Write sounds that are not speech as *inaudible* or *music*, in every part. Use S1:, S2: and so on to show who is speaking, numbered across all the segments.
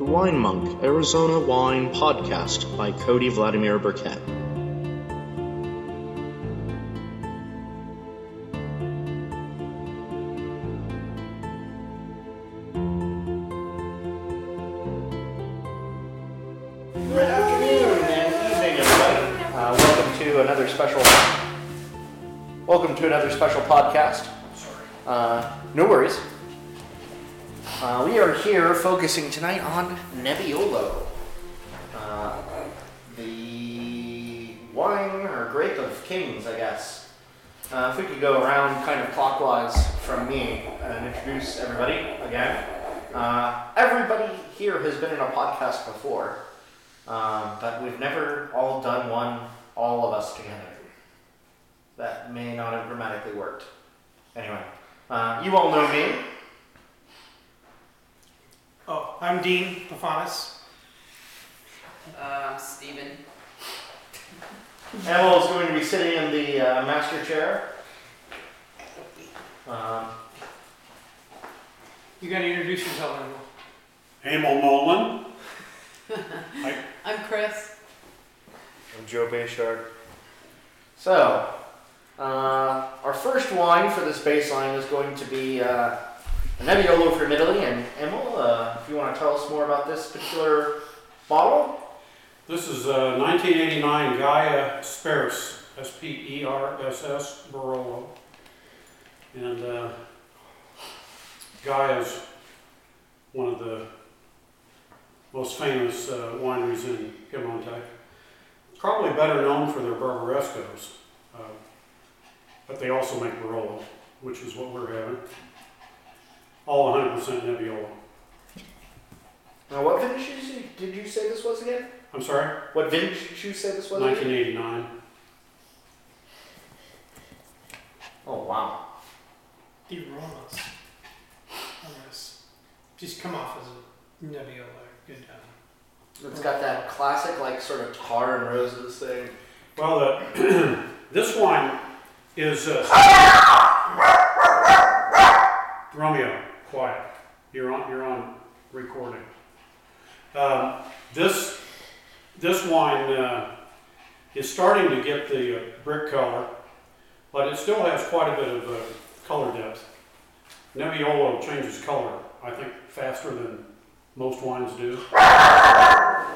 S1: Wine Monk Arizona Wine Podcast by Cody Vladimir Burkett. Good afternoon and evening, everybody. Uh, welcome to another special. Welcome to another special podcast. Uh, no worries. Uh, we are here focusing tonight on Nebbiolo, uh, the wine or grape of kings, I guess. Uh, if we could go around kind of clockwise from me and introduce everybody again. Uh, everybody here has been in a podcast before, um, but we've never all done one, all of us together. That may not have grammatically worked. Anyway, uh, you all know me.
S2: Oh, I'm Dean Pafanis.
S3: Um, Steven.
S1: Emil is going to be sitting in the uh, master chair. Um,
S2: You gotta introduce yourself, Emma.
S4: Emil Nolan.
S3: I'm Chris.
S1: I'm Joe Bayshard. So, uh, our first wine for this baseline is going to be uh, a Nebbiolo from Italy. And Emil, uh, if you want to tell us more about this particular bottle,
S4: This is a 1989 Gaia Sperus, S P E R S S Barolo. And uh, Gaia's one of the most famous uh, wineries in Piemonte. Probably better known for their Barberescos, uh, but they also make Barolo, which is what we're having. All 100% Nebbiolo.
S1: now what vintage did you- did you say this was again?
S4: I'm sorry,
S1: What vintage did you say this was? again?
S4: 1989.
S1: Oh, wow.
S2: The aromas on this Oh, just come off as a nebula. Good uh,
S1: It's got that classic, like, sort of tar and roses thing.
S4: Well, the, *clears throat* this wine is uh, Romeo. Quiet. You're on. You're on recording. Um, this this wine uh, is starting to get the uh, brick color, but it still has quite a bit of uh, color depth. Nebbiolo changes color, I think, faster than most wines do.
S1: I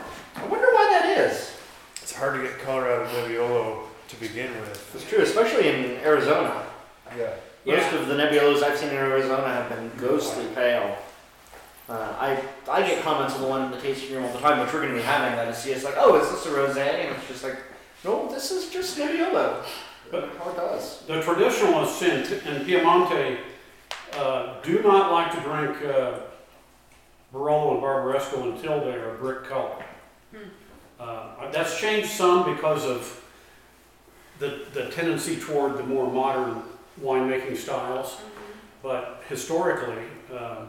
S1: wonder why that is.
S5: It's hard to get color out of Nebbiolo to begin with.
S1: It's true, especially in Arizona.
S5: Yeah.
S1: Most of the nebulos I've seen in Arizona have been ghostly pale. Uh, I I get comments on the one in the tasting room all the time, which we're going to be having. That is, it's like, oh, is this a rosé? And it's just like, no, this is just
S5: *laughs*
S1: nebbiolo. But how it does?
S4: The traditionalists in, in Piemonte uh, do not like to drink uh, Barolo and Barberesco until they are a brick color. Uh, that's changed some because of the, the tendency toward the more modern winemaking styles, but historically, um,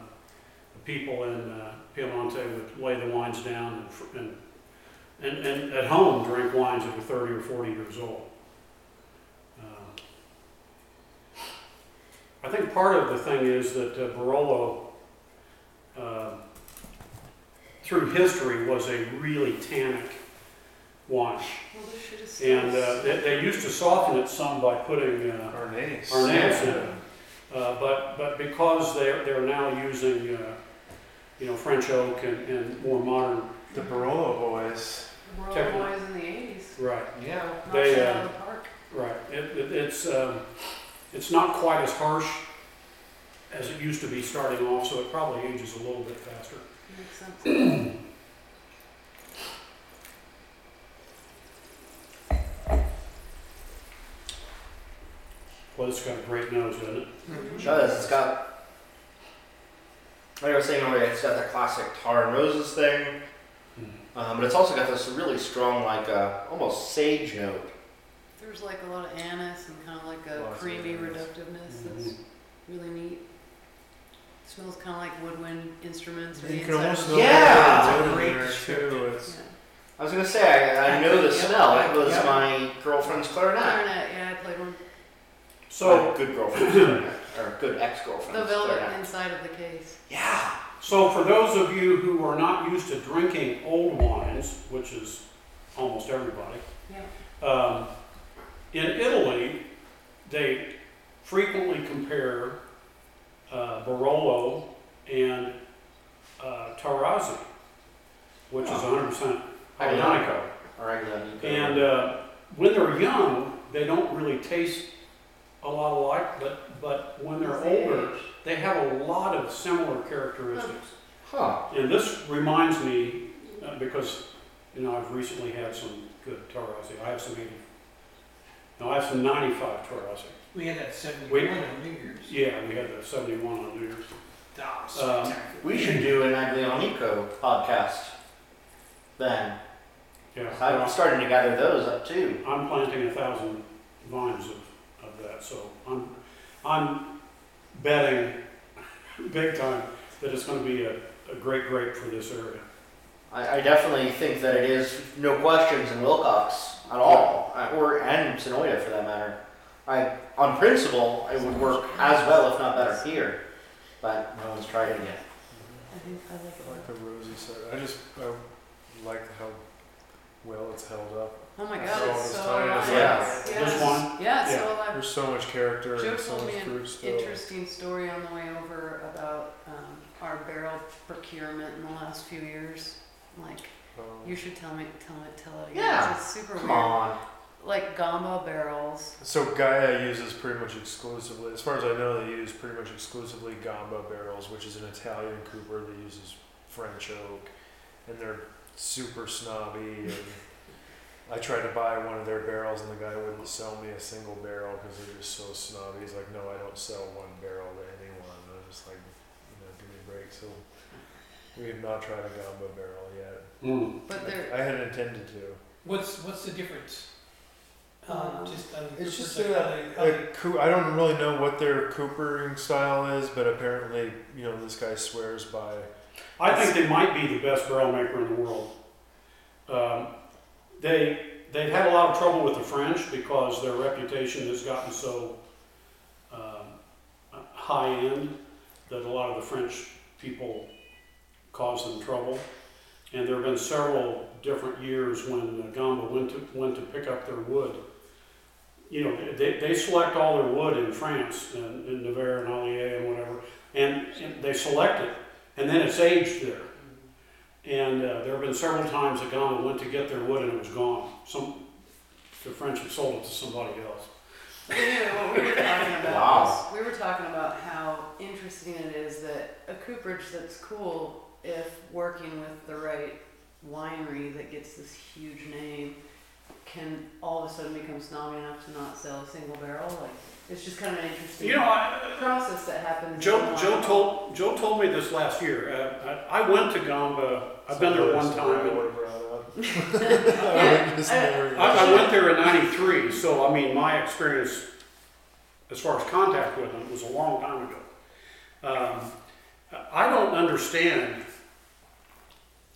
S4: the people in uh, Piemonte would lay the wines down and, fr- and, and, and at home drink wines that were 30 or 40 years old. Um, Uh, I think part of the thing is that uh, Barolo, uh, through history, was a really tannic wine.
S3: Well, this shit is
S4: And uh, they, they used to soften it some by putting uh,
S5: Arnais.
S4: Arnaise in it. Uh, but, but because they're, they're now using, uh, you know, French oak and, and more modern.
S5: The Barolo boys.
S3: We're all
S4: Kevin.
S3: boys in the 80s.
S4: Right.
S1: Yeah.
S3: Knocked
S4: They,
S3: it out
S4: uh,
S3: of the park.
S4: Right. It, it, it's, um, it's not quite as harsh as it used to be starting off, so it probably ages a little bit faster.
S3: Makes sense.
S4: *clears throat* Well, it's got a great nose, doesn't it?
S1: It does. It's got, like I was saying earlier, it's got that classic tar and roses thing. Um, but it's also got this really strong, like, uh, almost sage note.
S3: There's like a lot of anise and kind of like a
S5: Lots of
S3: creamy
S5: anise.
S3: reductiveness
S4: Mm-hmm.
S3: that's really neat. smells kind of like woodwind instruments or the
S5: You can
S3: inside
S5: almost
S3: of
S5: know
S3: a-
S1: Yeah.
S5: the
S2: Great
S5: there too.
S2: descriptive.
S5: It's,
S3: Yeah.
S1: I was going to say, I, I know the
S2: Yeah.
S1: smell. It was
S2: Yeah.
S1: my girlfriend's clarinet.
S3: Clarinet, yeah, I played one.
S4: So,
S1: My good girlfriend, or good ex-girlfriend.
S3: The velvet inside of the case.
S1: Yeah.
S4: So for those of you who are not used to drinking old wines, which is almost everybody,
S3: Yeah.
S4: um, in Italy, they frequently compare uh, Barolo and uh, Tarazzi, which is
S1: Oh.
S4: 100%
S1: I did not.
S4: Ionico.
S1: Or I can-
S4: And uh, when they're young, they don't really taste a lot alike, but, but when they're older, they have a lot of similar characteristics.
S1: huh.
S4: And this reminds me, uh, because, you know, I've recently had some good Taurasi. I have some 80, no, I have some 95 Taurasi.
S2: We had that 71
S4: Wait.
S2: on New Year's.
S4: Yeah, we had the 71 on New Year's.
S2: That was
S4: Um,
S2: spectacular.
S1: We should do an Aglionico podcast then.
S4: Yeah,
S1: I'm starting to gather those up too.
S4: I'm planting a thousand vines of, of that, so I'm, I'm betting *laughs* big time that it's gonna be a, a great grape for this area.
S1: I, I definitely think that it is no questions in Wilcox at all, uh, or and Sonoya for that matter. I, on principle, it would work as well, if not better, here. But no one's tried it yet.
S3: I think I like it.
S5: I like the rosy side. I just I like how well it's held up.
S3: Oh my
S5: So
S3: god, it's
S5: it's
S3: so
S5: tiny,
S3: alive.
S1: isn't it?
S3: Yes.
S4: Yeah. This one?
S3: Yeah, it's so
S4: Yeah.
S3: alive.
S5: There's so much character
S3: Joe
S5: and so
S3: told
S5: much
S3: me an
S5: fruit still.
S3: Interesting story on the way over about um, our barrel procurement in the last few years. Like,
S5: Um,
S3: you should tell me, tell it, tell it again.
S1: Yeah.
S3: It's super
S1: Come
S3: weird.
S1: on.
S3: Like Gamba barrels.
S5: So Gaia uses pretty much exclusively, as far as I know, they use pretty much exclusively Gamba barrels, which is an Italian cooper that uses French oak, and they're super snobby. And I tried to buy one of their barrels, and the guy wouldn't sell me a single barrel because they're just so snobby. He's like, "No, I don't sell one barrel to anyone." And I'm just like, "You know, give me a break." So we have not tried a Gamba barrel yet.
S4: Mm.
S3: But they're
S5: I had intended to.
S2: What's what's the difference? Uh,
S3: Um,
S2: just on
S5: It's just uh,
S2: perspective,
S5: a,
S2: how they- how
S5: a coo- I don't really know what their coopering style is, but apparently, you know, this guy swears by.
S4: I think they might be the best barrel maker in the world. Um, they they've had a lot of trouble with the French because their reputation has gotten so um, high end that a lot of the French people cause them trouble. And there have been several different years when Gamba went to went to pick up their wood. You know, they, they select all their wood in France, in, in Nevers and Allier and whatever, and, and they select it and then it's aged there. And uh, there have been several times that Ghana went to get their wood and it was gone. Some the French had sold it to somebody else.
S3: But anyway, what we were talking about
S1: Wow.
S3: was, we were talking about how interesting it is that a cooperage that's cool if working with the right winery that gets this huge name can all of a sudden become snobby enough to not sell a single barrel. Like it's just kind of an interesting
S4: You know, I,
S3: process that happens.
S4: Joe
S3: in
S4: Joe
S3: wine.
S4: told Joe told me this last year. Uh, I, I went to Gamba. I've been there one time.
S5: I
S4: and
S5: would have brought up. *laughs* I
S3: Yeah,
S5: would just
S3: I-
S5: never-
S4: I, I went there in '93, so I mean, my experience as far as contact with them was a long time ago. Um, I don't understand.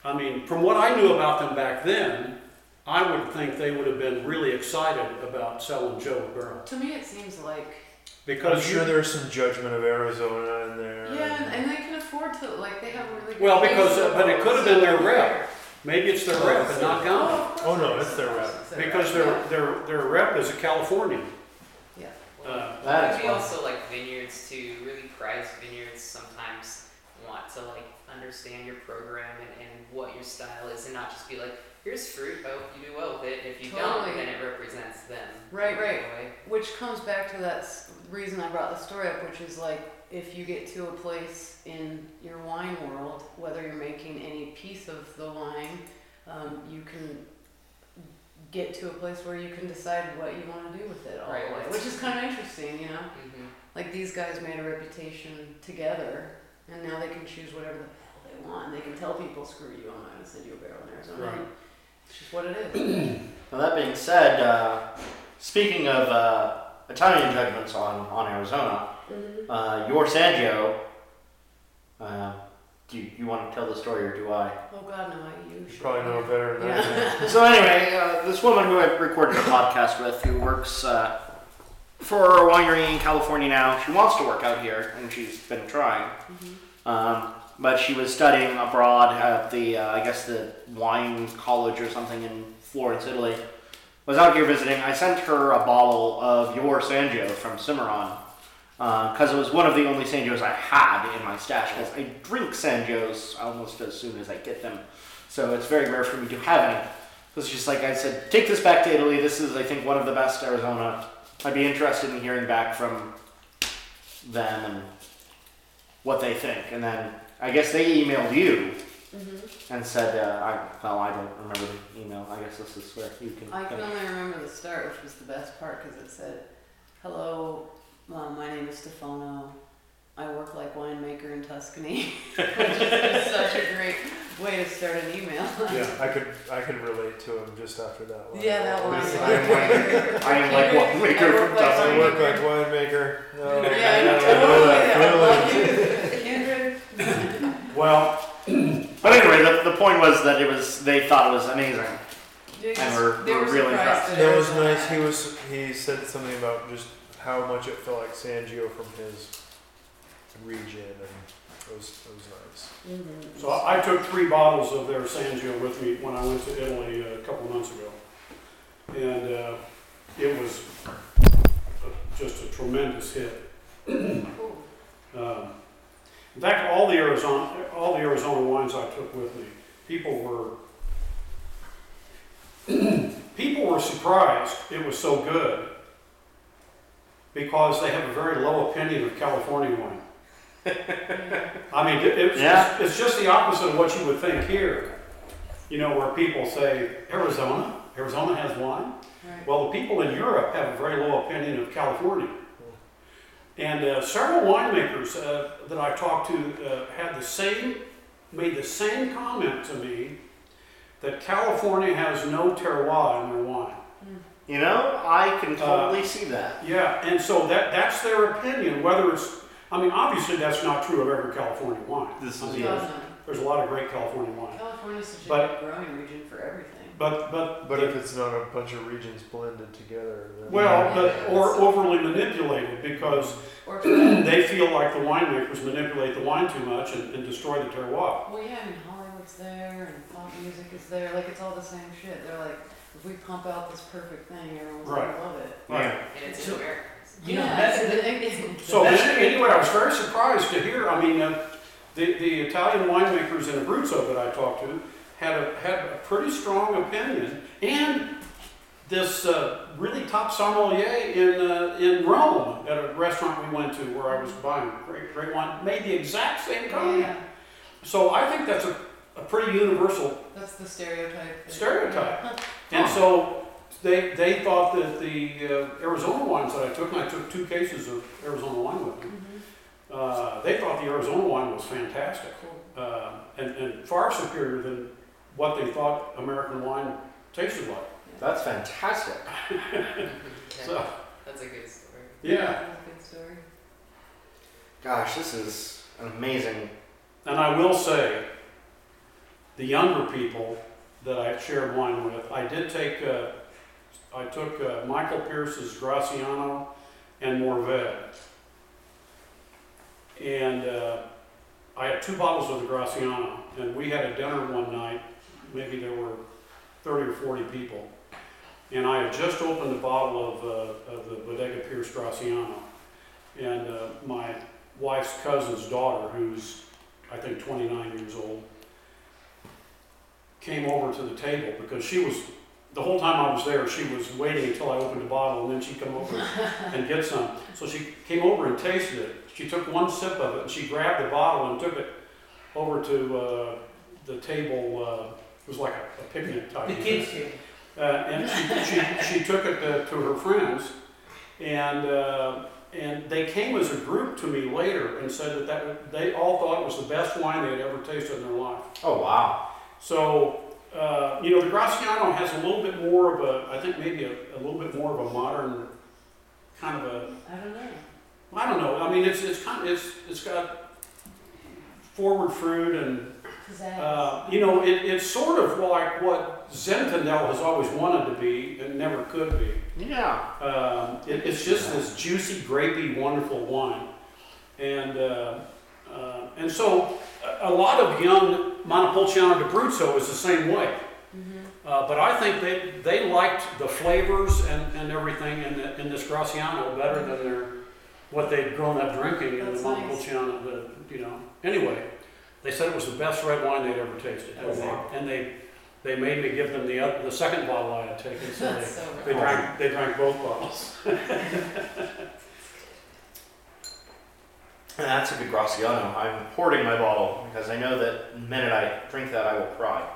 S4: I mean, from what I knew about them back then, I would think they would have been really excited about selling Joe a barrel
S3: To me, it seems like
S5: I'm
S4: because
S5: sure
S4: you-
S5: there's some judgment of Arizona in there.
S3: yeah, and, and they can afford to like they have really good
S4: Well, because,
S3: places
S4: uh, but it
S3: to
S4: could have been their
S3: sell
S4: rep. maybe it's their rep and not Gum
S3: of course
S5: Oh, no,
S3: it is.
S5: it's their
S3: Of course
S5: rep.
S3: it's their
S4: because
S3: rep.
S4: their their their rep is a Californian.
S3: Yeah.
S4: Uh,
S1: That
S6: But
S1: is
S6: we
S1: well.
S6: also like vineyards too. Really prized vineyards sometimes want to like understand your program and, and what your style is, and not just be like, "Here's fruit. I hope you do well with it. If you don't,
S3: Totally.
S6: then it represents them."
S3: Right,
S6: in
S3: right.
S6: a way.
S3: Which comes back to that s- reason I brought the story up, which is like if you get to a place in your wine world, whether you're making any piece of the wine, um, you can get to a place where you can decide what you want to do with it all
S6: Right.
S3: the way, which is kind of interesting, you know.
S6: Mhm.
S3: Like these guys made a reputation together, and now they can choose whatever the hell they want. They can tell people, "Screw you, I'm not going to send you a barrel in Arizona."
S4: Right.
S3: It's just what it is.
S1: Now that being said, uh, speaking of uh, Italian judgments on, on Arizona, uh, your Saggio, uh, do you, you want to tell the story or do I?
S3: Oh God, no! I, you
S5: You
S3: should.
S5: probably know better than
S3: Yeah.
S5: I
S1: *laughs*
S5: do.
S1: So anyway, uh, this woman who I recorded a podcast with, who works uh, for a
S3: *laughs*
S1: winery in California now, she wants to work out here, and she's been trying.
S3: Mhm.
S1: Um, but she was studying abroad at the, uh, I guess, the wine college or something in Florence, Italy. Was out here visiting. I sent her a bottle of your Sanjo from Cimarron because it was one of the only Sanjos I had in my stash. Because I drink Sanjos almost as soon as I get them, so it's very rare for me to have any. So it's just like I said, take this back to Italy. This is, I think, one of the best Arizona. I'd be interested in hearing back from them and what they think. And then I guess they emailed you
S3: mm-hmm.
S1: and said, uh, I, well, I don't remember the email. I guess this is where you can.
S3: I can only remember the start, which was the best part, because it said, "Hello, Mom, my name is Stefano. I work like winemaker in Tuscany." *laughs* which is such a great way to start an email.
S5: Yeah, I could I could relate to him just after that one.
S3: Yeah, that line.
S5: Because
S3: like,
S5: I am like-
S1: I am like winemaker
S3: I work
S1: from
S3: like
S1: Tuscany.
S5: I
S3: winemaker.
S5: work like winemaker. No,
S3: Yeah,
S5: no,
S3: you
S5: no,
S3: totally.
S5: no, no, no.
S3: *laughs* Kindred.
S4: Well,
S1: But anyway, the, the point was that it was they thought it was amazing.
S3: They just-
S1: And we're-
S3: they
S1: we're
S3: were
S1: really impressed.
S3: surprised that
S5: That was
S3: Arizona
S5: nice. He
S3: had-
S5: was he said something about just how much it felt like Sangio from his region, and it was it was nice.
S3: Mhm.
S4: so I took three bottles of their Sangio with me when I went to Italy a couple months ago. And uh, it was a- just a tremendous hit.
S3: Cool.
S4: Um, in fact, all the Arizona, all the Arizona wines I took with me, people were *clears throat* people were surprised it was so good because they have a very low opinion of California wine. I mean, it, it's,
S1: Yeah.
S4: it's just the opposite of what you would think here. You know, where people say Arizona, Arizona has wine.
S3: Right.
S4: Well, the people in Europe have a very low opinion of California. And uh, several winemakers uh, that I talked to uh, had the same, made the same comment to me that California has no terroir in their wine.
S1: You know, I can totally see that.
S4: Yeah, and so that, that's their opinion, whether it's, I mean, obviously that's not true of every California wine.
S1: This
S4: is-
S1: yeah.
S3: Arizona.
S4: There's a lot of great California wine.
S3: California's such a
S4: But-
S3: big growing region for
S4: *clears throat*
S3: everything.
S4: But, but,
S5: But if it's not a bunch of regions blended together, then
S4: well, but, or overly manipulated because
S3: Or
S4: they feel like the winemakers manipulate the wine too much and, and destroy the terroir.
S3: Well, yeah, I mean, Hollywood's there and pop music is there. Like, it's all the same shit. They're like, if we pump out this perfect thing, everyone's
S4: Right.
S3: gonna love it.
S1: Yeah.
S6: And it's America.
S2: You know,
S3: yeah,
S2: that's-
S3: it's- it's- *laughs*
S4: So
S2: That's-
S4: any- anyway, I was very surprised to hear. I mean, uh, the the Italian winemakers in Abruzzo that I talked to had a had a pretty strong opinion, and this uh, really top sommelier in uh, in Rome at a restaurant we went to where I was buying great great wine made the exact same comment.
S3: yeah,
S4: So I think that's a, a pretty universal
S3: that's the stereotype. that-
S4: stereotype. And so they, they thought that the uh, Arizona wines that I took, and I took two cases of Arizona wine with me,
S3: Mhm.
S4: uh, they thought the Arizona wine was fantastic
S3: Cool.
S6: *laughs*
S4: uh, and, and far superior than what they thought American wine tasted like.
S1: That's fantastic.
S4: So,
S6: That's a good story.
S4: yeah.
S3: That's a good story.
S1: Gosh, this is an amazing.
S4: And I will say, the younger people that I shared wine with, I did take, uh, I took uh, Michael Pierce's Graciano and Morvet. And uh, I had two bottles of the Graciano, and we had a dinner one night. Maybe there were 30 or 40 people. And I had just opened a bottle of, uh, of the Bodega Pierce Graciano. And uh, my wife's cousin's daughter, who's I think 29 years old, came over to the table because she was, the whole time I was there, she was waiting until I opened the bottle and then she'd come over and get some. So she came over and tasted it. She took one sip of it and she grabbed the bottle and took it over to uh, the table. Uh, it was like a, a picnic type.
S2: The
S4: event.
S2: kids do.
S4: Uh, and she, she, she took it to, to her friends, and, uh, and they came as a group to me later and said that, that they all thought it was the best wine they had ever tasted in their life.
S1: Oh wow.
S4: So, uh, you know, the Graciano has a little bit more of a, I think maybe a, a little bit more of a modern kind of a,
S3: I don't know.
S4: I don't know, I mean, it's, it's kind of, it's, it's got forward fruit and uh, you know, it, it's sort of like what Zinfandel has always wanted to be and never could be.
S1: Yeah.
S4: Um, it, it's just this juicy, grapey, wonderful wine, and uh, uh, and so a- a lot of young Montepulciano d'Abruzzo is the same way.
S3: Mm-hmm.
S4: Uh, but I think they, they liked the flavors and, and everything in, the, in this Graciano better than their, what they'd grown up drinking in
S3: That's
S4: the
S3: nice.
S4: Montepulciano. The, you know, anyway, they said it was the best red wine they'd ever tasted.
S3: Oh, wow.
S4: And they they made me give them the oth- the second bottle I had taken,
S3: *laughs*
S4: so
S3: That's
S4: they,
S3: so
S4: they
S3: rad.
S4: drank they drank both bottles.
S1: And that's a good Graciano. I'm hoarding my bottle because I know that the minute I drink that, I will cry.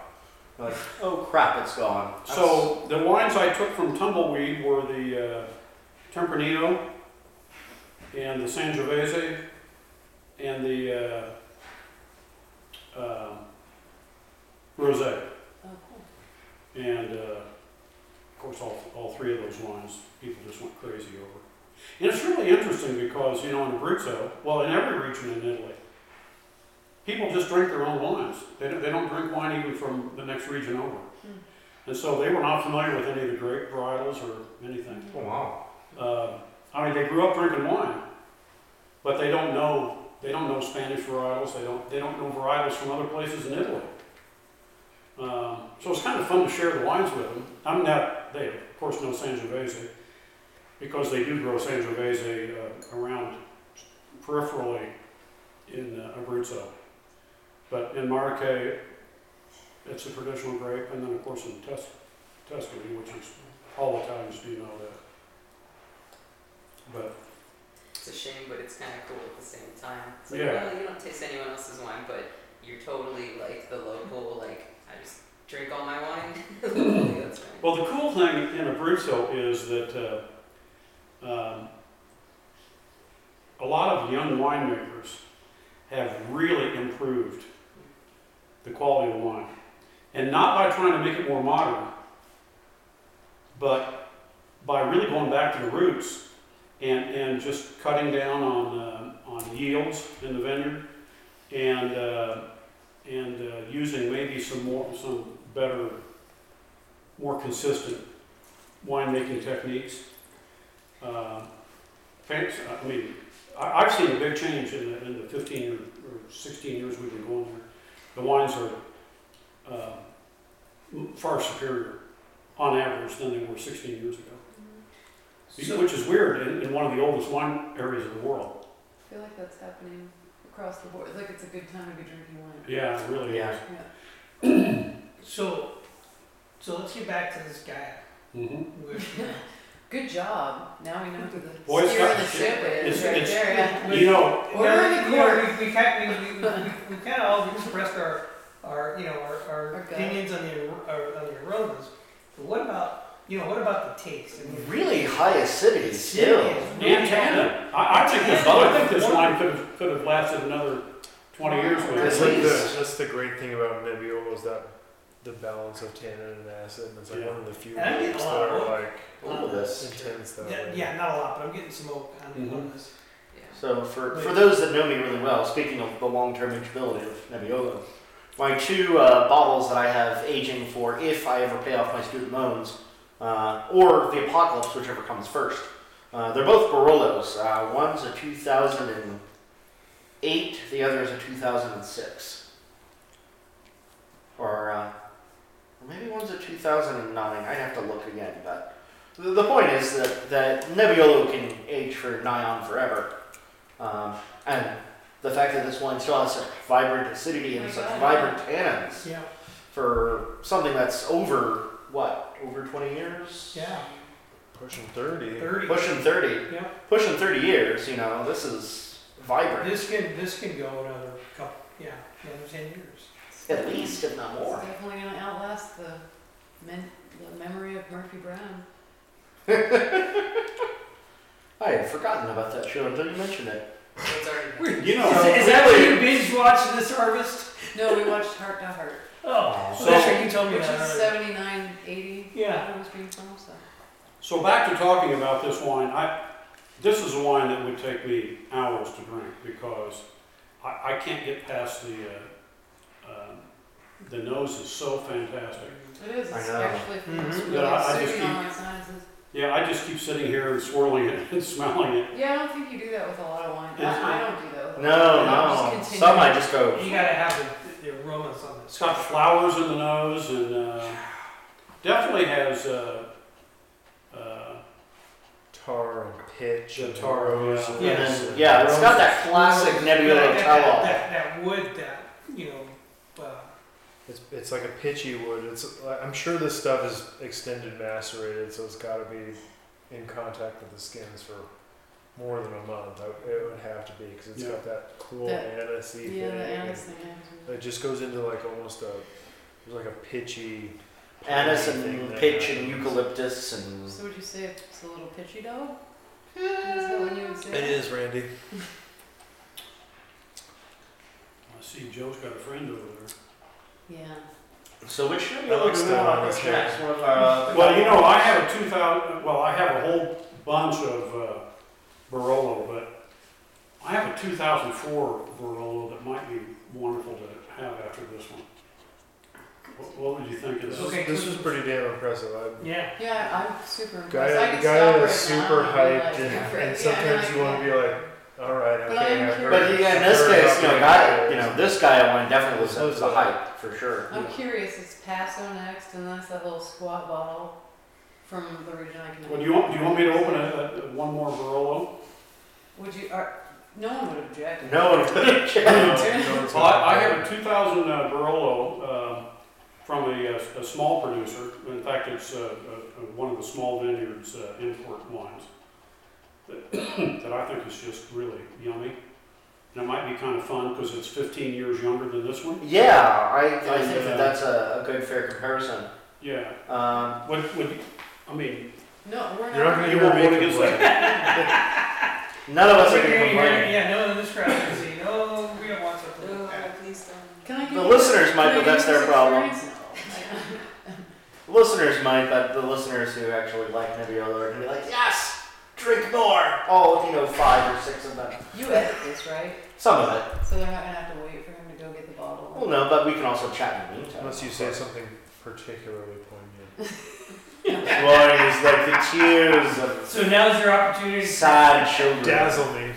S1: Like, oh crap, it's gone. That's-
S4: So the wines I took from Tumbleweed were the uh, Tempranillo and the Sangiovese and the uh, uh, Rosé.
S3: Oh, cool.
S4: And uh, of course, all, all three of those wines people just went crazy over. And it's really interesting because, you know, in Abruzzo, well, in every region in Italy, people just drink their own wines. They don't, they don't drink wine even from the next region over. And so they were not familiar with any of the grape varietals or anything.
S1: Oh, wow.
S4: Uh, I mean, they grew up drinking wine, but they don't know they don't know Spanish varietals. They don't they don't know varietals from other places in Italy. Um, so it's kind of fun to share the wines with them. I'm not they of course know Sangiovese because they do grow Sangiovese uh, around peripherally in uh, Abruzzo, but in Marche it's a traditional grape, and then of course in Tus- Tuscany, which is all Italians do know that. But
S6: It's a shame, but it's kind of cool at the same time. It's like,
S4: Yeah.
S6: well, you don't taste anyone else's wine, but you're totally like the local. Like, I just drink all my wine. *laughs* Locally, That's fine.
S4: Well, the cool thing in Abruzzo is that uh, um, a lot of young winemakers have really improved the quality of wine. And not by trying to make it more modern, but by really going back to the roots and, and just cutting down on, uh, on yields in the vineyard and, uh, and uh, using maybe some more, some better more consistent winemaking techniques. Uh, thanks, I mean, I, I've seen a big change in the, in the 15 or, or 16 years we've been going there. The wines are uh, m- far superior on average than they were 16 years ago,
S2: So-
S4: which is weird in, in one of the oldest wine areas in the world.
S3: I feel like that's happening across the board. Like it's a good time to be drinking wine.
S4: Yeah, it really
S1: Yeah.
S4: is.
S2: So, so let's get back to this
S5: *laughs*
S2: guy.
S4: hmm
S2: With,
S3: Good job. Now we know who the
S4: Boy
S3: steer of the
S4: Scouts.
S3: ship is
S4: It's-
S3: right
S4: it's- *laughs*
S3: there. Yeah.
S2: with-
S4: You know,
S3: Order
S2: Yeah,
S3: in the
S2: yeah,
S3: court.
S2: We, we kind of, we, we, we, we kind of all expressed our, our, you know, our, our
S3: Our gut.
S2: opinions on the, ar- our, on the aromas. But what about, you know, what about the taste? I mean,
S1: Really high acidity
S2: City
S1: still.
S2: is really
S4: and Canada. I, I think this, I think this wine could have, could have lasted another 20 years. with
S5: That's,
S4: it.
S5: like the,
S1: Please.
S5: that's the great thing about Nebbiolo is that the balance of tannin and acid, and it's like one of the few
S2: And I get
S5: wines
S2: a
S5: that
S2: lot of
S5: are like
S1: All of this.
S5: intense that
S2: Yeah,
S5: way.
S2: yeah, not a lot, but I'm getting some oak on, on
S4: Mhm.
S2: this.
S6: yeah.
S1: So for, for those that know me really well, speaking of the long-term durability of Nebbiolo, my two uh, bottles that I have aging for if I ever pay off my student loans, uh, or the Apocalypse, whichever comes first, uh, they're both Barolos. Uh, one's a 2008, the other is a 2006. Or, uh, or maybe one's a 2009. I'd have to look again, but the, the point is that, that Nebbiolo can age for nigh on forever. Um, and the fact that this wine still has such vibrant acidity and
S3: Oh my
S1: such
S3: God.
S1: vibrant tannins
S2: Yeah,
S1: for something that's over, what, over 20 years?
S2: yeah,
S5: Pushing 30.
S2: thirty.
S1: Pushing 30.
S2: Yeah,
S1: Pushing 30 years, you know, this is vibrant.
S2: this can this can go another couple. Yeah, another ten years.
S1: At least, if not
S3: It's
S1: more.
S3: definitely gonna outlast the men- the memory of Murphy Brown.
S1: I had forgotten about that show until you mentioned it.
S6: It's already.
S4: You know,
S2: is that what you binge watched this harvest?
S3: No, we watched Heart to Heart,
S2: Oh,
S4: So-
S2: that's right. You told me
S3: which
S2: that.
S3: is
S2: earlier.
S3: seventy-nine, eighty.
S2: Yeah.
S3: When it was being filmed, so.
S4: So back to talking about this wine, I, this is a wine that would take me hours to drink because I, I can't get past the, uh, um the nose is so fantastic.
S3: It is.
S1: I
S3: It's
S1: know.
S3: actually it's
S2: Mhm.
S3: really
S4: But I- I just
S3: soothing on
S4: keep-
S3: my sinuses.
S4: Yeah, I just keep sitting here and swirling it *laughs* and smelling it.
S3: Yeah, I don't think you do that with a lot of wine.
S4: It's-
S3: I, I don't do that with
S1: No,
S3: I'll
S1: no.
S3: just
S1: Some I
S3: continue.
S1: just go.
S2: You gotta have the, the aromas on this.
S4: It's got flowers in the nose and uh, definitely has uh, uh,
S5: Tar and pitch
S4: The
S5: and
S4: tar,
S5: rose.
S4: yeah.
S5: and-
S1: Yeah,
S5: and-
S1: yeah it's got that classic
S2: You know,
S1: Nebula
S2: that,
S1: tell-all.
S2: that, that, that wood, that, you know, uh,
S5: It's, it's like a pitchy wood. It's I'm sure this stuff is extended macerated, so it's got to be in contact with the skins for more than a month. I- It would have to be because it's
S4: Yeah.
S5: got that cool
S3: That-
S5: anise
S3: Yeah,
S5: thing.
S3: the anise thing. I do.
S5: It just goes into like almost a there's like a pitchy.
S1: Anise
S5: thing
S1: and
S5: that
S1: pitch and
S5: happens.
S1: eucalyptus and
S3: So would you say it's a little pitchy dog? Is that what you would say?
S5: It is, Randy.
S4: I see Joe's got a friend over there.
S3: Yeah.
S1: So which should
S5: That looks
S1: we want
S5: good.
S1: to push next? One uh, of our,
S4: Well, you know, I have a two thousand. Well, I have a whole bunch of uh, Barolo, but I have a two thousand four Barolo that might be wonderful to have after this one. What, what would you think of
S5: This,
S4: this?
S2: Okay,
S5: was, this
S2: cool.
S5: was pretty damn impressive. I,
S2: yeah.
S3: Yeah, I'm super impressed.
S5: guy
S3: I could
S5: guy
S3: stop
S5: is
S3: right
S5: super
S3: now and be
S5: hyped,
S3: *laughs* like,
S5: and,
S3: "Yeah,
S5: and
S3: yeah,
S5: sometimes
S3: yeah,
S5: you want to be like, all right,
S3: But
S5: okay.
S3: I'm
S5: I've heard-
S3: curious.
S1: but yeah, in this
S5: I've heard
S1: case, you know,
S5: about
S1: guy, you
S5: Barolo.
S1: know, this guy I want definitely was was a hype for sure.
S3: I'm curious, it's Paso next, and that's that little squat bottle from the region I can.
S4: Well, do you want do you want me to open a, a, one more Barolo?
S3: Would you, are, no one would object.
S1: No
S3: *laughs*
S1: one could have checked.
S5: No, it's
S4: Well, I, I
S5: not.
S4: have a two thousand uh, Barolo um from a, uh, a small producer. In fact, it's uh, uh, one of the small vineyards uh, import wines that, *clears throat* that I think is just really yummy. And it might be kind of fun because it's 15 years younger than this one.
S1: Yeah, I, I think
S4: Yeah.
S1: that that's a, a good fair comparison.
S4: Yeah.
S1: Um,
S4: Would, would I mean,
S3: No, we're not.
S5: You're not gonna
S4: You
S5: hear
S4: won't
S5: me
S4: vote against
S5: complain.
S1: none of us are going
S2: You're
S1: to
S2: gonna hear-
S1: complain.
S2: Yeah, no, in this crowd, you see, no, we don't want something like that.
S6: please don't.
S3: Can I give
S1: The
S3: you-
S1: listeners
S3: can
S1: might, but
S3: I give
S1: that's
S3: you
S1: their
S3: this
S1: problem.
S3: experience? No.
S1: Listeners might, but the listeners who actually like Nebbiolo are going to be like, yes, drink more. All you know, five or six of them.
S3: You edit this, right?
S1: Some of it.
S3: So they're not gonna have to wait for him to go get the bottle.
S5: Oh.
S1: Well, no, but we can also chat in the meantime.
S5: Unless you say something particularly poignant.
S1: *laughs* Lauren is like the tears of
S2: So now's your opportunity. to
S1: sad children.
S5: Dazzle me.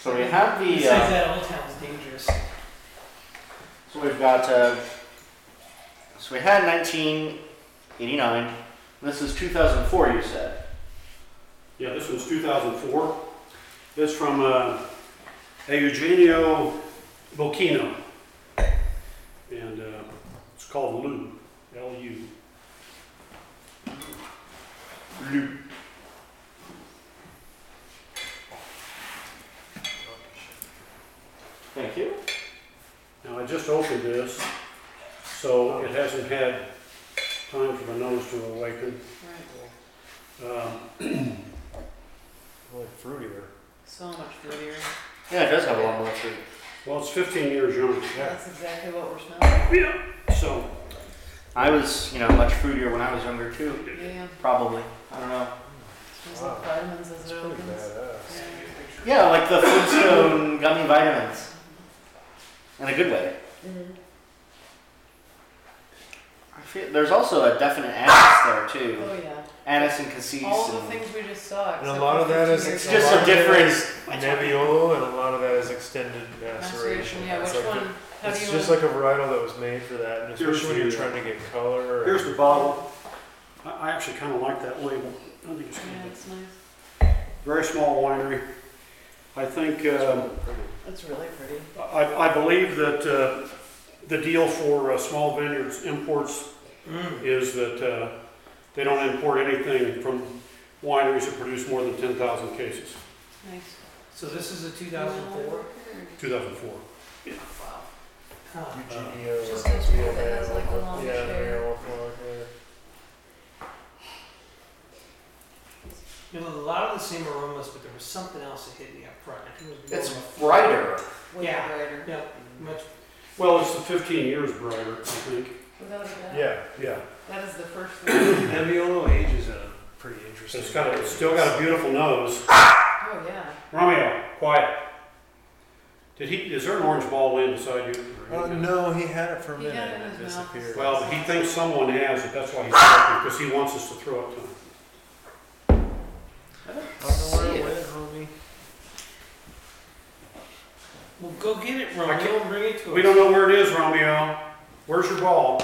S1: So we have the.
S2: Besides
S1: Uh,
S2: that, Old Town's dangerous.
S1: so we've got. Uh, so we had 1989. This is 2004. You said.
S4: yeah, this one's 2004. It's from uh, a Eugenio Bocchino. And uh, it's called Lou, L-U.
S1: Lou. Thank you.
S4: Now, I just opened this, so it hasn't had time for the nose to awaken.
S3: Right.
S4: Um,
S5: I like fruitier.
S3: So much fruitier.
S1: Yeah, it does have a lot more fruit.
S4: Well, it's 15 years younger.
S3: That's exactly what we're smelling.
S4: So,
S1: I was, you know, much fruitier when I was younger too.
S3: Yeah,
S1: Probably. I don't know.
S3: smells like vitamins as
S5: That's
S3: it
S5: pretty
S3: opens.
S5: badass.
S1: Yeah, like the
S3: *coughs*
S1: Flintstone gummy vitamins. In a good way.
S3: Mhm.
S1: I feel, there's also a definite anise there too.
S3: Oh yeah.
S1: Anise and cassis.
S3: All the
S1: and-
S3: things we just saw.
S5: And a
S3: except
S5: lot
S3: for
S5: of that
S3: 15
S5: is
S3: years
S1: It's just
S3: old.
S1: a different.
S5: Nebbiolo and a lot of that is extended maceration.
S3: maceration. Yeah,
S5: It's
S3: which
S5: like
S3: one?
S5: The,
S3: How do
S5: it's
S3: you
S5: just
S3: want-
S5: like a varietal that was made for that, and
S4: Here's
S5: especially when you're
S4: the, uh,
S5: trying to get color. or-
S4: here's the bottle. I, I actually kind of like that label. I think it's
S3: Yeah,
S4: good.
S3: it's nice.
S4: Very small winery. I think, um,
S3: It's really pretty.
S4: I, I believe that uh, the deal for uh, small vineyards imports is that uh, they don't import anything from wineries that produce more than 10,000 cases.
S3: Nice.
S2: So this is a 2004.
S3: Mm.
S4: 2004.
S3: Wow.
S2: Huh.
S5: Eugenio.
S3: It's just
S5: or
S3: those people
S5: Eugenio
S3: that has, like, the
S5: Manuel.
S3: long
S5: yeah,
S3: hair.
S5: Manuel Blanco.
S2: You know, a lot of the same aromas, but there was something else that hit me up front. I think it was
S1: It's
S2: more-
S1: brighter.
S3: Way
S2: Yeah.
S3: brighter.
S2: Yeah, much.
S4: Well, it's the 15 years brighter, I think.
S3: Without a doubt.
S5: Yeah.
S4: Yeah.
S3: That is the first thing. *coughs*
S5: Nebbiolo ages in a pretty interesting.
S4: It's got, a- it's
S5: way.
S4: still got a beautiful nose.
S3: oh yeah.
S4: Romeo, quiet. Did he? Is there an orange ball laying beside you?
S5: Uh, no, he had it for a
S3: He
S5: minute
S3: had it in
S5: and it
S3: his mouth.
S5: disappeared.
S4: Well, he thinks someone has it. That's why he's talking because he wants us to throw it to him.
S5: I don't know where
S1: See
S5: it
S1: it.
S5: went, homie.
S2: Go get it,
S4: I can't-
S2: Romeo, and bring it to us.
S4: We don't know where it is, Romeo. Where's your ball?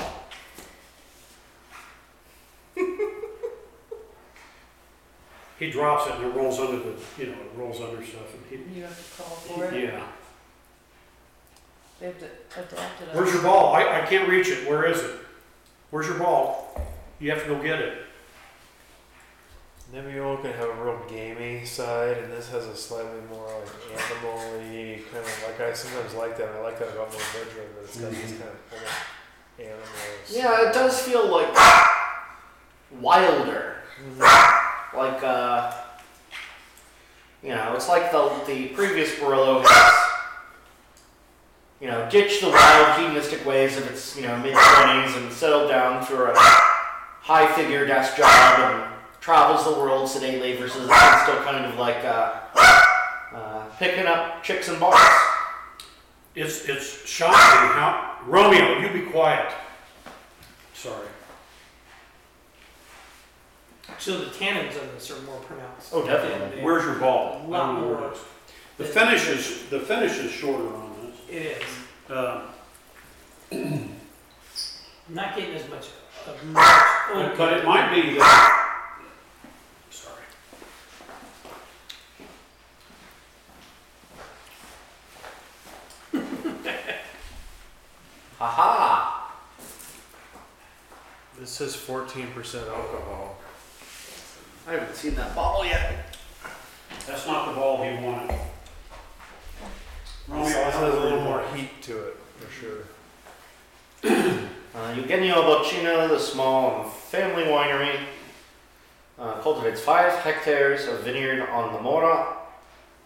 S4: he drops it and it rolls under the, you know, it rolls under stuff. And
S3: You have to call
S4: he,
S3: for it.
S4: yeah.
S3: They have to adapt it. up.
S4: Where's your ball? I, I can't reach it. Where is it? Where's your ball? You have to go get it.
S5: Nebula can have a real gamey side, and this has a slightly more like animal-y kind of like I sometimes like that. I like that about more bedroom, but it's got this
S1: Mm-hmm.
S4: Mhm.
S5: kind of almost animal.
S1: Yeah, it does feel like wilder.
S5: Mhm.
S1: Like uh, you know, it's like the the previous Barillo has, you know, ditched the wild hedonistic ways of its you know mid twenties and settled down for a high figure desk job and travels the world sedately versus I'm still kind of like uh, uh, picking up chicks and bars.
S4: It's, it's shocking how. Romeo, you be quiet. Sorry.
S2: So the tannins on this are more pronounced.
S1: Oh, definitely.
S2: They-
S4: Where's your ball?
S2: A lot
S4: I don't know where it
S2: more.
S4: is. The finish is, the finish is shorter on this.
S2: It is.
S4: Uh,
S2: Not getting as much of much.
S4: But but it might be that. Sorry.
S1: Haha!
S5: This says fourteen percent alcohol.
S1: I haven't seen that bottle yet.
S4: That's not the ball he wanted. Romeo,
S1: Oh,
S5: This
S4: I
S5: this has a
S4: don't
S5: little
S4: know
S5: more
S4: where
S5: heat to it for sure.
S1: Uh, Eugenio Bocchino, the small family winery, uh, cultivates five hectares of vineyard on the Mora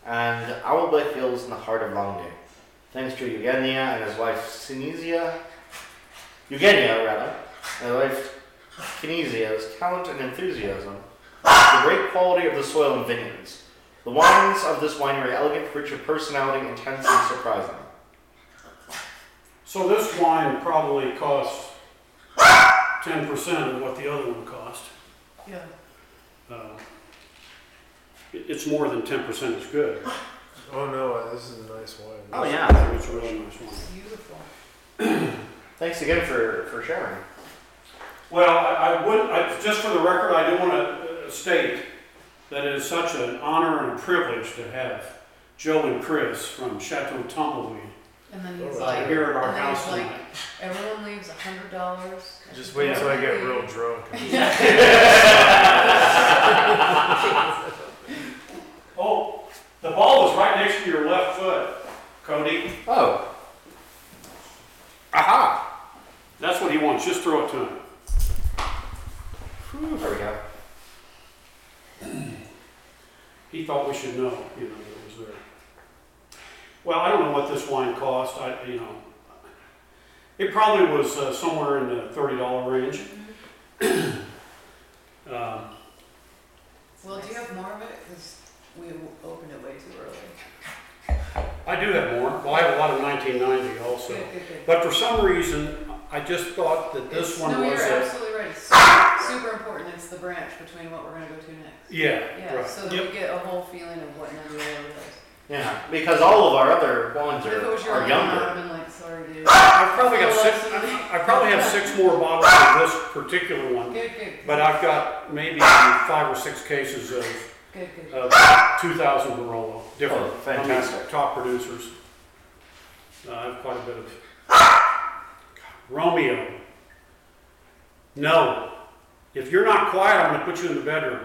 S1: and Auerblick Hills in the heart of Langue. Thanks to Eugenia and his wife Sinesia, Eugenia rather, and his wife Kinesia's talent and enthusiasm, the great quality of the soil and vineyards. The wines of this winery are elegant, rich of personality, intense, and surprising.
S4: So this wine probably costs ten percent of what the other one cost.
S3: Yeah.
S4: Uh, it- It's more than ten percent is good.
S5: Oh no, this is a nice wine.
S1: Oh,
S4: I
S1: yeah.
S4: think It's a really nice wine.
S3: It's beautiful.
S1: Thanks again for, for sharing.
S4: Well, I, I would, I, just for the record, I do want to uh, state that it is such an honor and privilege to have Joe and Chris from Chateau Tumbleweed
S3: And
S4: Oh,
S3: then he's
S5: Alright.
S3: like,
S4: here at our
S3: and then
S4: house
S3: he's like,
S4: tonight.
S3: everyone leaves a hundred dollars.
S5: Just wait until I get
S3: *laughs*
S5: real drunk.
S4: Oh, the ball was right next to your left foot, Cody.
S1: Oh. Aha!
S4: That's what he wants. Just throw it to him.
S1: There we go.
S4: He thought we should know, you know, that it was there. Well, I don't know what this wine cost. I, you know, it probably was uh, somewhere in the thirty dollar range.
S3: Mm-hmm.
S4: um,
S3: Well, do you have more of it? Because we opened it way too early.
S4: I do have more. Well, I have a lot of nineteen ninety also.
S3: Good, good, good.
S4: But for some reason, I just thought that this
S3: It's-
S4: one
S3: no,
S4: was.
S3: you're
S4: a-
S3: absolutely right. It's super, super important. It's the branch between what we're going to go to next.
S4: yeah,
S3: Yeah,
S4: right.
S3: so that we get a whole feeling of what Nebula is.
S1: Yeah, because all of our other wines
S3: If it was
S1: are,
S3: your
S1: are
S3: own,
S1: younger.
S3: I'd been like, sorry,
S4: *coughs*
S3: dude.
S4: I've probably got six. I probably have six more bottles of this particular one.
S3: Good, good,
S4: But I've got maybe five or six cases of,
S3: good, good.
S4: of 2000 Barolo, different,
S1: Oh,
S4: I mean,
S1: fantastic.
S4: top producers. Uh, I have quite a bit of Romeo. No, if you're not quiet, I'm going to put you in the bedroom.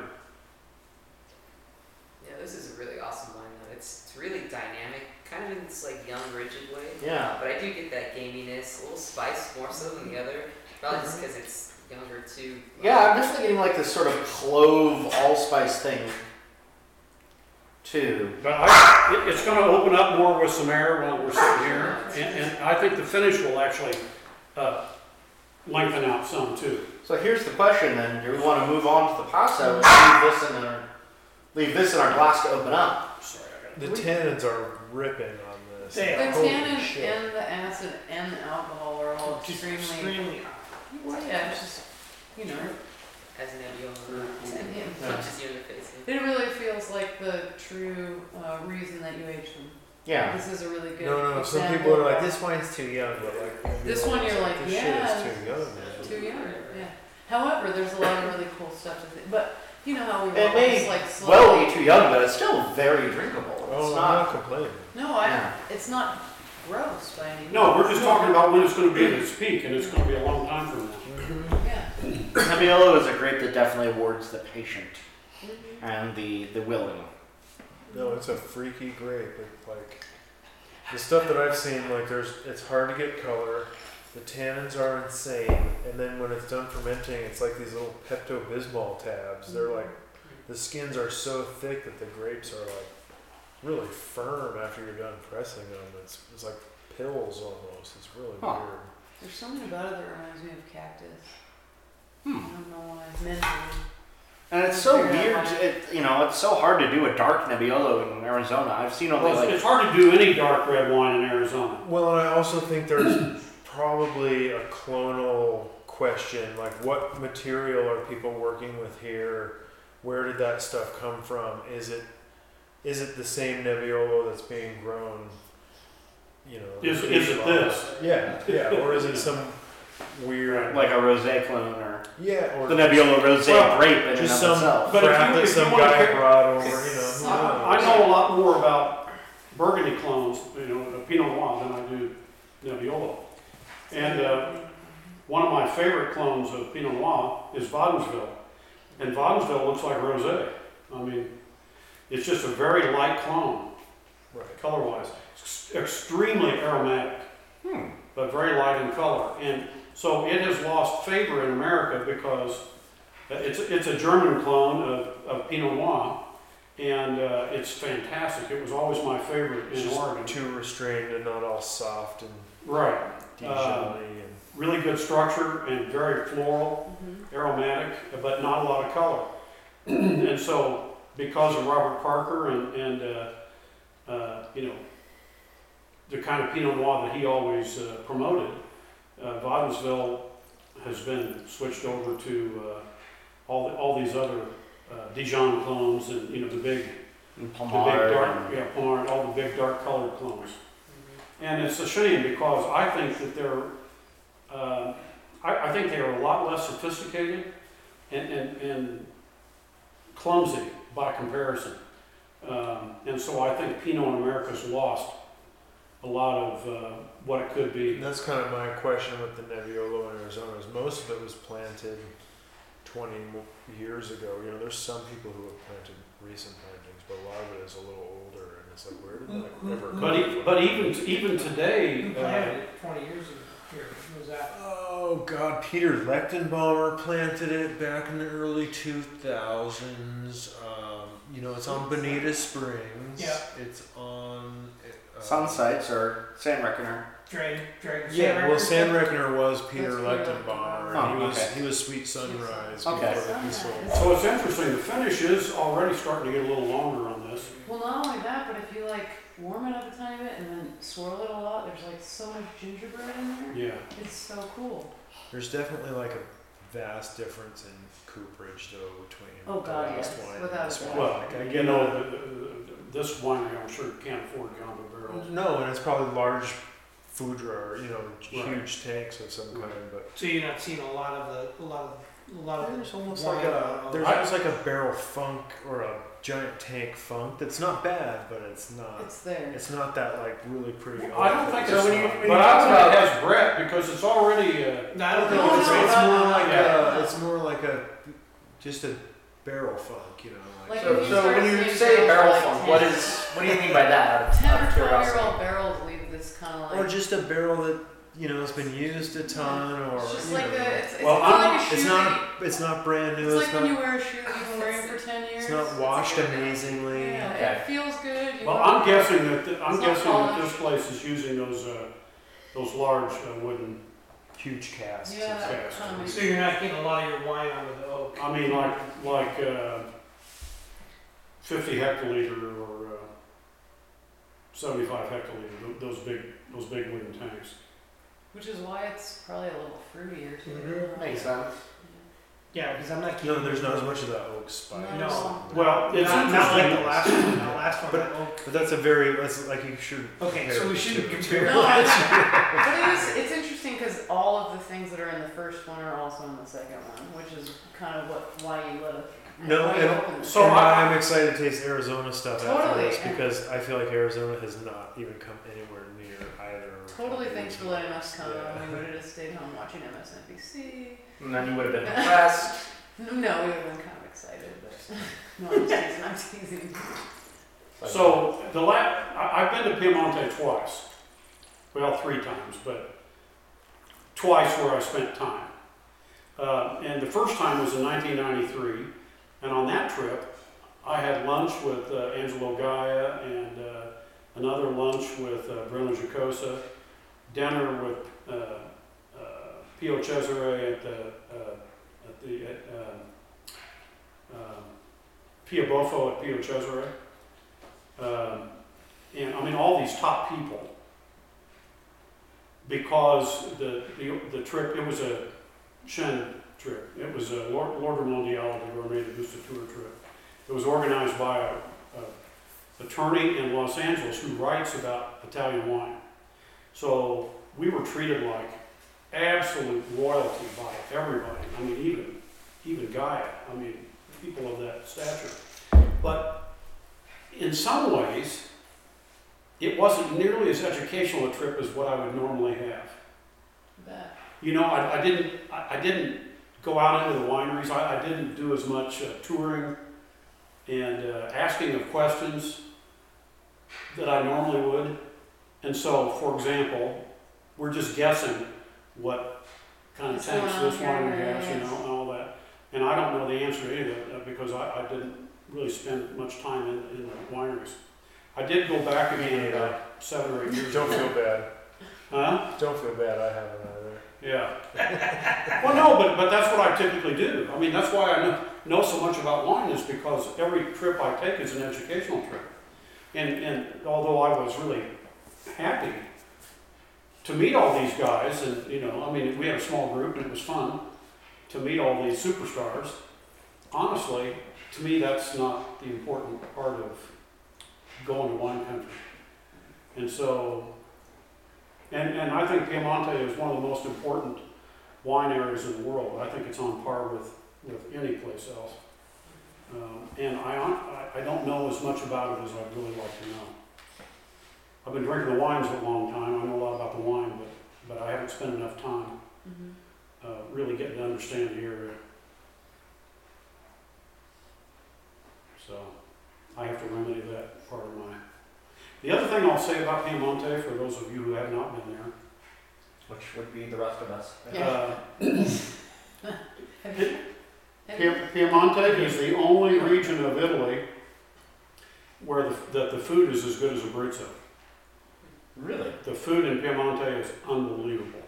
S6: Yeah, this is a really awesome wine though. It's, it's really dynamic, kind of in this like young, rigid way.
S1: Yeah.
S6: But I do get that gaminess, a little spice more so than the other. Probably just because it's younger too.
S1: Mm-hmm. Yeah, I'm definitely getting like this sort of clove allspice thing too.
S4: But I, it- it's going to open up more with some air while we're sitting here, and, and I think the finish will actually uh, lengthen out some too.
S1: So here's the question then, do we want to move on to the Paso and leave this in our leave this in our glass to open up?
S4: Sorry, I got
S5: The tannins are ripping on this.
S2: They
S3: The
S2: Yeah,
S5: Holy
S3: tannin
S5: shit.
S3: and the acid and the alcohol are all
S2: Just
S3: extremely,
S2: Oh, extremely
S3: yeah, it's just, you know,
S6: As Nebula
S4: Mm.
S6: and
S3: Yeah.
S6: punches you in the face.
S3: it really feels like the true uh, reason that you age them.
S1: Yeah.
S3: This is a really good.
S5: No, no. Some
S3: example.
S5: people are like, this wine's too young, but like when
S3: This
S5: you're
S3: one you're like,
S5: this
S3: yeah,
S5: shit is too young. Man.
S6: it's
S3: Too young. Yeah. However, there's a lot of really cool stuff to think. But you know how we
S1: It
S3: roll
S1: may
S3: this, like slowly.
S1: well be too young, but it's still very drinkable. It's
S5: Oh, I'm
S1: not.
S5: not complaining.
S3: no, I.
S1: Yeah.
S3: It's not gross by any means.
S4: No, we're just talking about when it's gonna be at its peak, and it's gonna be a long time from now.
S3: Yeah.
S1: Nebbiolo is a grape that definitely awards the patient
S3: Mhm.
S1: and the the willing.
S5: No, it's a freaky grape. It, like the stuff that I've seen, like there's, it's hard to get color. The tannins are insane, and then when it's done fermenting, it's like these little Pepto Bismol tabs.
S3: Mm-hmm.
S5: They're like, the skins are so thick that the grapes are like really firm after you're done pressing them. It's, it's like pills almost. It's really
S1: Huh.
S5: weird.
S3: There's something about it that reminds me of cactus. I
S1: Hmm.
S3: don't know why. Mentally.
S1: And it's so
S3: Figure out
S1: weird.
S3: why.
S1: It you know it's so hard to do a dark Nebbiolo in Arizona. I've seen only
S4: Well, it's,
S1: like
S4: it's hard to do any dark red wine in Arizona.
S5: Well, and I also think there's probably a clonal question like, what material are people working with here? Where did that stuff come from? Is it is it the same Nebbiolo that's being grown? You know,
S4: Is- is it this?
S5: Yeah, yeah, or
S4: *laughs*
S5: is it some weird
S1: like a rosé clone or
S5: yeah, or
S1: the Nebbiolo rosé
S5: Well,
S1: grape in and of
S5: just some
S1: itself.
S4: but if you-
S5: crap that
S4: if you
S5: some
S4: wanna
S5: guy
S4: pick-
S5: brought over? You know, who knows?
S4: I, I know a lot more about Burgundy clones, you know, the Pinot Noir than I do Nebbiolo. And uh, one of my favorite clones of Pinot Noir is Vodensville. And Vodensville looks like rosé. I mean, it's just a very light clone,
S5: Right.
S4: color-wise. Ex- Extremely aromatic,
S1: Hmm.
S4: but very light in color. And so it has lost favor in America because it's, it's a German clone of, of Pinot Noir, and uh, it's fantastic. It was always my favorite
S5: It's
S4: in
S5: just
S4: Oregon.
S5: too restrained and not all soft and
S4: Right.
S5: Dijon-y and
S4: Really good structure and very floral,
S3: Mhm.
S4: aromatic, but not a lot of color. *clears throat* and so, because of Robert Parker and, and uh, uh, you know, the kind of Pinot Noir that he always uh, promoted, uh, Vodensville has been switched over to uh, all, the, all these other uh, Dijon clones and, you know, the big
S1: And
S4: The
S1: Palmar.
S4: big dark,
S1: and-
S4: yeah, Pomar, all the big dark colored clones.
S2: Mm-hmm.
S4: And it's a shame because I think that they're, uh, I, I think they are a lot less sophisticated and, and, and clumsy by comparison. Um, and so I think Pinot in America's lost a lot of uh, what it could be.
S5: And that's kind of my question with the Nebbiolo in Arizona is most of it was planted 20 mo- years ago. You know, there's some people who have planted recent plantings, but a lot of it is a little older, and it's like, where did that ever come
S4: But, e-
S5: from?
S4: but even even today,
S2: Who
S4: uh,
S2: planted it 20 years ago? Here, who was that?
S5: Oh God! Peter Lechtenbaumer planted it back in the early two thousands. Um, you know, it's on Bonita Springs.
S2: Yeah.
S5: It's on. Uh,
S1: Sun Sites or Sand Reckoner.
S2: Dragon, Dragon.
S5: Yeah, well, San
S2: Sam
S5: Reckoner was Peter
S3: That's Peter
S5: Lechtenbauer.
S1: Lechtenbauer.
S5: and he was
S1: Oh, okay.
S5: he was Sweet Sunrise.
S1: Okay.
S5: before he sold.
S3: Sunrise.
S4: so it's interesting. The finish is already starting to get a little longer on this.
S3: Well, not only that, but if you like warm it up a tiny bit and then swirl it a lot, there's like so much gingerbread in there.
S4: Yeah.
S3: It's so cool.
S5: There's definitely like a vast difference in cooperage though between
S3: Oh, God,
S5: the last
S3: yes,
S5: one and
S3: without
S5: this
S3: a
S5: one.
S3: doubt.
S4: Well,
S5: Like, I
S4: you
S5: get
S4: know, th- th- th- this winery, I'm sure can't afford combo barrels.
S5: it. No, and it's probably large foudre or you know huge
S4: Right.
S5: tanks of some
S4: Right.
S5: kind, but
S2: So you're not seeing a lot of the, a lot of, a lot of
S5: there's almost
S2: wine
S5: like a
S2: on-
S5: there's
S4: I-
S5: almost like a barrel funk or a giant tank funk that's not bad, but it's not
S3: It's there.
S5: Uh, it's not that like really pretty.
S4: I don't think
S5: oak.
S4: it's,
S1: So when you- when you
S4: but
S1: talk
S4: I
S1: about-
S4: think it has Brett because it's already, uh,
S2: No, I don't think
S3: No,
S2: it's
S5: it's,
S3: no,
S5: it's
S3: no,
S5: more
S3: no,
S5: like
S3: no.
S5: a it's more like a just a barrel funk, you know.
S3: Like
S1: So,
S3: if you
S1: so
S3: start
S1: when you
S3: seeing
S1: say
S3: barrels
S1: barrel
S3: like
S1: funk,
S3: 10
S1: what is what do you mean by that? Out of,
S3: Ten
S1: out
S3: or
S1: of
S3: twelve year
S1: curiosity.
S3: old barrels leave this kind of
S5: or
S3: like.
S5: just a barrel that you know has been used a ton, or
S3: It's just
S5: you
S3: like
S5: know,
S3: a. It's, it's
S4: Well,
S3: kind
S4: I'm-
S3: of like a shoe.
S5: it's
S3: that
S5: not it's not brand
S3: you-
S5: new.
S3: It's like
S5: not
S3: when you wear a shoe that you've
S5: *laughs*
S3: been wearing for ten years.
S5: it's not washed amazingly.
S3: Yeah,
S1: Okay.
S3: it feels good. You
S4: well,
S3: wear
S4: I'm
S3: it.
S4: guessing that, th- I'm
S3: It's not
S4: guessing that
S3: polished.
S4: this place is using those, uh, those large uh, wooden,
S5: Huge casts.
S3: Yeah,
S5: it's
S4: that
S5: like-
S3: kind of
S2: So you're not getting a lot of your wine out of the oak.
S4: I mean, like, like, uh, fifty hectoliter or, uh, seventy-five hectoliter, tho- those big, those big wooden tanks.
S3: Which is why it's probably a little fruitier too.
S2: Mhm.
S1: Mm-hmm. Makes sense.
S3: Yeah.
S2: Yeah, because I'm not.
S5: You know, there's not as much of that oak spice.
S2: No.
S4: Well,
S2: It's
S4: it's
S2: not, not like the
S4: interesting.
S2: last one. The last one. had oak.
S5: But that's a very that's like you should.
S2: Okay, so we shouldn't compare. *laughs*
S3: No, it's- but it is, it's interesting because all of the things that are in the first one are also in the second one, which is kind of what why you let us.
S5: No,
S3: why you
S5: and-
S3: opened it.
S4: so-
S5: So I, I'm excited to taste Arizona stuff after
S3: Totally,
S5: this
S3: and-
S5: because I feel like Arizona has not even come anywhere near either.
S3: totally thanks for letting us come.
S5: Yeah.
S3: We would have just stayed home watching MSNBC.
S1: And then you would have been impressed.
S3: No, we would have been kind of excited, but *laughs* no, I'm teasing. I'm teasing.
S4: So the la, I, I've been to Piemonte twice. Well, three times, but twice where I spent time. Uh, and the first time was in 1993, and on that trip, I had lunch with uh, Angelo Gaia and uh, another lunch with uh, Bruno Jacosa, dinner with uh, uh, Pio Cesare at the uh, at the at, um, um, Pia Bofo at Pio Cesare. Um, and I mean, all these top people. Because the, the, the trip, it was a Shen trip. It was a Lord, Lord Mondial de Gourmet de Gusta Tour trip. It was organized by a, a attorney in Los Angeles who writes about Italian wine. So we were treated like absolute royalty by everybody. I mean, even, even Gaia. I mean, people of that stature. But in some ways, it wasn't nearly as educational a trip as what I would normally have.
S3: But
S4: You know, I, I didn't, I, I didn't go out into the wineries. I, I didn't do as much uh, touring and uh, asking of questions that I normally would. And so, for example, we're just guessing what kind of
S3: What's
S4: tanks
S3: going on
S4: this
S3: here,
S4: winery has, you
S3: yes.
S4: know, and all that. And I don't know the answer to any of that uh, because I, I didn't really spend much time in, in the wineries. I did go back again about seven or eight years
S5: Don't
S4: ago.
S5: feel bad.
S4: Huh?
S5: Don't feel bad. I haven't either.
S4: Yeah. well, no, but, but that's what I typically do. I mean, that's why I know, know so much about wine is because every trip I take is an educational trip. And, and although I was really happy to meet all these guys, and you know, I mean, we had a small group and it was fun to meet all these superstars. Honestly, to me, that's not the important part of going to wine country. And so and, and I think Piemonte is one of the most important wine areas in the world. I think it's on par with, with any place else. Um, and I, hon- I, I don't know as much about it as I'd really like to know. I've been drinking the wines a long time. I know a lot about the wine, but, but I haven't spent enough time
S3: mhm.
S4: uh, really getting to understand the area. So I have to remedy that part of my. The other thing I'll say about Piemonte, for those of you who have not been there,
S1: Which would be the rest of us.
S3: Yeah.
S4: Uh,
S3: Mm-hmm. *laughs* Have you- have you-
S4: Pie- Piemonte is the only region of Italy where the, that the food is as good as Abruzzo.
S1: Really?
S4: The food in Piemonte is unbelievable.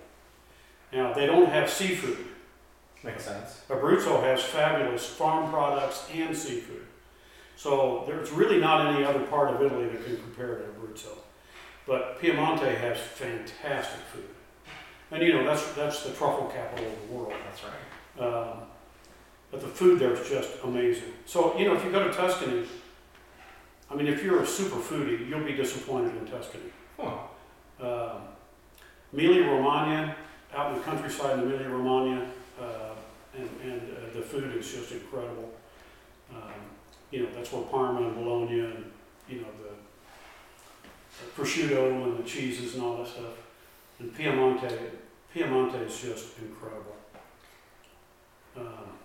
S4: Now, they don't have seafood.
S1: Makes sense.
S4: Abruzzo has fabulous farm products and seafood. So there's really not any other part of Italy that can compare to Abruzzo. But Piemonte has fantastic food. And you know, that's, that's the truffle capital of the world.
S1: That's right.
S4: Um, but the food there is just amazing. So, you know, if you go to Tuscany, I mean, if you're a super foodie, you'll be disappointed in Tuscany.
S1: Huh.
S4: Um, Emilia Romagna, out in the countryside in Emilia Romagna, uh, and, and uh, the food is just incredible. Um, you know, that's where Parma and Bologna and, you know, the prosciutto and the cheeses and all that stuff. And Piemonte, Piemonte is just incredible. Um,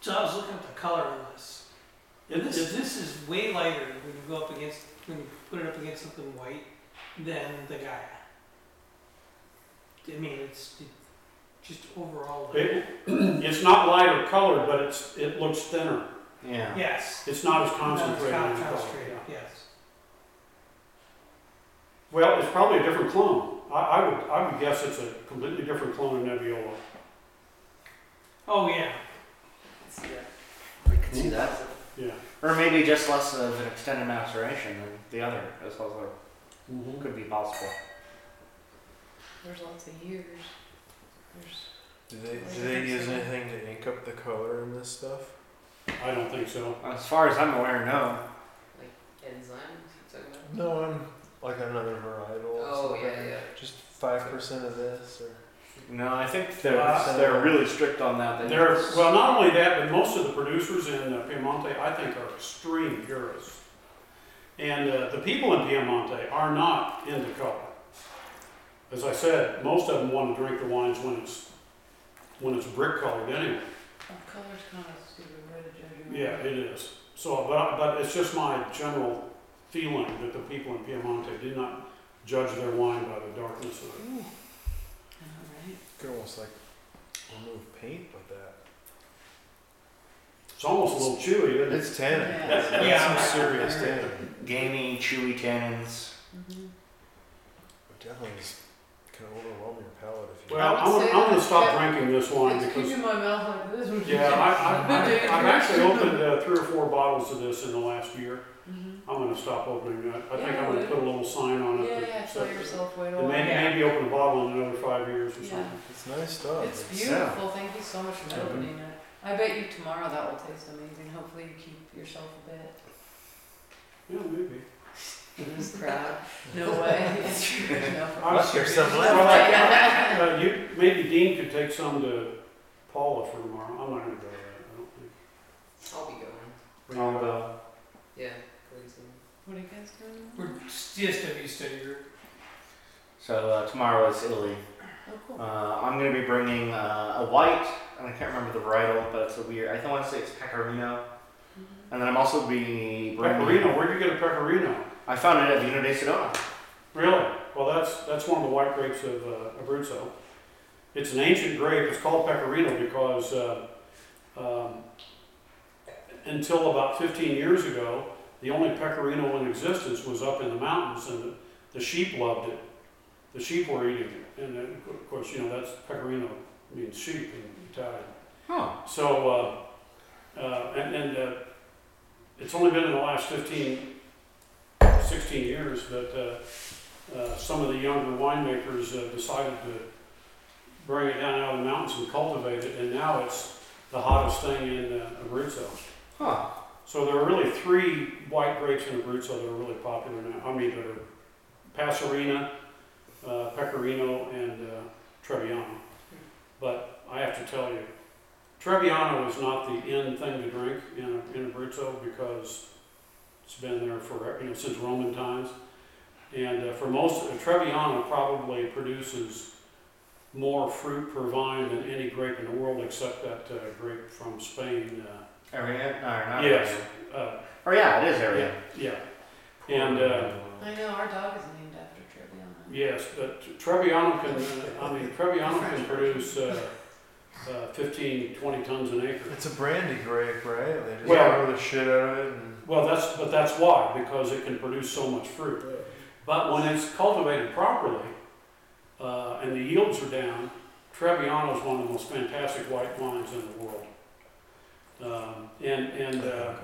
S2: So I was looking at the color on this.
S4: It
S2: this
S4: is-
S2: this is way lighter when you go up against when you put it up against something white than the guy. I mean, it's it, just overall.
S4: It, it's not lighter colored, but it's, it looks thinner.
S1: Yeah.
S2: yes.
S4: It's not as
S2: It's
S4: concentrated.
S2: not
S4: in color,
S2: concentrated,
S4: yeah.
S2: Yes.
S4: Well, it's probably a different clone. I, I would, I would guess it's a completely different clone of Nebbiolo.
S2: Oh yeah.
S6: Let's do that.
S1: I can see that.
S4: Yeah.
S1: Or maybe just less of an extended maceration than the other. As well as Mm-hmm. could be possible.
S3: There's lots of years. There's
S5: Do they
S3: Like
S5: do
S3: a
S5: they use
S3: pencil.
S5: anything to ink up the color in this stuff?
S4: I don't think so.
S1: As far as I'm aware, no.
S6: Enzyme? Is that what you're talking about?
S5: No, I'm like another varietal. or
S6: Oh, yeah,
S5: something.
S6: yeah.
S5: Just five percent of this, or
S1: No, I think they're
S5: Uh,
S1: they're really strict on that. They
S4: There, well, not only that, but most of the producers in uh, Piemonte, I think, are extreme purists. And uh, the people in Piemonte are not into color. As I said, most of them want to drink the wines when it's when it's brick colored anyway.
S3: color's kind of stupid. We're the judge. of
S4: Yeah,
S3: it.
S4: it is. So, but, but it's just my general feeling that the people in Piemonte do not judge their wine by the darkness of it.
S3: Alright.
S5: could almost like remove paint with that.
S4: It's almost a little chewy, isn't it?
S5: It's tannin.
S3: Yeah.
S5: That's
S2: Yeah.
S5: some serious tannin.
S1: gamey, chewy tannins.
S3: Mhm.
S5: It definitely is, can overwhelm your palate if you.
S4: Well,
S3: I
S4: I'm,
S3: would
S4: gonna-
S3: say
S4: I'm going
S3: that-
S4: to stop drinking this wine
S3: It's
S4: because
S3: keeping my mouth like this. when you
S4: Yeah,
S3: say- *laughs*
S4: I, I, I've actually opened uh, three or four bottles of this in the last year.
S3: Mhm.
S4: I'm gonna stop opening that. I think
S3: Yeah,
S4: I'm gonna
S3: would.
S4: put a little sign on it.
S3: Yeah,
S4: that
S3: yeah, tell
S4: says-
S3: yourself way to
S4: And maybe,
S3: walk.
S4: maybe open a bottle in another five years or
S3: Yeah.
S4: something.
S5: It's nice stuff.
S3: It's
S5: It's-
S3: beautiful. Thank you so much for
S4: Mhm.
S3: opening it. I bet you tomorrow that will taste amazing. Hopefully you keep yourself a bit.
S6: *laughs*
S4: Yeah, maybe.
S3: This crowd. No way. It's true. No.
S4: I was-
S5: Unless there's some
S4: Well,
S3: *laughs*
S5: left.
S4: I- I- uh, you, maybe Dean could take some to Paula for tomorrow. I'm not gonna go to that, I don't think.
S6: I'll be going.
S1: All the
S6: Yeah, crazy.
S3: What are you guys doing?
S2: We're CSW study group.
S1: so uh, tomorrow is Italy.
S3: Oh, cool.
S1: Uh, I'm gonna be bringing uh, a white, and I can't remember the varietal, but it's a weird. I think I want to say it's pecorino.
S3: Mhm.
S1: And then I'm also be bringing.
S4: Pecorino, where'd you get a pecorino?
S1: I found it at Vino de Sedona.
S4: Really? Well, that's, that's one of the white grapes of uh, Abruzzo. It's an ancient grape. It's called Pecorino because uh, um, until about 15 years ago, the only Pecorino in existence was up in the mountains, and the, the sheep loved it. The sheep were eating it, and then, of course, you know that's Pecorino means sheep in Italian.
S1: Huh.
S4: So, uh, uh, and, and uh, it's only been in the last 15, 16 years that uh, uh, some of the younger winemakers uh, decided to bring it down out of the mountains and cultivate it, and now it's the hottest thing in uh, Abruzzo.
S1: Huh.
S4: So there are really three white grapes in Abruzzo that are really popular now. I mean, that are Passerina, uh, Pecorino, and uh, Trebbiano. But I have to tell you, Trebbiano is not the in thing to drink in, in Abruzzo because it's been there for you know since Roman times, and uh, for most Trebbiano probably produces more fruit per vine than any grape in the world except that uh, grape from Spain. Uh,
S1: Area? No, not
S4: Yes.
S1: Arian.
S4: uh,
S1: Or yeah, it is area.
S4: yeah, and uh,
S3: I know our dog is named after Treviana.
S4: yes, but Trebbiano can, uh, I mean, Trebbiano can produce uh, uh, 15, 20 tons an acre.
S5: It's a brandy grape, right? They just
S4: Well-
S5: grow the shit out of it and.
S4: Well, that's, but that's why, because it can produce so much fruit. But when it's cultivated properly, uh, and the yields are down, Trebbiano is one of the most fantastic white wines in the world. Um, and, and, uh,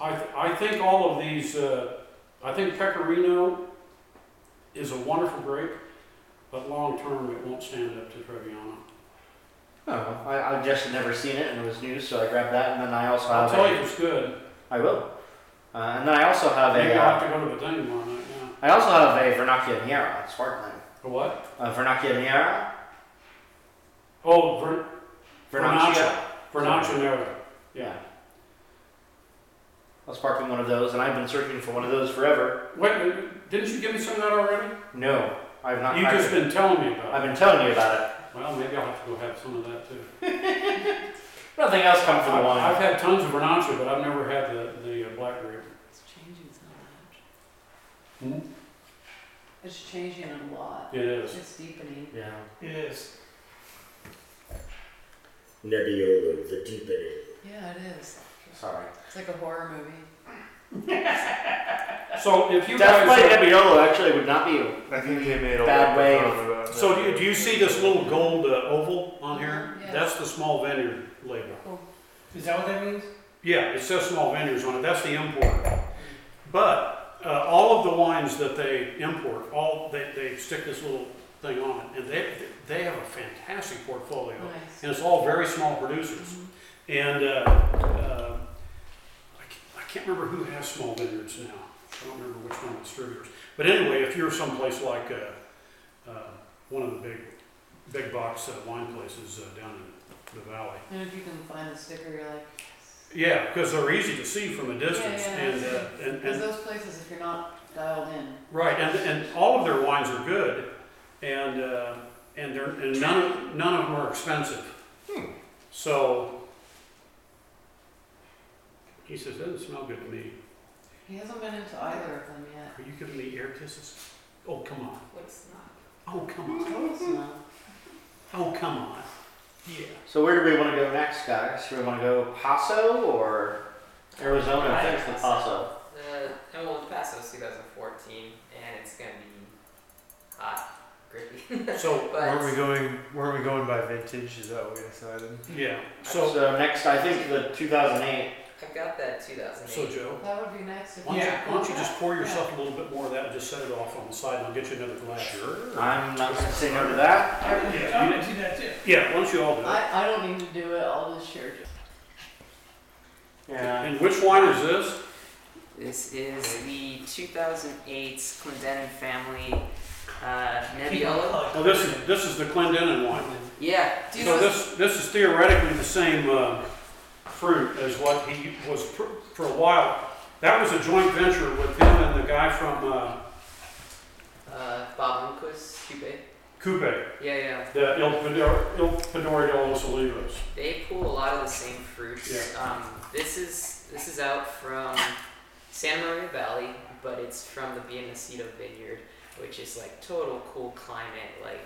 S4: I, th- I think all of these, uh, I think Pecorino is a wonderful grape, but long term it won't stand up to Trebbiano.
S1: I don't know. I, I just had never seen it and it was new, so I grabbed that, and then I also
S4: I'll
S1: have.
S4: tell
S1: a-
S4: you it's good.
S1: I will. Uh, and then I also have
S4: Maybe
S1: a.
S4: I'll
S1: Uh,
S4: have to go to the thing tomorrow night. Yeah.
S1: I also have a Vernacchia Niera, it's sparkling.
S4: A what?
S1: Uh, Vernacchia Niera.
S4: Oh, Ver-
S1: Vernacchia.
S4: Vernaccio Yeah.
S1: I was parking one of those, and I've been searching for one of those forever.
S4: Wait, didn't you give me some of that already?
S1: No, I've not.
S4: you
S1: I've,
S4: just been telling me about
S1: I've been telling you about it.
S4: it. Well, maybe I'll have to go have some of that too.
S1: Nothing else comes to the
S4: I've, I've
S1: wine.
S4: had tons of Vernaccio, but I've never had the, the uh, black grape.
S3: It's changing so much.
S4: Hmm?
S3: It's changing a lot.
S4: It is.
S3: It's deepening.
S1: Yeah.
S2: It is.
S1: Nebbiolo, the deepening.
S3: Yeah, it is.
S1: Sorry.
S3: It's like a horror movie.
S4: So if you
S1: Death
S4: guys.
S1: by
S4: are-
S1: Nebbiolo actually would not be.
S5: I think they made a
S1: Bad
S5: lot
S1: way
S5: of
S1: of-
S5: fun about
S4: So
S5: that.
S4: do you, do you see this little gold uh, oval on here?
S3: Yeah.
S4: That's the small vineyard label.
S2: Is that what that means?
S4: Yeah, it says small vineyards on it. That's the import. But uh, all of the wines that they import, all they, they stick this little thing on it, and they, they have a fantastic portfolio.
S3: Nice. Mm-hmm.
S4: And it's all very small producers. And uh, uh, I, can't, I can't remember who has small vineyards now. I don't remember which one of the distributors. But anyway, if you're someplace like uh, uh, one of the big big box uh, wine places uh, down in the valley,
S3: And if you can find a sticker, you're like,
S4: yeah, because they're easy to see from a distance.
S3: yeah,
S4: and,
S3: yeah.
S4: uh, and, and
S3: because those places, if you're not dialed in,
S4: Right, and, and all of their wines are good, and uh, and they're and none of, none of them are expensive.
S1: Hmm.
S4: So he says, "That doesn't smell good to me."
S3: he hasn't been into either of them yet.
S4: Are you giving me air kisses? Oh come on!
S6: What's not?
S4: Oh come on!
S3: Oh, it's not.
S4: Oh come on! Yeah.
S1: So where do we want to go next, guys? Do we want to go Paso or Arizona? I think it's the Paso.
S6: The and well, the Paso's 2014, and it's gonna be hot, grippy.
S4: So
S6: *laughs* but
S5: Weren't we going? Weren't we going by vintage? Is that what we decided?
S4: yeah.
S1: So,
S4: So
S1: next, I think the 2008.
S6: I've got that 2008.
S4: so Joe,
S3: That would be nice if
S4: why don't,
S2: Yeah.
S4: you, why don't you just pour yourself a little bit more of that and just set it off on the side, and I'll get you another glass.
S1: I'm not going to say no to that.
S4: Yeah.
S2: I'm
S4: you-
S2: gonna do that too.
S4: yeah. Why don't you all do it?
S3: I, I don't need to do it, I'll just share it.
S1: Yeah.
S4: and which wine is this?
S6: This is the 2008 Clendenin family uh, Nebbiolo.
S4: Well, Oh, this is this is the Clendenin wine.
S6: Yeah. Do you
S4: So
S6: know
S4: this, this is theoretically the same uh, fruit as what he was, pr- for a while, that was a joint venture with him and the guy from uh,
S6: uh, Bob Lucas, Cupid?
S4: Coupe,
S6: Yeah, yeah.
S4: the Il Pador- Il Padori de los Olivos.
S6: They pull a lot of the same fruits.
S4: Yeah.
S6: Um, this is this is out from Santa Maria Valley, but it's from the Biennacido Vineyard, which is like total cool climate, like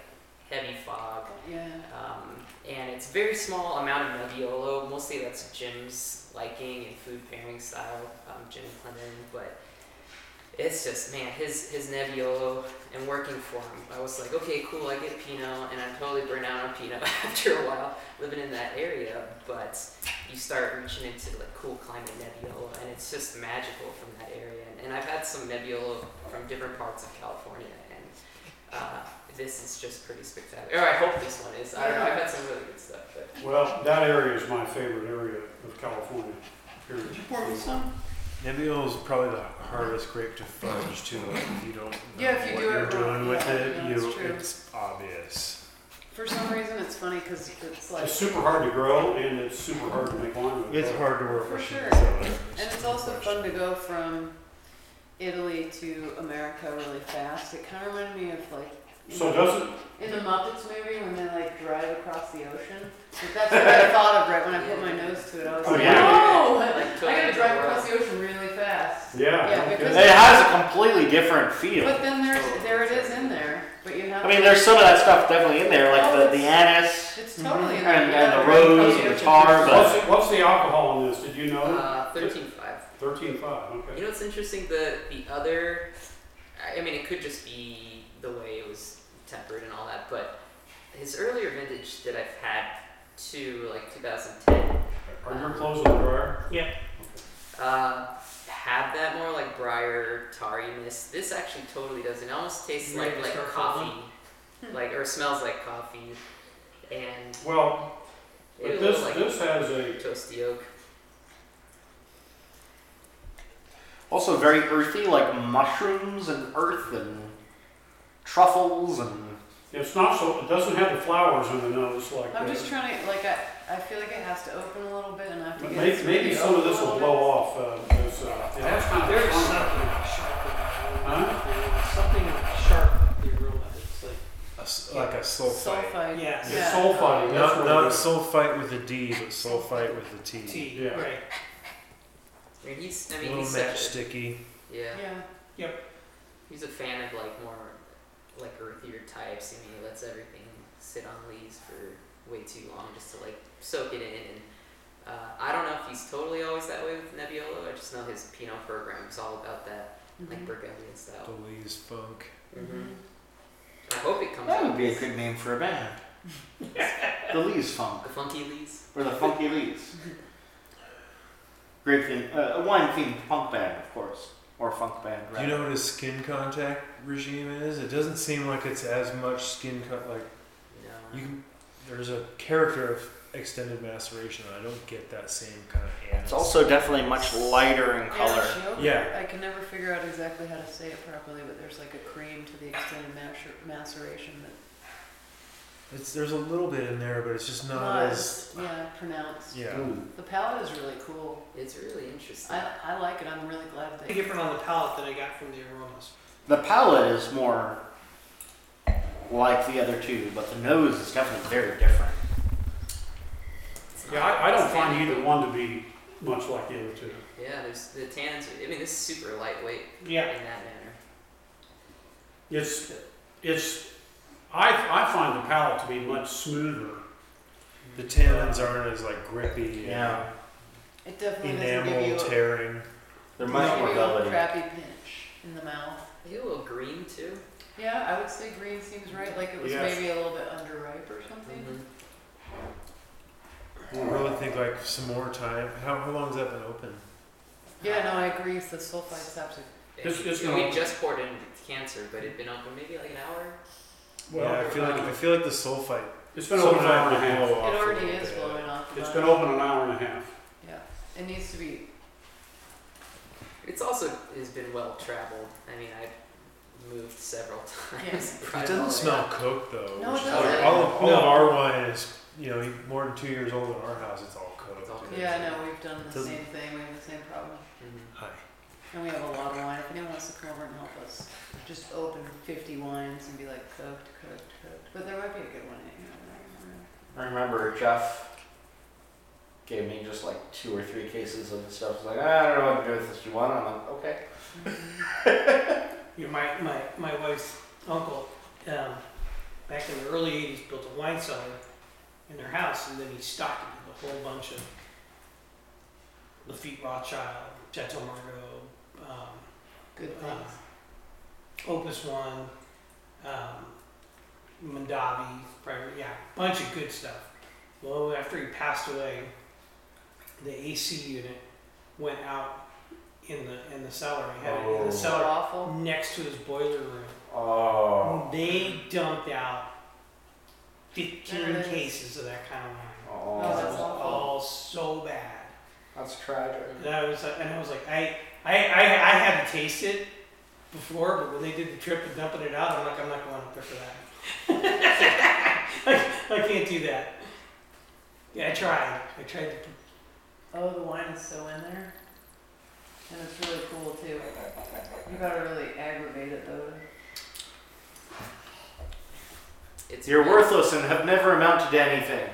S6: heavy fog.
S3: Yeah.
S6: Um, and it's very small amount of Nebbiolo. Mostly that's Jim's liking and food pairing style, um, Jim Clinton. But it's just, man, his, his Nebbiolo and working for him. I was like, okay, cool, I get Pinot, and I'm totally burnt out on Pinot after a while living in that area. But you start reaching into like cool climate Nebbiolo, and it's just magical from that area. And, and I've had some Nebbiolo from different parts of California, and uh, this is just pretty spectacular. Or I hope this one is. I don't know. I've had some really good stuff, but
S4: Well, that area is my favorite area of California, period.
S2: Did you pour me some?
S5: Nebbiolo is probably the hardest grape to fudge too. Like if you don't know
S3: Yeah, if you
S5: what
S3: do it
S5: you're
S3: wrong,
S5: doing with
S3: yeah,
S5: it,
S3: yeah, that's
S5: you
S3: true.
S5: it's obvious.
S3: For some reason, it's funny because it's like,
S4: It's super hard to grow and it's super hard to make wine with.
S5: It's hard to work
S3: For
S5: with.
S3: sure.
S5: so-
S3: and it's also fun to go from Italy to America really fast. It kind of reminded me of like. in
S4: So
S3: the-
S4: doesn't,
S3: In the Muppets movie, when they like drive across the ocean, like, that's what I thought of right when I put my nose to it. I was
S4: Oh,
S3: like,
S1: yeah.
S3: no,
S6: Like,
S3: I gotta
S6: totally
S3: drive
S6: different
S3: across the ocean really fast.
S4: yeah.
S3: Yeah,
S4: okay.
S3: because-
S1: It has a completely different feel.
S3: But then there's there it is in there, but you have.
S1: I mean, there's some of that stuff definitely in there, like the, the anise
S3: It's totally in there.
S1: and,
S3: You
S1: and
S3: gotta
S1: the
S3: drive across
S1: rose and the
S3: ocean
S1: tar,
S3: first.
S1: but
S4: What's, what's the alcohol in this, did you know?
S6: Uh, Thirteen five.
S4: Thirteen five,
S6: You
S4: okay.
S6: know, it's interesting. The the other, I I mean, it could just be the way it was tempered and all that. But his earlier vintage that I've had to like 2010
S4: Are your clothes on the dryer?
S6: uh, had that more like briar tarriness. This actually totally doesn't. It almost tastes
S2: You ready
S6: like
S2: to
S6: like
S2: start
S6: coffee,
S3: Hmm.
S6: like or smells like coffee, and
S4: Well, But
S6: it was
S4: this,
S6: like
S4: this has a,
S6: toasty oak.
S1: also very earthy, like mushrooms and earth and truffles and.
S4: it's not so, it doesn't have the flowers in the nose like
S3: I'm just
S4: that.
S3: trying to like I, I feel like it has to open a little bit and I have to
S4: But
S3: get
S4: maybe,
S3: this
S4: maybe
S3: really
S4: some of
S3: open
S4: this
S3: a
S4: will
S3: little
S4: blow
S3: bit.
S4: off, uh, because, uh, it has kind of.
S2: There's something
S4: fun.
S2: sharp. in the aroma. Something sharp. in The aroma. It's like
S5: A s- like a sulfite.
S3: Sulfite.
S2: Yes.
S4: It's sulfite, that's
S5: Not,
S4: what
S5: not
S4: it is.
S5: sulfite with a D, but sulfite with a T.
S2: tea.
S4: Yeah.
S2: Right.
S6: I mean, he's I
S5: A
S6: mean
S5: little
S6: he's such a,
S5: matchsticky.
S6: yeah.
S3: Yeah.
S6: He's a fan of like more like earthier types. I mean, he lets everything sit on leaves for way too long just to like soak it in. And uh, I don't know if he's totally always that way with Nebbiolo. I just know his Pinot program is all about that like
S3: Mhm.
S6: Burgundian style.
S5: The Lee's funk.
S6: Mm-hmm. I hope it comes.
S1: That
S6: out
S1: would be a
S6: as
S1: good name for a band. *laughs* the Lees Funk,
S6: the funky leaves.
S1: or the Funky Lees. Great theme, uh, a wine themed punk band, of course. or funk band.
S5: Do
S1: Right?
S5: you know what his skin contact regime is? It doesn't seem like it's as much skin con- like
S6: No.
S5: you. Can, there's a character of extended maceration. and I don't get that same kind of.
S1: It's
S5: animus.
S1: also definitely much lighter in color.
S3: Arachio?
S5: Yeah.
S3: I can never figure out exactly how to say it properly, but there's like a cream to the extended macer- maceration that
S5: It's there's a little bit in there, but it's just not,
S3: not
S5: as.
S3: as yeah pronounced.
S5: Yeah.
S1: Ooh.
S3: The palette is really cool.
S6: It's really interesting.
S3: I, I like it. I'm really glad they.
S2: Different on the palette than I got from the aromas.
S1: The palette is more like the other two, but the nose is definitely very different.
S6: It's
S4: Yeah,
S6: not-
S4: I, I don't
S6: it's
S4: find
S6: not-
S4: either one to be much like the other two.
S6: Yeah, there's the tans. I mean, this is super lightweight
S2: Yeah.
S6: in that manner.
S4: It's, it's, I, I find the palette to be much smoother.
S5: The tannins aren't as like grippy.
S1: Yeah.
S3: It definitely
S5: And
S3: doesn't give you
S5: enamel
S3: a,
S5: tearing.
S1: They're
S3: doesn't
S1: much
S3: give
S1: more
S3: you a little
S1: velvety.
S3: crappy pinch in the mouth.
S6: Maybe a little green too.
S3: Yeah, I would say green seems right. Like it was
S5: Yes.
S3: maybe a little bit underripe or something.
S6: Mm-hmm.
S5: I really think like some more time. How, how long has that been open?
S3: Yeah, no, I agree. It's the sulfite stops it.
S4: It's- it's
S6: And we
S4: not-
S6: just poured in cancer, but it'd been open maybe like an hour.
S5: yeah, I feel like I feel like the sulfite.
S4: It's been open an hour and a half.
S5: Blow
S3: It
S5: off a
S3: already
S5: little
S3: is
S5: bit.
S3: blowing off. the
S4: It's been
S3: bottom.
S4: open an hour and a half.
S3: Yeah, it needs to be.
S6: It's also has been well traveled. I mean, I've moved several *laughs* times.
S5: It
S6: probably.
S5: doesn't smell cooked though.
S3: No,
S5: which
S3: it
S5: is like-
S3: doesn't.
S5: all of, all
S4: No.
S5: of our wine is you know more than two years old in our house. It's all cooked.
S6: It's all cooked.
S3: Yeah, no, we've done the
S5: Doesn't-
S3: same thing. We have the same problem,
S6: Mhm.
S5: Hi.
S3: and we have a lot of wine. If anyone wants to come over and help us, just open 50 wines and be like cooked, cooked, cooked. But there might be a good one. in here.
S1: I remember Jeff gave me just like two or three cases of the stuff. He's like, I don't know what to do with this. Do you want it? I'm like, okay.
S2: *laughs* You know, my, my, my wife's uncle, um, back in the early 80s, built a wine cellar in their house, and then he stocked it with a whole bunch of Lafitte Rothschild, Chateau Margaux, um,
S3: Good
S2: uh,
S3: things.
S2: Opus One, um, Mondavi, probably- yeah, bunch of good stuff. Well, after he passed away, the AC unit went out in the in the cellar. He had it in
S1: Oh.
S2: the
S3: So
S2: cellar
S3: awful.
S2: next to his boiler room.
S1: Oh.
S2: They dumped out 15
S3: There it is.
S2: cases of that kind of wine.
S3: Oh,
S2: Because it
S3: that's
S2: was
S1: Oh.
S3: awful.
S2: all so bad.
S1: That's tragic.
S2: And I was like, and I was like, I, I, I, I had to taste it before, but when they did the trip and dumping it out, I'm like, I'm not going up there for that. *laughs* I, I can't do that. Yeah, I tried. I tried to
S3: Oh, the wine is so in there, and it's really cool too. You gotta really aggravate it though.
S6: It's
S1: You're
S6: really-
S1: worthless and have never amounted to anything.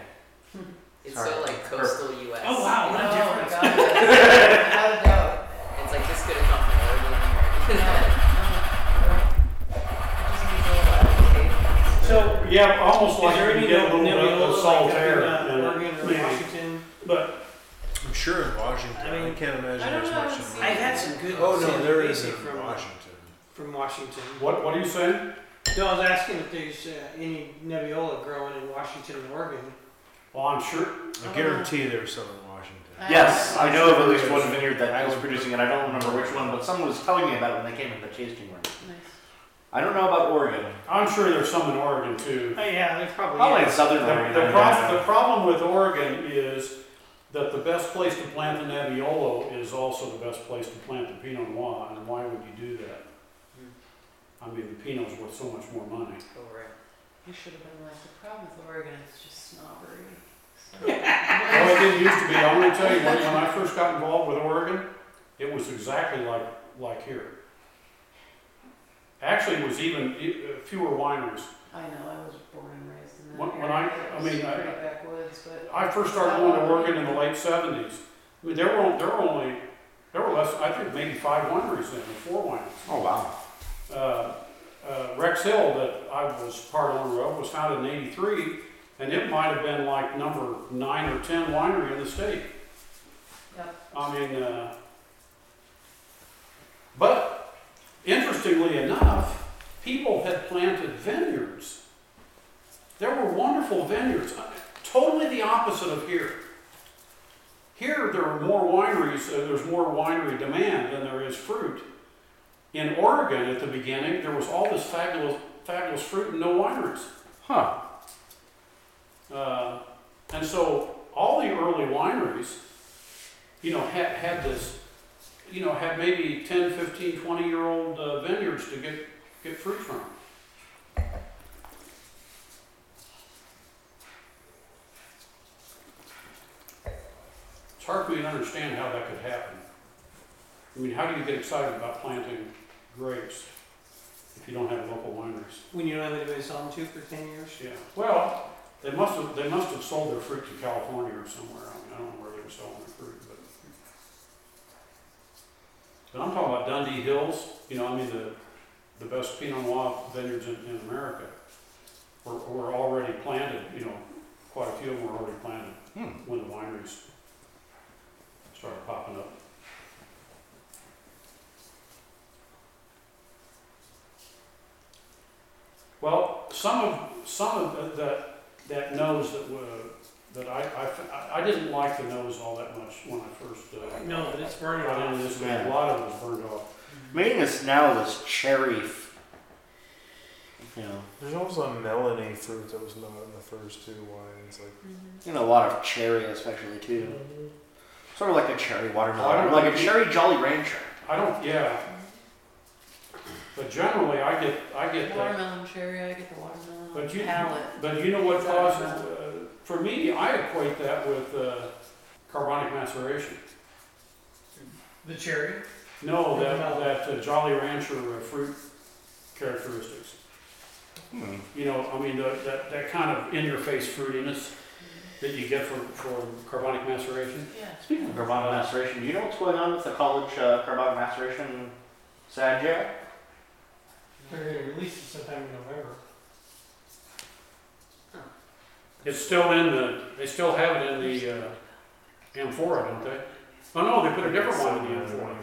S6: It's
S1: Sorry.
S6: so like coastal U.S.
S2: Oh, wow. what a
S3: oh,
S2: difference. *laughs*
S3: God. Without a doubt.
S6: It's like this could have come from Oregon.
S3: No,
S6: or-
S3: no.
S2: So,
S4: Yeah, almost
S2: is
S4: like
S2: there
S4: you
S2: any
S4: can get a
S2: Nebbiolo
S4: little bit of
S2: like
S4: salt
S2: up
S4: air.
S2: in, uh,
S4: and-
S2: Oregon or
S4: maybe.
S2: Washington?
S4: But
S5: I'm sure in Washington.
S2: I
S5: I,
S2: mean,
S5: can't imagine
S3: I don't
S5: there's
S3: know, I
S5: much.
S3: haven't
S5: in
S3: seen
S2: I've
S5: Washington.
S2: had some good
S5: Oh no,
S2: San
S5: there is
S2: Felipe
S5: in
S2: from,
S5: Washington.
S2: from Washington.
S4: what, what are you saying?
S2: No, I was asking if there's uh, any Nebbiolo growing in Washington and Oregon.
S4: Well, I'm sure,
S5: I guarantee there's some in Washington.
S1: Yes, I know of at least one
S5: Yes.
S1: vineyard that
S5: I
S1: was
S5: would-
S1: producing it. I don't remember which one, but someone was telling me about it when they came in the tasting room. I don't know about Oregon.
S4: I'm sure there's some in Oregon too.
S2: Oh, yeah, there's probably.
S1: Probably in
S4: The,
S1: southern Oregon.
S4: the,
S1: I
S4: prob-
S1: guess.
S4: the problem with Oregon is that the best place to plant the Nebbiolo is also the best place to plant the Pinot Noir, and why would you do that? I mean, the Pinot's worth so much more money.
S6: Oh, right.
S3: You should have been like, the problem with Oregon is just snobbery.
S4: *laughs* Well, it didn't used to be, I'm gonna tell you, when, when I first got involved with Oregon, it was exactly like, like here. Actually, it was even e- fewer wineries.
S3: I know, I was born and raised in that
S4: When-
S3: area.
S4: when I-
S3: It
S4: I
S3: was
S4: mean, I-
S3: Pretty backwoods, but.
S4: I first started going to Oregon in the late seventies. I mean, there were, there were only, there were less, I think maybe five wineries then, or four wineries.
S1: Oh, wow.
S4: Uh, uh, Rex Hill that I was part owner of was founded in eighty-three, and it might have been like number nine or ten winery in the state.
S3: Yep.
S4: I mean, uh, but interestingly enough, people had planted vineyards. There were wonderful vineyards, uh, totally the opposite of here. Here, there are more wineries, uh, there's more winery demand than there is fruit. in Oregon at the beginning, there was all this fabulous, fabulous fruit and no wineries.
S7: Huh.
S4: Uh, and so all the early wineries, you know, had, had this, you know, had maybe 10, 15, 20 year old uh, vineyards to get, get fruit from. It's hard for me to understand how that could happen. I mean, how do you get excited about planting grapes if you don't have local wineries?
S2: When you don't have anybody selling to for ten years.
S4: Yeah, well, they must have, they must have sold their fruit to California or somewhere. I mean, I don't know where they were selling their fruit, but. But I'm talking about Dundee Hills, you know, I mean, the, the best Pinot Noir vineyards in, in America were, were already planted, you know, quite a few of them were already planted
S7: Hmm.
S4: when the wineries started popping up. Well, some of, some of the- that, that nose that were, that I, I f- I, I didn't like the nose all that much when I first, uh,
S2: No, but it's burning Mm-hmm.
S4: got
S2: off.
S4: into this, a lot of it was burned off.
S1: I'm eating this now this cherry. F- you know,
S5: There's almost a melony fruit that was not in the first two wines. Like
S3: Mm-hmm.
S1: and a lot of cherry, especially too. Sort of like a cherry watermelon,
S4: Watermelon.
S1: like a cherry Jolly Rancher.
S4: I don't, yeah. But generally, I get, I get that.
S3: Watermelon cherry, I get the watermelon
S4: But you-
S3: palate.
S4: But you know what causes, uh, for me, I equate that with uh, carbonic maceration.
S2: The cherry.
S4: No, that, that uh, Jolly Rancher uh, fruit characteristics.
S7: Hmm.
S4: You know, I mean, the- that, that kind of in-your-face fruitiness that you get from, from carbonic maceration.
S3: Yeah.
S1: Speaking of carbonic maceration, do you know what's going on with the college uh, carbonic maceration sad jail?
S2: They're gonna release it sometime in November.
S4: It's still in the, they still have it in the uh, amphora, don't they? Oh, no, they put a different one in the amphora.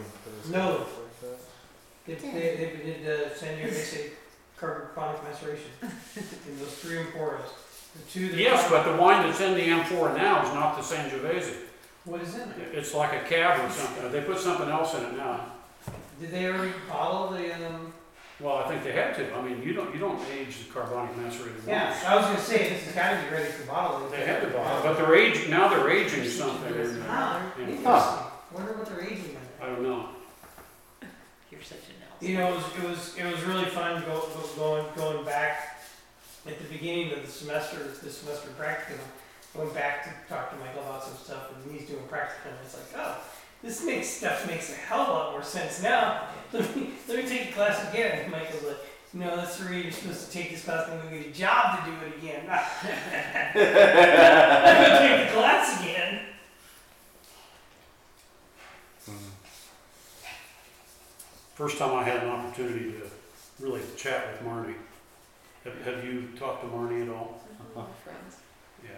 S2: No.
S5: Like that.
S2: They, they, they did uh, ten year. They say carbonic *laughs* maceration in those three and four. The two. that-
S4: Yes, but the wine that's in the M4 now is not the Sangiovese.
S2: What is in it?
S4: It's like a cab or something. They put something else in it now.
S2: Did they already bottle the um?
S4: Well, I think they had to. I mean, you don't, you don't age the carbonic macerated wines.
S2: Yeah, I was gonna say this has got to be ready for bottling.
S4: They had to buy it, but they're aging, now they're aging something. in there.
S2: Wow,
S4: Yeah.
S2: interesting. Wonder what they're aging in.
S4: I don't know.
S3: You're such a
S2: You know, it was, it was, it was really fun go, go, going, going back at the beginning of the semester, the semester practicum. I went back to talk to Michael about some stuff and he's doing practicum and it's like, oh, this makes stuff makes a hell of a lot more sense now. *laughs* Let me, let me take the class again. And Michael's like, no, that's the reason you're supposed to take this class and then get a job to do it again. *laughs* Let me take the class again.
S4: First time I had an opportunity to really chat with Marnie. Have, have you talked to Marnie at all?
S3: no. Friends.
S4: Yeah,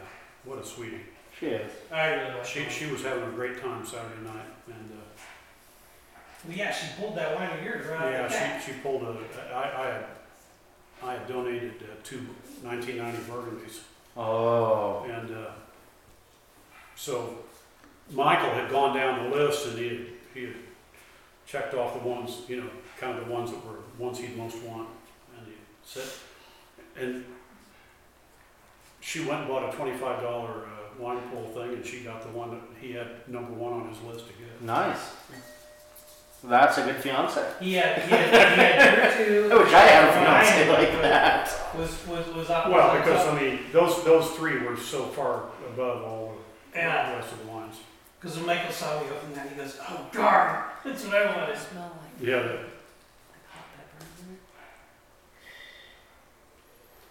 S4: what a sweetie.
S1: She is.
S2: I really like
S4: She,
S2: that.
S4: she was having a great time Saturday night and, uh,
S2: Well, yeah, she pulled that one of yours right out of the pack.
S4: Yeah, she, she pulled a, I, I had, I had donated uh, two 1990 Burgundies.
S1: Oh.
S4: And uh, so Michael had gone down the list and he had, he had checked off the ones, you know, kind of the ones that were ones he'd most want. And he said, and she went and bought a $25 uh, wine pool thing and she got the one that he had number one on his list to get.
S1: Nice. That's a good fiance.
S2: He had, he had, he had your
S1: I *laughs*
S2: two.
S1: wish I had a fiance
S2: Mine,
S1: like
S2: but
S1: that.
S2: Was was was up.
S4: Well,
S2: was
S4: because
S2: up,
S4: I mean, those those three were so far above all the
S2: yeah,
S4: rest of the wines.
S2: because when Michael saw me open that, he goes, "Oh darn, *laughs* that's what I
S3: I
S2: wanted."
S3: smell like,
S4: Yeah. that-
S3: like hot pepper.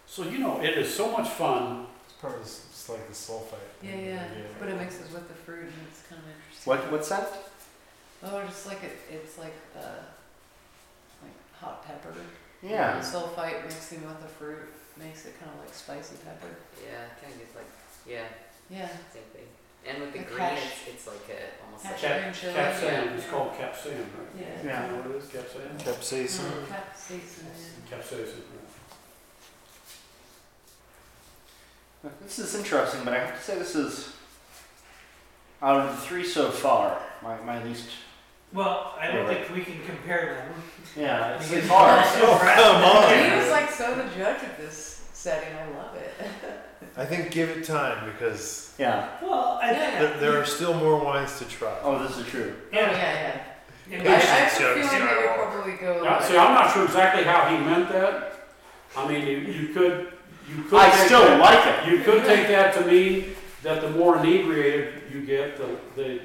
S4: So you know, it is so much fun.
S5: It's probably s- it's like the sulfite.
S3: Yeah,
S5: thing,
S3: yeah, but it mixes with the fruit and it's kind of interesting.
S1: What what's that?
S3: Oh, just like it, it's like uh, like hot pepper.
S1: Yeah.
S3: The sulfite mixing with the fruit makes it kind of like spicy pepper.
S6: Yeah, kind of gets like, yeah,
S3: Yeah.
S6: same thing. And with the
S3: Like
S6: green,
S3: hash-
S6: it's, it's like a, almost like
S3: hash-
S6: a,
S4: Cap,
S3: Green chili,
S4: capsaicin.
S6: yeah.
S4: It's called capsaicin, right?
S3: Yeah.
S1: Yeah.
S4: You know what it is? Capsaicin.
S5: Capsaicin.
S2: Mm.
S3: Capsaicin.
S4: Capsaicin.
S1: This is interesting, but I have to say this is out of the three so far, my, my least
S2: Well, I don't
S1: Right.
S2: think we can compare them.
S1: Yeah,
S4: *laughs*
S1: it's,
S2: Because
S1: it's hard.
S2: it's so fresh.
S3: He was like so the judge of this setting. I love it.
S5: I think give it time because
S1: Yeah.
S2: Well, I think.
S5: there, there are still more wines to try.
S1: Oh, this is true.
S3: Yeah,
S2: Yeah.
S3: yeah.
S2: yeah.
S3: I, I have a
S5: Patience,
S3: feeling they would
S5: yeah.
S3: probably go.
S4: Now, see, I'm not sure exactly how he meant that. I mean, you, you could, you could.
S1: I
S4: take
S1: still
S4: that-
S1: like it.
S4: You could take that to mean that the more inebriated you get, the, the,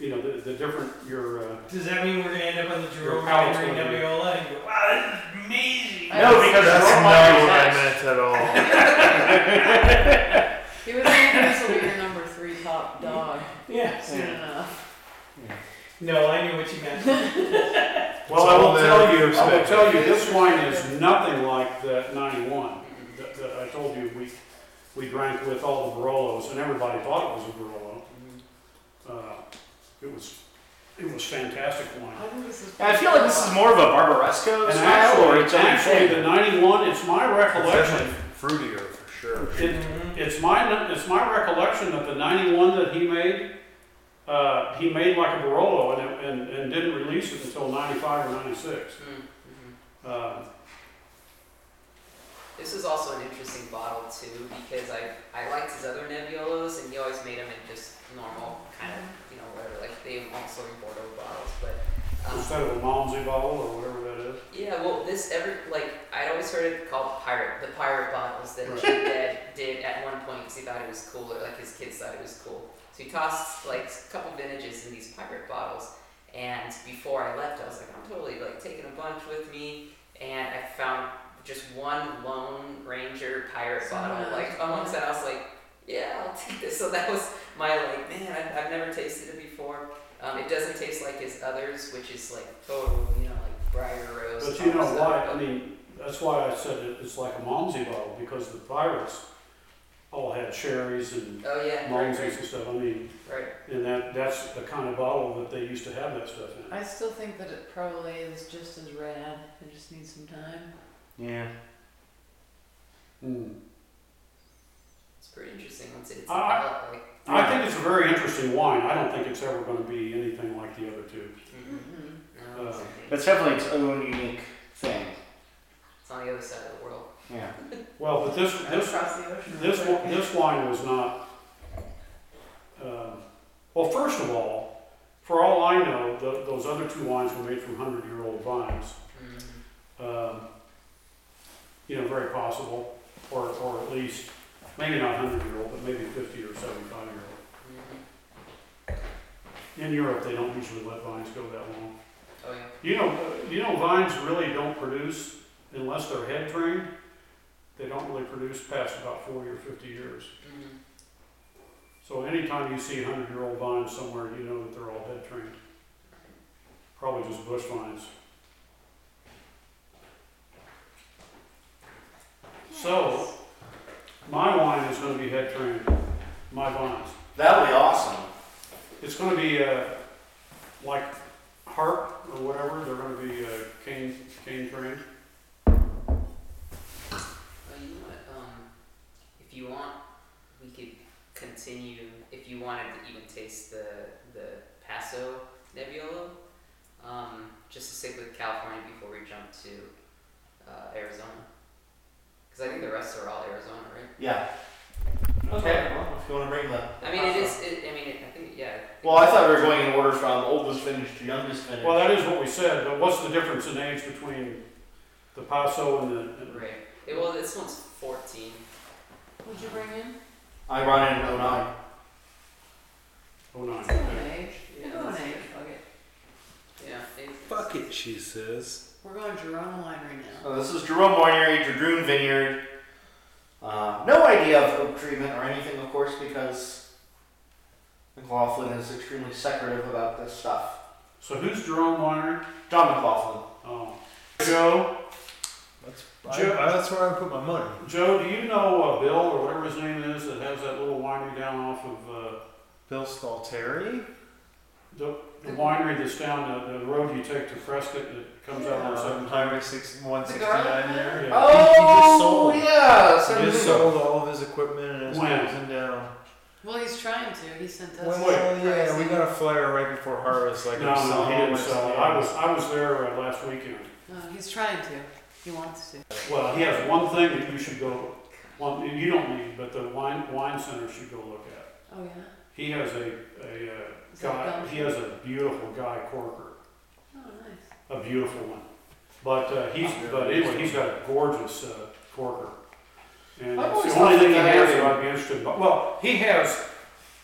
S4: you know, the, the different your, uh,
S2: Does that mean we're gonna end up on the
S4: Your
S2: Jerome
S4: palate's
S2: Winery
S4: gonna be-
S2: WLA and go, wow, this is amazing?
S3: I No,
S1: because
S5: That's
S1: Jerome Winery
S5: not what I
S1: has-
S5: meant at all.
S4: *laughs*
S3: He was like, this will be your number three top dog
S2: Yeah.
S1: *laughs*
S3: soon
S1: Yeah.
S3: enough.
S2: No, I knew what you *laughs* meant.
S4: well, I will
S5: all there
S4: tell
S5: if you
S4: you, I will
S5: expect
S4: tell you, this wine is nothing like that ninety-one that, that I told you we, we drank with all the Barolos and everybody thought it was a Barolo. Uh, It was, it was fantastic wine.
S3: I think this is.
S1: I feel like this is more of a Barbaresco
S4: And
S1: style or
S4: actually,
S1: its own
S4: actually,
S1: thing.
S4: the ninety-one, it's my recollection,
S5: Definitely fruitier for sure.
S4: it,
S2: Mhm.
S4: It's my it's my recollection that the '91 that he made, uh, he made like a Barolo and, it, and and didn't release it until '95 or '96.
S6: Mm-hmm.
S4: Uh,
S6: This was also an interesting bottle too because I I liked his other Nebbiolos and he always made them in just normal kind of you know whatever like they also in Bordeaux bottles but um,
S4: instead of a Malmsey bottle or whatever that is.
S6: yeah well this every like I always heard it called pirate the pirate bottles that
S4: Right.
S6: Jim Dad did at one point because he thought it was cool or like his kids thought it was cool so he tossed like a couple vintages in these pirate bottles and before I left I was like I'm totally like taking a bunch with me and I found just one lone ranger pirate bottle
S3: Someone
S6: like
S3: else.
S6: amongst that I was like yeah I'll take this so that was my like man I, I've never tasted it before um, it doesn't taste like his others which is like total you know like briar rose
S4: But you know
S6: stuff,
S4: why?
S6: but-
S4: I mean, that's why I said it, it's like a Malmsey bottle because the pirates all had sherries and
S6: oh yeah right,
S4: Malmseys and stuff. I mean,
S6: right, right.
S4: and that that's the kind of bottle that they used to have that stuff in.
S3: I still think that it probably is just as rad. It just needs some time.
S1: Yeah.
S6: Hmm.
S4: Mm.
S6: it's pretty interesting once it's
S4: I-
S6: out like
S4: I think it's a very interesting wine. I don't think it's ever going to be anything like the other two.
S6: mm,
S3: Mm-hmm.
S6: no, it's,
S4: Uh,
S1: It's definitely its own unique thing.
S6: it's on the other side of the world
S1: Yeah.
S4: Well, but this this
S3: Across the ocean.
S4: this wi- this wine was not. um well, first of all, for all I know, tho- those other two wines were made from hundred-year-old vines.
S6: mm.
S4: Um, you know, very possible, or or at least maybe not hundred-year-old, but maybe fifty or seventy-five-year-old.
S6: Mhm.
S4: In Europe, they don't usually let vines go that long.
S6: oh yeah
S4: You know, you know, vines really don't produce unless they're head trained. They don't really produce past about forty or fifty years.
S6: mm.
S4: So anytime you see hundred-year-old vines somewhere, you know that they're all head trained. Probably just bush vines. So my wine is going to be head trained. My vines.
S1: That would be awesome.
S4: It's going to be uh, like harp or whatever. They're going to be uh, cane cane trained.
S6: Well, you know what? Um, if you want, we could continue. If you wanted to even taste the the Paso Nebbiolo, um, just to stick with California before we jump to uh, Arizona, because I think the rest are all Arizona, right?
S1: Yeah. Okay. Well, if you want to bring the.
S6: I mean, it is. It, I mean, it, I think yeah.
S1: Well, I thought we were going in order from oldest vintage to youngest vintage.
S4: Well, that is what we said, but what's the difference in age between the Paso and the, and-
S6: Right. It, well, this one's fourteen.
S3: Would you bring in?
S1: I brought in an 09.
S4: oh nine?
S3: It's still
S4: okay.
S3: an age.
S6: Yeah,
S3: We're going
S6: that's
S3: age.
S6: good.
S3: Fuck it.
S6: Yeah. It,
S5: Fuck it, she says.
S3: We're going Jerome Winery now.
S1: So uh, this is Jerome Winery, Jadroon Vineyard. Uh, no idea of oak treatment or anything, of course, because McLaughlin is extremely secretive about this stuff.
S4: So who's Jerome Winery?
S1: John McLaughlin.
S4: Oh. Joe,
S5: That's,
S4: Joe-
S5: I, that's where I put my money.
S4: Joe, do you know uh, Bill or whatever his name is that has that little winery down off of, uh,
S5: Bill Stalteri?
S4: the, the winery that's down the, the road you take to Fresca that comes out on
S5: Um,
S4: seven
S5: Highway 6, 169 there.
S4: Yeah.
S5: He just
S1: Oh,
S5: sold.
S1: yeah.
S5: He
S1: seven years
S5: just
S1: ago.
S5: sold all of his equipment and is
S4: When?
S5: closing down.
S3: Well, he's trying to. He sent us.
S5: Well,
S3: some
S5: yeah, we
S3: pricing.
S5: got a flyer right before harvest. Like,
S4: No,
S5: I'm
S4: no,
S5: selling
S4: he didn't
S5: almost-
S4: sell it. I was, I was there uh, last weekend.
S3: No, he's trying to. He wants to.
S4: Well, he has one thing that you should go, one, you don't need, but the wine, wine center should go look at.
S3: Oh yeah.
S4: He has a, a, uh,
S3: Is that
S4: guy,
S3: gum?
S4: he has a beautiful guy corker.
S3: Oh nice.
S4: a beautiful one. But uh, he's but anyway, he's got a gorgeous uh, corker, and
S1: I've always
S4: it's the only
S1: thought
S4: thing he
S1: that
S4: has
S1: that-
S4: that I'd be interested. In. Well, he has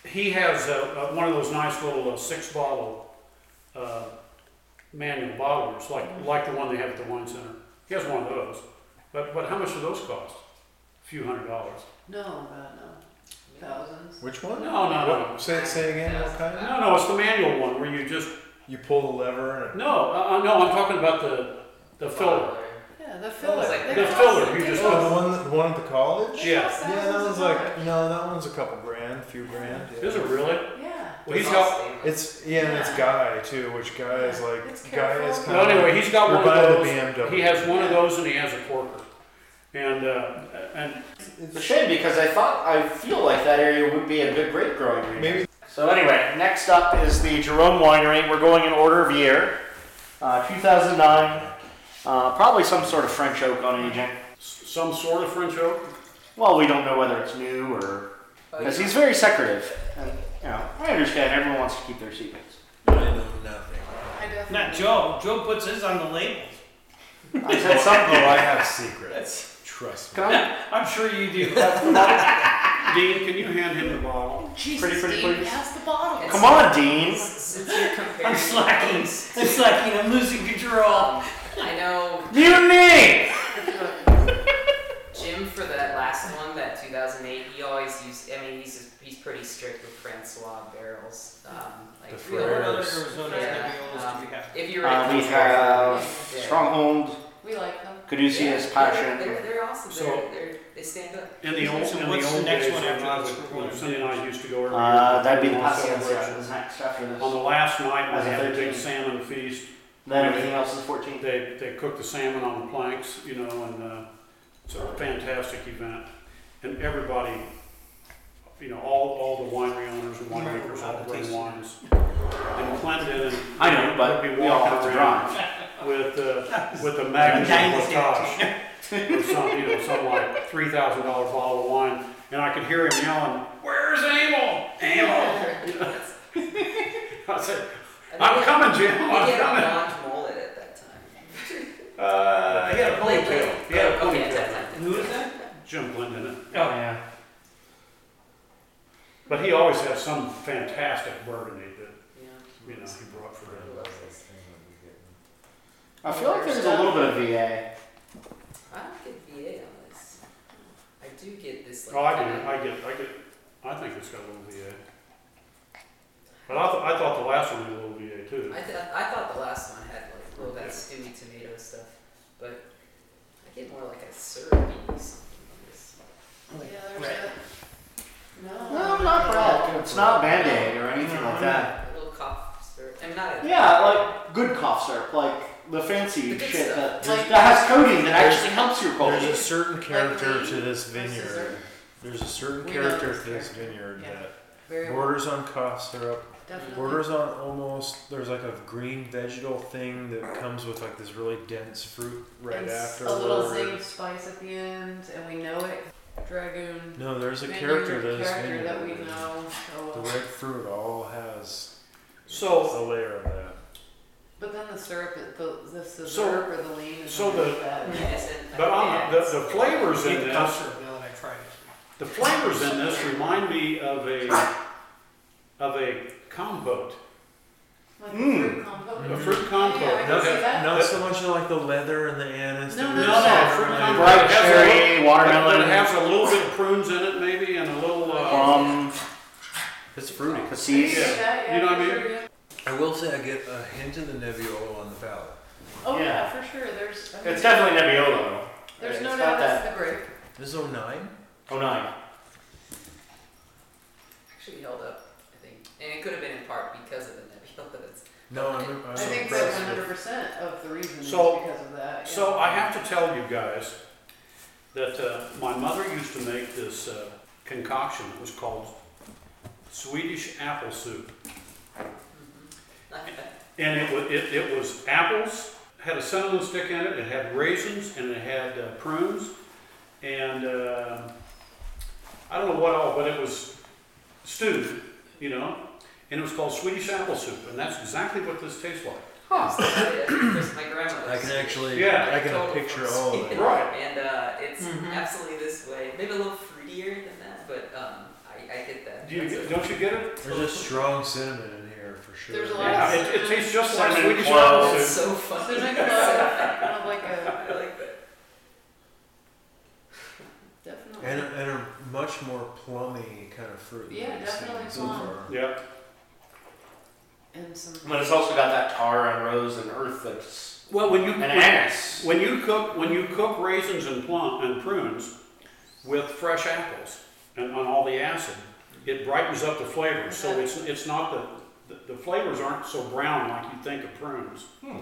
S4: he has uh, uh, one of those nice little uh, six bottle uh, manual bottlers, like like the one they have at the wine center. He has one of those. But but how much do those cost? A few hundred dollars.
S3: No, God no. Thousands.
S5: Which one?
S4: No, no, no.
S5: Say, say again, what kind?
S4: No, no, it's the manual one where you just
S5: You pull the lever and
S4: no, uh, uh, no. I'm talking about the the filler.
S3: Yeah, the filler.
S6: like
S3: They
S4: the
S3: cost-
S4: filler, you
S3: they
S4: just-
S5: it.
S3: cost-
S5: Oh, the one, that- the one at the college?
S3: they cost
S5: Yeah, that
S3: thousands
S5: one's
S3: of
S5: like,
S3: dollars.
S5: no, that one's a couple grand, few grand. yeah.
S4: Is it really?
S3: Yeah.
S4: Well, he's got
S5: It's yeah, and it's guy too, which guy is like
S3: It's
S5: guy is
S3: careful.
S5: kind
S4: Well, anyway, he's got
S5: We're
S4: one
S5: buying the
S4: of those.
S5: BMW.
S4: He has one of those and he has a corker. And, uh, and
S5: of
S1: It's a shame because I thought, I feel like that area would be a good grape growing region.
S5: maybe
S1: So anyway, next up is the Jerome Winery. We're going in order of year, uh, 2009. Uh, probably some sort of French oak on agent.
S4: s- some sort of French oak.
S1: Well, we don't know whether it's new or because he's very secretive. And, you know, I understand everyone wants to keep their secrets.
S3: I definitely.
S2: Not Joe. Joe puts his on the labels.
S1: I said something.
S5: Oh, I
S1: Like,
S5: have secrets. Trust me.
S1: can I?
S2: I'm sure you *laughs* do.
S4: Dean, can you hand him the bottle?
S3: Jesus,
S1: Pretty, pretty,
S3: Dean,
S1: pretty.
S3: pass the bottle.
S1: Come on, Dean.
S6: *laughs* Since
S4: *laughs*
S6: you're comparing,
S2: I'm slacking. I'm slacking. I'm losing control.
S6: Um, I know
S1: You me.
S6: Jim for that last one, that 2008. He always used. I mean, he's he's pretty strict with Francois barrels. Um, like
S5: The
S2: What
S6: real,
S5: Ferrero.
S2: other Arizona
S6: Yeah,
S2: Negroes do we have?
S6: if you're
S1: Uh, we
S6: into-
S1: have
S6: Yeah.
S1: Stronghold,
S3: We like them.
S1: Caduceus,
S6: Yeah,
S1: Passion.
S6: They're, they're awesome.
S4: So-
S6: they're, they're, they stand up.
S4: In the old,
S2: So
S4: in the
S2: what's the
S4: old
S2: next
S4: days,
S2: one
S4: when
S2: after
S4: I
S2: this?
S4: was- when Cindy and I used to go every year.
S1: Uh, that'd be the
S4: on
S1: Passion.
S4: celebration.
S1: Next after
S4: On the
S1: this.
S4: last night,
S1: As
S4: we
S1: a
S4: had the big
S1: 13.
S4: salmon feast.
S1: Then everything else is 14.
S4: They, they cooked the salmon on the planks, you know, and, uh, it's a fantastic event. And everybody, you know, all, all the winery owners and winemakers, all bring wines. And Clinton.
S1: I know, but
S4: would be
S1: we all
S4: walking
S1: have to
S4: around
S1: drive.
S4: With, uh, with a magnum
S2: Dynasty.
S4: Lacoste. Or some, you know, some like three thousand dollar bottle of wine, and I could hear him yelling, where's Emil? Emil! *laughs* I said, I'm coming, Jim,
S6: We
S4: I'm
S6: had a
S4: coming.
S6: non mullet at that time.
S4: Uh, he had a
S6: Like, like-
S4: ponytail, he had a
S6: okay, at
S4: ponytail.
S6: that time.
S2: Who is that?
S4: Jim Glendinning.
S2: Oh,
S1: yeah.
S4: But he always has some fantastic burgundy that,
S6: Yeah.
S4: you know, he brought for him.
S1: I feel like there's a little bit of VA.
S6: I don't get VA on this. I do get this like.
S4: Oh, I do, I get, I get, I think it's got a little VA. But I thought, I thought the last one had a little VA too.
S6: I, th- I thought the last one had like a little that stewy tomato stuff, but I get more like a syrupy something on this.
S3: Yeah, there's
S2: Right.
S3: a. No.
S1: No, not bad. It's not Band Aid or anything like that.
S6: A little cough syrup. I'm not a.
S1: Yeah, like good cough syrup, like the fancy
S6: The good
S1: shit that,
S6: stuff.
S1: that has codeine that
S5: There's-
S1: actually helps your cold.
S5: There's a certain character
S3: we-
S5: to this
S3: this is
S5: vineyard. There's a certain
S3: We know
S5: character
S3: this
S5: to this vineyard
S3: Yeah.
S5: that
S3: Very well.
S5: borders on cough syrup,
S3: Definitely.
S5: borders on almost. There's like a green vegetal thing that comes with like this really dense fruit right
S3: and s-
S5: after.
S3: a little zing of spice at the end, and we know it. Dragoon.
S5: No, there's a
S3: vineyard
S5: character to this
S3: character
S5: vineyard.
S3: that we know. So
S5: The
S3: well.
S5: red fruit all has
S4: So,
S3: Oh.
S5: a layer of that.
S3: But then the syrup, it- the, the, the
S4: So-
S3: syrup or the lean is
S4: so
S3: not
S4: the-
S3: bad.
S6: Yes, and-
S4: but um, on the, the the flavors in
S2: Big
S4: this,
S2: Buster Bill and I tried it.
S4: the flavors in this remind me of a, of a compote,
S3: Like
S1: Mm.
S3: fruit compote.
S4: a Hmm. fruit compote.
S3: Yeah, I can
S4: That-
S3: see
S4: that-
S3: that.
S5: Not so much like the leather and the anise.
S3: No,
S5: that
S3: no,
S5: we
S3: no.
S5: saw
S3: Yeah,
S5: from
S4: fruit
S5: the-
S4: combo.
S1: Bright
S4: That's a
S1: cherry,
S4: that
S1: watermelon,
S4: has a little bit of prunes in it maybe, and a little, uh,
S1: plum,
S5: It's fruity.
S1: cassis.
S3: Yeah, yeah,
S4: You know what I
S3: for
S4: mean?
S3: sure, yeah.
S8: I will say I get a hint of the Nebbiolo on the palate.
S3: Oh yeah.
S1: Yeah.
S3: for sure. There's. I
S1: It's
S3: mean,
S1: definitely Nebbiolo.
S3: There's
S1: It's
S3: no
S1: got
S3: doubt
S1: that.
S3: that's the grape.
S8: This is 09?
S1: Oh nine.
S6: actually held up, I think, and it could have been in part because of the nebula. That's
S8: No, I'm, I'm
S3: I
S8: impressed
S3: think that
S8: with
S3: 100 percent of the reason
S4: So-
S3: is because of that. Yeah.
S4: So I have to tell you guys that uh, my mother used to make this uh, concoction that was called Swedish apple soup.
S6: Like that.
S4: And it was, it, it was apples, had a cinnamon stick in it, it had raisins, and it had uh, prunes, and uh, I don't know what all, but it was stewed, you know, and it was called Swedish apple soup, and that's exactly what this tastes like.
S6: It's the way it- Chris, my grandmother's.
S8: I can actually,
S4: Yeah.
S8: I can
S6: Total
S8: picture
S6: fucks.
S8: all
S3: *laughs*
S8: of it.
S4: Right.
S6: And uh, it's
S3: Mm-hmm.
S2: Mhm.
S6: absolutely this way. Maybe a little fruitier than that, but um, I, I get that.
S4: Do you, don't you get it?
S8: There's a strong cinnamon in here for sure.
S3: There's a lot
S4: Yeah, it, it tastes just like
S1: Cinnamon
S4: Swedish
S1: cloves.
S4: apple
S6: That's
S4: soup.
S6: so fun.
S3: So there's like a,
S4: *laughs*
S3: kind of like a
S6: I like that.
S3: definitely.
S8: And, a- and a much more plummy kind of fruit. than
S3: Yeah,
S8: we've seen
S3: definitely
S8: so
S3: plum.
S8: far.
S4: Yeah.
S3: and some.
S1: But it's also got that tar and rose and earth that's
S4: Well, when you
S1: an
S4: when-
S1: anise.
S4: When you cook, when you cook raisins and plum and prunes with fresh apples and on all the acid, it brightens up the flavor. So it's it's not the, the the flavors aren't so brown like you think of prunes.
S1: Hmm.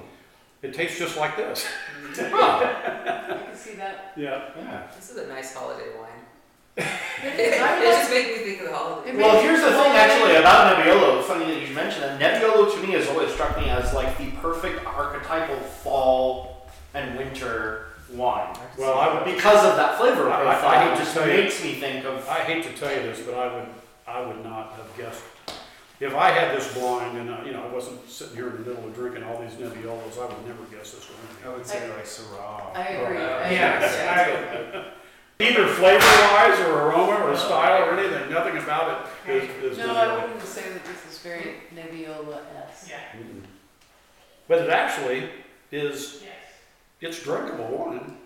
S4: It tastes just like this.
S3: I can see that.
S4: Yeah.
S1: Yeah.
S6: This is a nice holiday wine.
S3: *laughs* It
S6: *laughs* It
S3: is. I
S6: just
S3: like-
S6: made me think of the holiday.
S3: it
S1: Well,
S3: makes-
S1: here's the thing actually about Nebbiolo. Funny that you mentioned that. Nebbiolo to me has always struck me as like the perfect archetypal fall and winter wine.
S4: Well, I would
S1: Because of that flavor
S4: I- I- I
S1: profile, it
S4: hate to
S1: just
S4: tell you-
S1: makes me think of.
S4: I hate to tell you this, but I would I would not have guessed. If I had this blind and I, you know I wasn't sitting here in the middle of drinking all these Nebbiolos, I would never guess this
S5: I
S4: one.
S5: would say like Syrah.
S3: I agree. I
S4: Yes,
S3: agree.
S4: Either flavor-wise, or aroma, or style, or anything, nothing about it is, is
S3: No,
S4: Nebbiolo.
S3: I wouldn't say that this is very Nebbiolo-esque.
S2: Yeah.
S4: But it actually is,
S2: Yes.
S4: it's drinkable wine,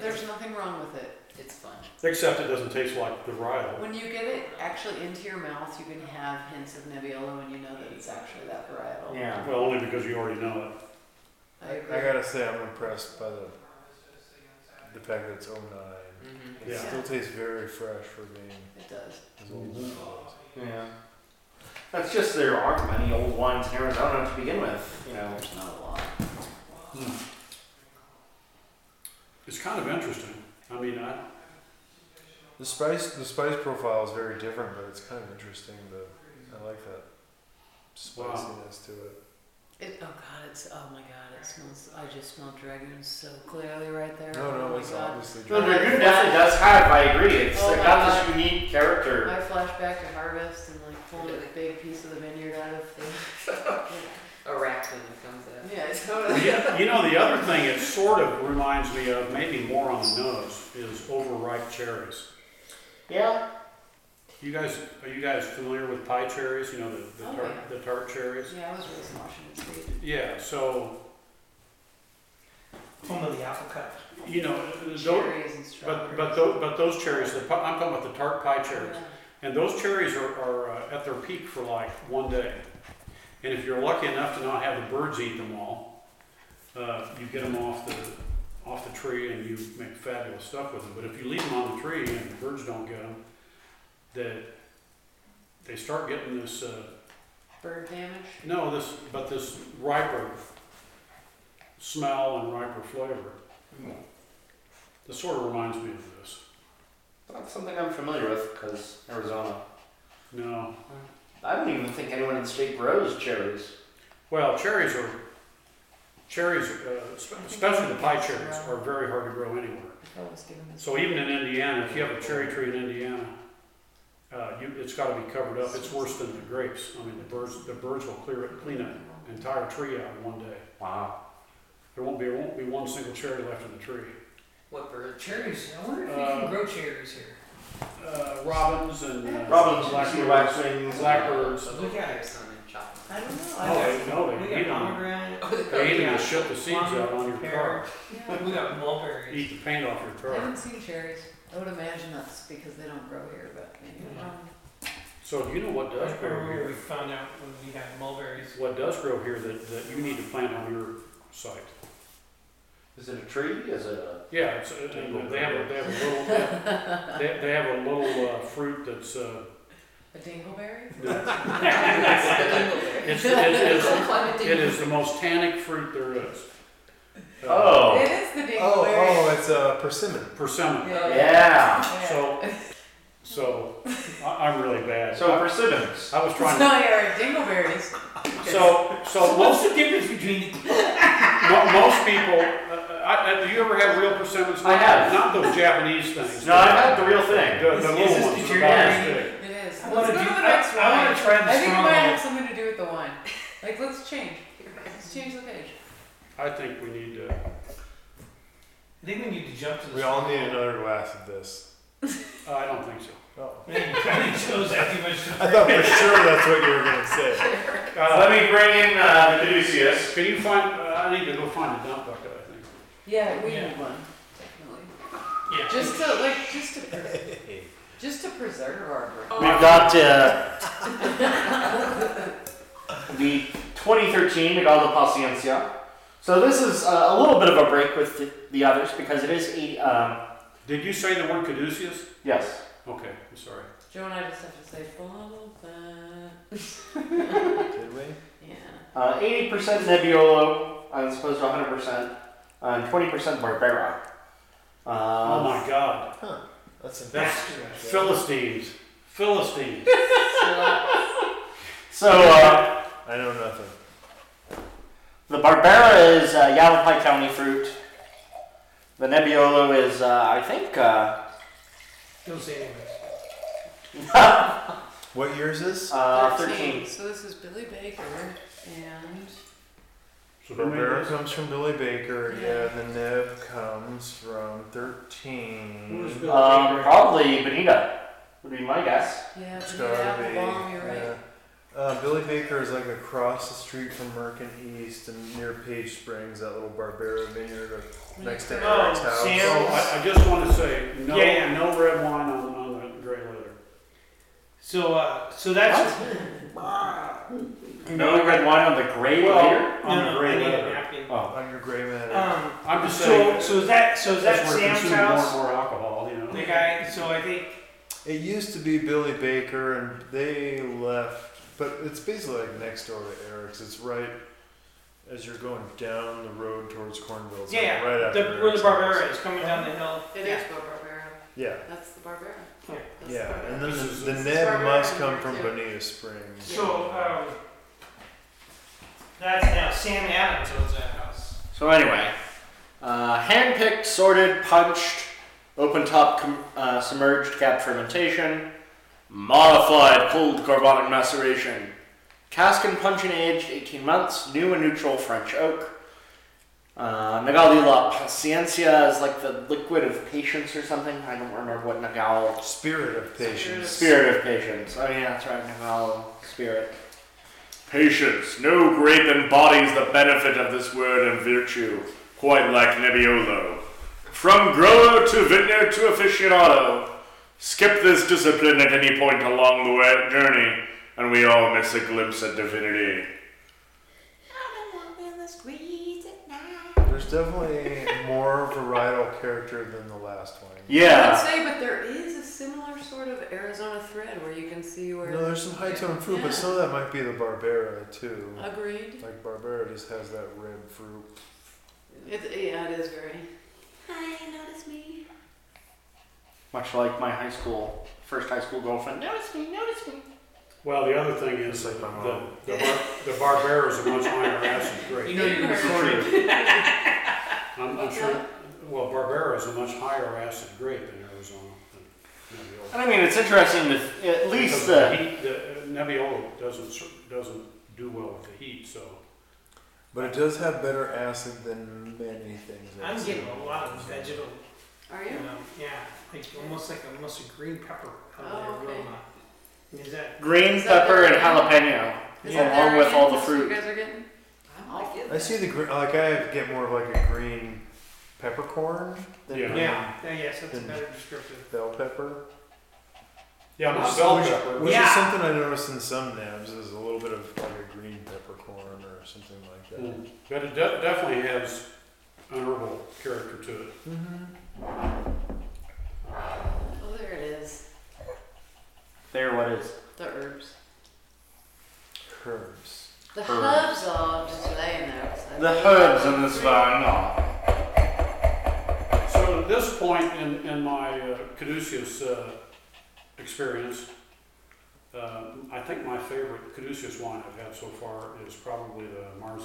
S3: There's nothing wrong with it.
S6: It's fun.
S4: except it doesn't taste like the varietal.
S3: When you get it actually into your mouth, you can have hints of Nebbiolo and you know that it's actually that varietal.
S1: Yeah.
S4: Well, only because you already know it.
S3: I agree.
S5: I gotta say, I'm impressed by the the fact that it's 09.
S6: Mm-hmm.
S5: It
S4: Yeah.
S5: still tastes very fresh for being
S3: It does.
S5: as old as it was.
S1: Yeah. That's just there aren't many old wines in Arizona to begin with, you know.
S3: There's not a lot.
S4: Hmm. It's kind of interesting. I mean, I,
S5: The spice, the spice profile is very different, but it's kind of interesting. The I like that spiciness to it.
S3: It, oh god, it's oh my god, it smells. I just smell dragoons so clearly right there.
S5: No,
S3: oh
S5: no,
S3: my
S5: it's
S3: god.
S5: obviously
S1: No,
S5: dry.
S1: Dragoon definitely does have, I agree. It's
S3: Oh
S1: it
S3: my
S1: got this unique character.
S3: I flash back to harvest and like pulling a big piece of the vineyard out of the.
S6: A raccoon comes out.
S3: yeah, it's totally.
S4: Yeah, you know, the other thing it sort of reminds me of, maybe more on the nose, is overripe cherries.
S1: Yeah.
S4: You guys, are you guys familiar with pie cherries? You know, the, the
S3: Oh,
S4: tart,
S3: yeah.
S4: the tart cherries?
S3: Yeah, I was raised in Washington State.
S4: Yeah, so,
S2: Home of the apple cup.
S4: you know, those,
S3: Cherries and strawberries.
S4: but, but those, but those cherries, the, pi- I'm talking about the tart pie cherries.
S3: Yeah.
S4: And those cherries are, are uh, at their peak for like one day. And if you're lucky enough to not have the birds eat them all, uh, you get them off the, off the tree and you make fabulous stuff with them. But if you leave them on the tree and the birds don't get them, that they start getting this, uh,
S3: Bird damage.
S4: no, this, but this riper smell and riper flavor. This sort of reminds me of this.
S1: That's something I'm familiar with because Arizona.
S4: No,
S1: I don't even think anyone in the state grows cherries.
S4: Well, cherries are, cherries, uh, spe- especially the pie cherries, are very hard to grow anywhere.
S3: I thought I was giving this.
S4: So even in Indiana, if you have a cherry tree in Indiana, uh, you, it's gotta be covered up. It's worse than the grapes. I mean, the birds, the birds will clear it, clean an entire tree out in one day.
S1: Wow.
S4: There won't be, there won't be one single cherry left in the tree.
S6: What bird?
S2: Cherries. I wonder if we
S4: Uh,
S2: can grow cherries here.
S4: Uh, robins and. uh,
S1: Robin's
S4: blackbirds.
S1: blackbirds, waxwings,
S4: Blackbirds.
S6: Oh,
S2: Look at it.
S6: there's some in chocolate.
S3: I don't know.
S4: Oh,
S3: I
S4: they, no,
S2: We
S4: they eat
S2: got
S4: 'em.
S2: pomegranate.
S4: They eat 'em to shut the seeds out on your car, *laughs*
S3: yeah.
S2: We got mulberries.
S4: eat the paint off your
S3: I
S4: car.
S3: haven't seen cherries. I would imagine that's because they don't grow here, but maybe I'm wrong.
S4: So do you know what
S2: I
S4: does grow here?
S2: remember we found out when we had mulberries.
S4: What does grow here that, that you need to plant on your site?
S1: Is it a tree? Is it a.
S4: Yeah, it's, uh, they have a, they have a little, they, they have a little, uh, fruit that's, uh,
S3: Um, A
S4: *laughs*
S3: dingleberry? *laughs*
S6: Dingleberry.
S4: it's, it is,
S6: Climate
S4: it is the most tannic fruit there is. Uh,
S1: Oh.
S3: It is the
S5: Oh,
S3: dingleberry.
S5: oh, it's a uh, persimmon.
S4: Persimmon.
S3: Yeah.
S1: Yeah.
S3: Yeah.
S4: So, So I, I'm really bad.
S1: So
S4: So
S1: persimmons.
S4: I was
S3: It's
S4: trying to.
S3: not your dingleberries.
S4: So so most
S2: What's the difference between the
S4: mo- most people. Uh, I, I, do you ever have real persimmons?
S1: I have.
S4: Not those Japanese things.
S1: No, I had the real thing.
S4: The, the
S2: Is-
S4: little
S2: is this
S4: ones.
S2: the
S4: the box
S2: Julian?
S4: big.
S3: It is.
S2: I wanna
S3: Let's go to
S2: do-
S3: the
S2: I- I
S3: next
S2: wanna
S3: wine.
S2: try the
S3: I think it might
S2: stronghold.
S3: have something to do with the wine. Like, let's change. Let's change the page.
S4: I think we need to.
S2: I think we need to jump to the
S5: We all need
S2: *laughs*
S5: another glass of this.
S4: Uh, I don't think so.
S5: Oh.
S2: Man, you kind of chose that too much.
S5: I thought for sure that's what you were going to say.
S4: Uh,
S1: Let me bring in uh, the Caduceus.
S4: Can you find? Uh, I need to go find a dump bucket. I think.
S3: Yeah, we
S2: Yeah.
S3: need one, definitely.
S2: Yeah.
S3: Just to like, just
S5: *laughs*
S3: to, pre- just to preserve our brand.
S1: We've got uh, *laughs* the 2013 Hidalgo Paciencia. So this is uh, a little bit of a break with the, the others because it is eight. Um,
S4: Did you say the word caduceus?
S1: yes.
S4: Okay, I'm sorry.
S3: Joe and I just have to say, follow that.
S5: Did we?
S3: Yeah.
S1: Uh, 80% Nebbiolo as opposed to 100%, uh, and 20% Barbera.
S2: Um,
S4: oh
S1: Uh,
S4: my God,
S5: That's a
S4: that's Philistines, Philistines.
S3: So,
S1: so uh,
S5: I know nothing.
S1: The Barbera is uh, Yavapai County fruit. The Nebbiolo is, uh, I think, uh,
S2: Don't say anything.
S5: What year is this?
S1: uh,
S3: 13.
S1: 13.
S3: So this is Billy Baker and
S4: So who made
S5: Barbera
S4: this?
S5: comes from Billy Baker,
S3: Yeah.
S5: yeah, and the nib comes from 13.
S4: Who is Bill
S1: Um,
S4: Baker?
S1: probably Bonita would be my guess.
S3: yeah,
S5: It's
S3: Benita
S5: gotta be.
S3: Applebaum. You're right.
S5: yeah. Uh, Billy Baker is like across the street from Merkin East and near Page Springs, that little Barbera vineyard or next to
S3: Oh,
S5: Eric's house.
S2: Sam-
S4: Oh, I, I just want to say no,
S2: Yeah, yeah.
S4: no red wine on, on the gray leather.
S2: So, uh, so that's
S1: No red wine on the gray layer?
S4: on
S2: no,
S4: the
S2: no, I
S4: gray
S2: need a
S4: leather.
S2: napkin.
S1: Oh.
S5: On your gray matter.
S2: Um,
S4: I'm just
S2: so,
S4: saying.
S2: so is that so is that
S4: as we're
S2: Sam's
S4: consuming
S2: house?
S4: More and more alcohol, you know.
S2: The guy. So I think
S5: It used to be Billy Baker, and they left, but it's basically like next door to Eric's. It's right as you're going down the road towards Cornville. It's like
S2: Yeah,
S5: right
S2: the,
S5: after
S2: where the
S5: Eric's house.
S2: Barbera is coming down the hill.
S3: It is Bill Barbera.
S5: Yeah,
S3: That's the Barbera.
S2: Yeah.
S3: That's the
S5: yeah,
S3: Barbera.
S5: and then
S4: This
S5: the,
S4: is-
S5: the
S3: this is
S5: neb
S3: Barbera
S5: must
S3: in
S5: come
S3: here,
S5: from
S3: too.
S5: Bonita Springs.
S2: So um, that's now Sam Adams owns that house.
S1: So anyway, uh, hand-picked, sorted, punched, open-top com- uh, submerged cap fermentation, modified cold carbonic maceration, cask and punch and aged 18 months, new and neutral French oak. Uh, Nagali la Paciencia is like the liquid of patience or something. I don't remember what Nagal
S5: Spirit of patience.
S1: Spirit of patience. Oh yeah, that's right. Naval spirit. Patience. No grape embodies the benefit of this word and virtue, quite like Nebbiolo. From grower to vineyard to aficionado, skip this discipline at any point along the way, journey, and we all miss a glimpse at divinity.
S5: There's definitely more varietal character than the last one.
S3: I would say, but there is a similar sort of Arizona thread where you can see where.
S5: No, there's some high tone fruit,
S3: Yeah.
S5: but some of that might be the Barbera too.
S3: Agreed.
S5: Like Barbera just has that red fruit.
S3: It, yeah, it is very.
S1: Much like my high school, first high school girlfriend. Notice me, notice me.
S4: Well, the other thing is
S5: It's like my
S4: the,
S5: mom.
S4: the, bar, the Barbera is a much higher acid
S2: You
S4: grade.
S2: know you're recorded.
S4: I'm, I'm sure. Well, Barbera is a much higher acid grade than Arizona. Than Nebbiolo.
S1: And I mean, it's interesting that at
S4: Because
S1: least
S4: the
S1: the.
S4: heat, the uh, Nebbiolo doesn't sur- doesn't do well with the heat, so.
S5: But it does have better acid than many things. I've
S2: I'm getting a
S5: seen.
S2: lot of vegetal,
S3: Are
S2: you
S3: you?
S2: know, yeah, like almost like almost a green pepper kind
S3: Oh,
S2: of
S3: okay.
S2: aroma. Is that
S1: Green
S3: Is that
S1: pepper and
S3: the-
S1: jalapeno,
S3: Is
S2: Yeah.
S3: that
S1: along
S3: there
S1: with
S3: again?
S1: all the
S3: That's what
S1: fruit.
S3: You guys are getting.
S6: I like it.
S5: I see the green. Like I get more of like a green peppercorn than
S4: Yeah.
S2: Yeah, yeah, yes, that's a
S4: Mm-hmm.
S5: Then-
S2: better descriptive.
S5: bell pepper,
S4: Yeah, but
S2: Wow.
S4: bell
S5: which,
S4: pepper.
S5: which
S2: Yeah.
S5: is something I noticed in some nabs is a little bit of like a green peppercorn or something like that.
S4: Mm. But it de- definitely has an herbal character to it.
S5: Mm-hmm.
S3: Oh, there it is.
S1: There, what is?
S3: The herbs.
S5: Herbs.
S3: The
S1: Herbs.
S3: herbs are just laying there. so-
S1: The herbs in this vine are.
S4: So at this point in, in my uh, caduceus uh, experience. Uh, I think my favorite Caduceus wine I've had so far is probably the Marzo.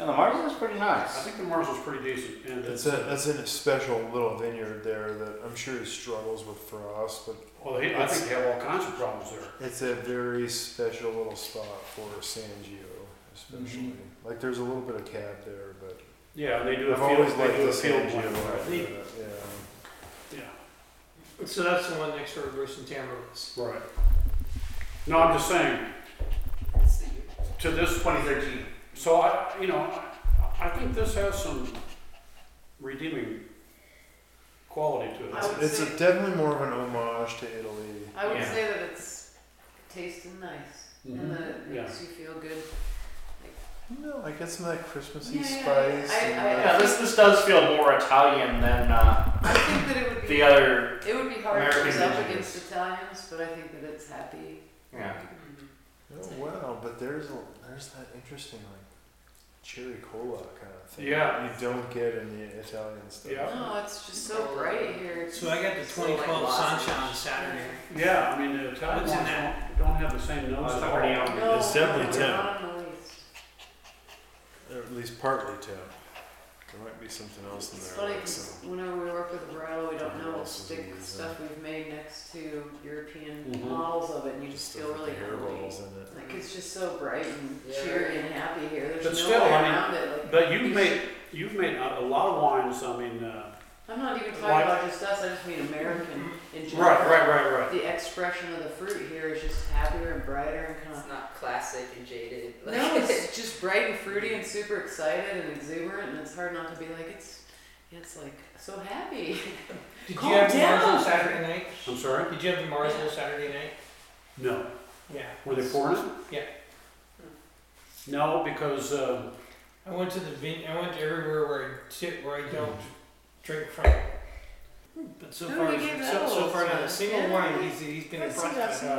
S1: And the Mars is pretty
S4: I
S1: nice.
S4: think the Marzo's pretty decent, and
S5: That's
S4: it's,
S5: a, that's in a special little vineyard there that I'm sure he struggles with frost, but
S4: well, they, I think they have all kinds of problems there.
S5: It's a very special little spot for Sangio, especially. Like there's a little bit of cab there, but
S4: Yeah, and they do a
S5: I've
S4: field,
S5: always
S4: they
S5: liked
S4: do
S5: the
S4: a field
S5: Sangio.
S4: blend, right?
S5: Yeah,
S4: Yeah.
S2: So that's the one next door to Bruce and Tamara's.
S4: Right. No, I'm just saying,
S6: It's the year.
S4: to this point,
S1: 2013.
S4: so I, you know, I, I think this has some redeeming quality to
S3: I
S4: it.
S3: would
S5: it's
S3: say,
S5: a, definitely more of an homage to Italy.
S3: I would
S1: Yeah.
S3: say that it's tasting nice and that it
S4: Yeah.
S3: makes you feel good.
S5: No, I get some of that Christmassy
S3: Yeah, yeah,
S5: spice.
S3: I-
S5: and
S3: I-
S5: that-
S1: Yeah, this, this does feel more Italian than uh,
S3: I think that it would be
S1: the other.
S3: it would be hard to
S1: American
S3: it's up
S1: dishes.
S3: against Italians, but I think that it's happy.
S1: Yeah.
S5: oh wow, but there's a, there's that interesting like cherry cola kind of thing.
S4: Yeah.
S5: you don't get in the Italian stuff.
S4: Yeah.
S3: No, it's just so bright here. It's
S2: So I got the
S3: so, like,
S2: 2012
S3: lozenge.
S2: Sunshine Saturday.
S4: Yeah, I mean, the Italian
S2: What's in
S4: ones don't, don't have the same nose
S1: Well,
S4: at
S1: it's
S4: all.
S1: already on.
S3: No,
S5: It's
S3: no,
S5: definitely tan.
S3: not on the least.
S5: Or at least partly too. There might be something else in
S3: It's
S5: there.
S3: funny
S5: like
S3: 'cause
S5: some-
S3: whenever we work with a varietal, we don't
S5: Something
S3: know what
S5: else is
S3: stick
S5: amazing.
S3: stuff we've made next to European
S4: Mhm.
S3: models of it, and you just
S5: stuff
S3: feel
S5: with
S3: really
S5: the hair
S3: hungry.
S5: rolls in it.
S3: Like it's just so bright and
S6: Yeah.
S3: cheery and happy here. There's
S4: But
S3: no
S4: still,
S3: way
S4: I mean,
S3: around it. Like,
S4: But you've made, you've made a a lot of wines, I mean, uh.
S3: I'm not even talking
S4: Why-
S3: about just us. I just mean American in general.
S4: right, right.
S3: The expression of the fruit here is just happier and brighter and *laughs*
S6: It's
S3: kind
S6: not classic and jaded. *laughs*
S3: of. No, it's just bright and fruity and super excited and exuberant, and it's hard not to be like it's. It's like so happy. *laughs*
S2: Did
S3: Calm
S2: you have the
S3: down.
S2: Marzo Saturday night?
S4: I'm sorry?
S2: Did you have the Marzo
S3: Yeah.
S2: Saturday night?
S4: No.
S2: Yeah.
S4: Were they pouring it?
S2: Yeah.
S4: No, because, uh,
S2: I went to the vin. I went to everywhere where I sit where I don't
S4: Hmm.
S2: drink from. But so
S3: Who
S2: far,
S3: we gave that
S2: so, so
S3: little
S2: far not
S3: to?
S2: a single
S3: Yeah.
S2: one. He's, he's been a
S3: Let's see
S2: front.
S3: that some-
S4: uh,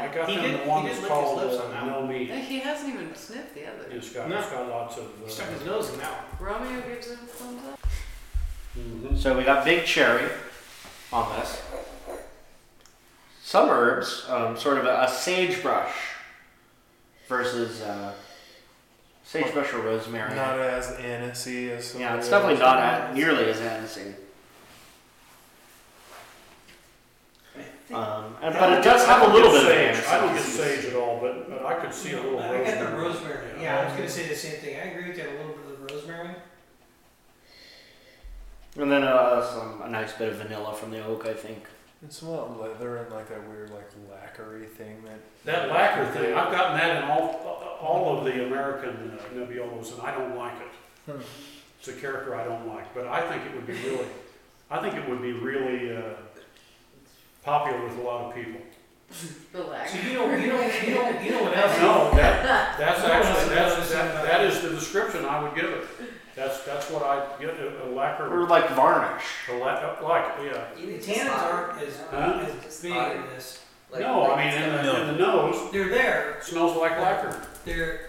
S4: I got
S2: He
S4: them
S2: did-
S4: the
S2: he
S4: one
S2: did
S4: that's
S2: lick his
S4: called
S2: lips
S4: uh,
S2: on that
S4: No Meat.
S3: Like, he hasn't even sniffed the other.
S4: It's got,
S2: No.
S4: it's got lots of,
S2: He stuck his
S4: uh.
S2: nose in that one.
S3: Romeo gives it a thumbs up.
S4: mhm.
S1: So we got big cherry on this. Some herbs, um, sort of a, a sagebrush versus uh, sagebrush or rosemary.
S5: Not as anisey as some
S1: yeah, it's
S5: of the
S1: definitely
S5: others.
S1: not at, nearly as anisey.
S4: Uh,
S1: Um, and, but it does have a little bit of
S4: I don't
S1: anisey.
S4: get sage. I don't get sage at all, but, but I could see a little
S2: I
S4: rosemary.
S2: got the rosemary. Yeah, I was
S4: Um,
S2: gonna say the same thing. I agree with you. A little bit of the rosemary. *laughs*
S1: And then uh, some, a nice bit of vanilla from the oak, I think.
S5: It's a lot of leather and like that weird like lacquery thing that
S4: That lacquer thing, I've gotten that in all, all of the American uh, Nebbiolos, and I don't like it.
S5: Hmm.
S4: It's a character I don't like, but I think it would be really, I think it would be really uh, popular with a lot of people.
S3: Relax.
S2: So you know, you know, you know, you know *laughs* what else?
S4: No, that, that's
S2: No, that's-
S4: actually, that's,
S2: that's-
S4: that, that is the description I would give it. That's, that's what I get, a a
S1: Or
S4: lacquer,
S1: like varnish.
S4: a la, uh, like, yeah.
S3: *laughs*
S2: The
S6: You just
S2: tannins
S6: thought-
S2: aren't as,
S4: Huh?
S2: as
S6: Just
S2: big
S6: thought-
S2: in this.
S6: like-
S4: No,
S6: like
S4: I mean,
S6: it's
S4: in
S6: got-
S4: the, in the nose,
S2: They're there.
S4: it smells like lacquer.
S2: They're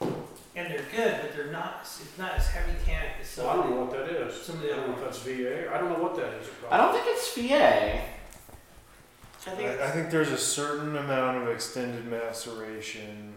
S2: and they're good, but they're not. It's not as heavy tannic as some.
S4: So I don't know what that is.
S2: Some of
S4: I
S2: the other
S4: don't know if
S2: ones.
S4: that's VA, I don't know what that is.
S1: I don't think it's VA.
S3: I think
S5: I, I
S3: it's
S5: think there's a certain amount of extended maceration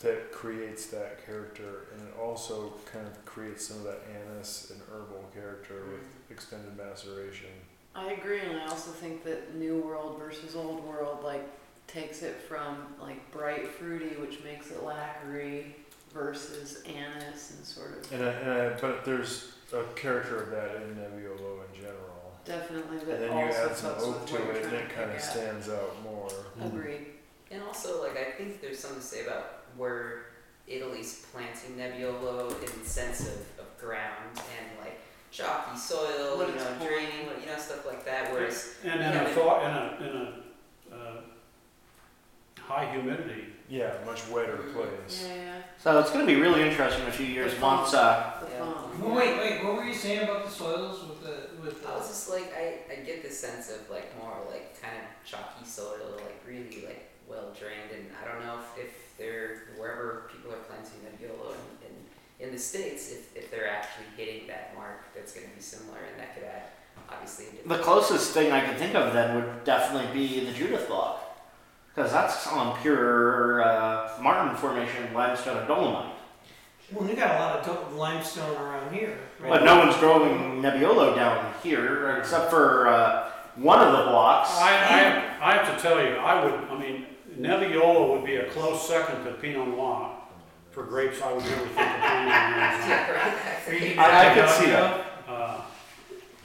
S5: that creates that character and it also kind of creates some of that anise and herbal character with extended maceration.
S3: I agree, and I also think that New World versus Old World like takes it from like bright fruity, which makes it lacquery, versus anise and sort of
S5: And I, and I, but there's a character of that in Nebbiolo in general.
S3: definitely, but
S5: And then you
S3: also
S5: add some
S3: helps
S5: oak
S3: with what you're
S5: to it and
S3: trying
S5: it
S3: to
S5: kind
S3: pick
S5: of
S3: at.
S5: stands out more.
S6: Mm-hmm.
S3: Agreed.
S6: And also, like, I think there's something to say about where Italy's planting Nebbiolo in the sense of, of ground and, like, chalky soil,
S3: What
S6: you
S3: it's
S6: know,
S3: pulling.
S6: draining, you know, stuff like that. Whereas,
S4: And in a thaw, in a, in a, uh, high humidity,
S5: Yeah, much wetter place.
S3: Yeah, yeah.
S1: So it's going to be really interesting in a few years once. Uh,
S3: The
S6: Yeah.
S3: foam.
S2: Well, wait, wait. What were you saying about the soils with the with
S6: I was
S2: the?
S6: just like, I, I get this sense of, like, more, like, kind of chalky soil, like, really, like, well drained. And I don't know if, if they're, wherever people are planting Nebbiolo *laughs* in, in, in the States, if, if they're actually hitting that mark that's going to be similar and that could add, obviously a
S1: The
S6: different.
S1: closest thing I could think of then would definitely be the Judith block, because that's on pure uh, Martin Formation limestone and dolomite.
S2: Well, we got a lot of do- limestone around here.
S1: But no one's growing Nebbiolo down here except for uh, one of the blocks.
S4: I, I, I have to tell you, I would, I mean, Nebbiolo would be a close second to Pinot Noir. For grapes, I would never think of Pinot
S6: *laughs*
S4: Noir.
S7: I- I could see that.
S4: Uh,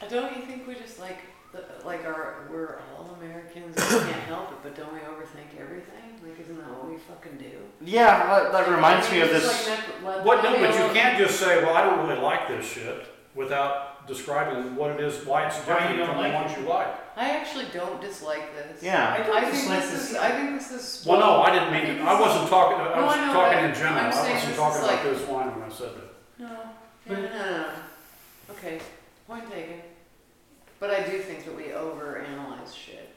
S3: Don't you think we just like, the- like our, we're all Americans, we can't help it, but don't we overthink everything? Like, isn't that what we fucking do?
S1: yeah, that, that reminds me of
S3: It's
S1: this.
S3: like nec- like
S4: What, no, but you
S3: Nebbiolo-
S4: can't just say, well, I don't really like this shit without describing what it is, why it's
S2: Why you
S4: different
S2: don't
S4: from the
S2: like
S4: ones you like.
S3: I actually don't dislike this.
S1: Yeah.
S2: I don't
S3: I think
S2: dislike
S3: this
S2: this
S3: is,
S2: either.
S3: I think this is.
S4: Well, no, I didn't mean, I wasn't talking, I
S3: No,
S4: was
S3: I know,
S4: talking
S3: but
S4: in general,
S3: I'm
S4: I
S3: saying
S4: wasn't
S3: this
S4: talking
S3: is
S4: about
S3: like-
S4: this wine when I said that.
S3: No, no,
S2: But-
S3: no, no, no. Okay, point taken. But I do think that we overanalyze shit.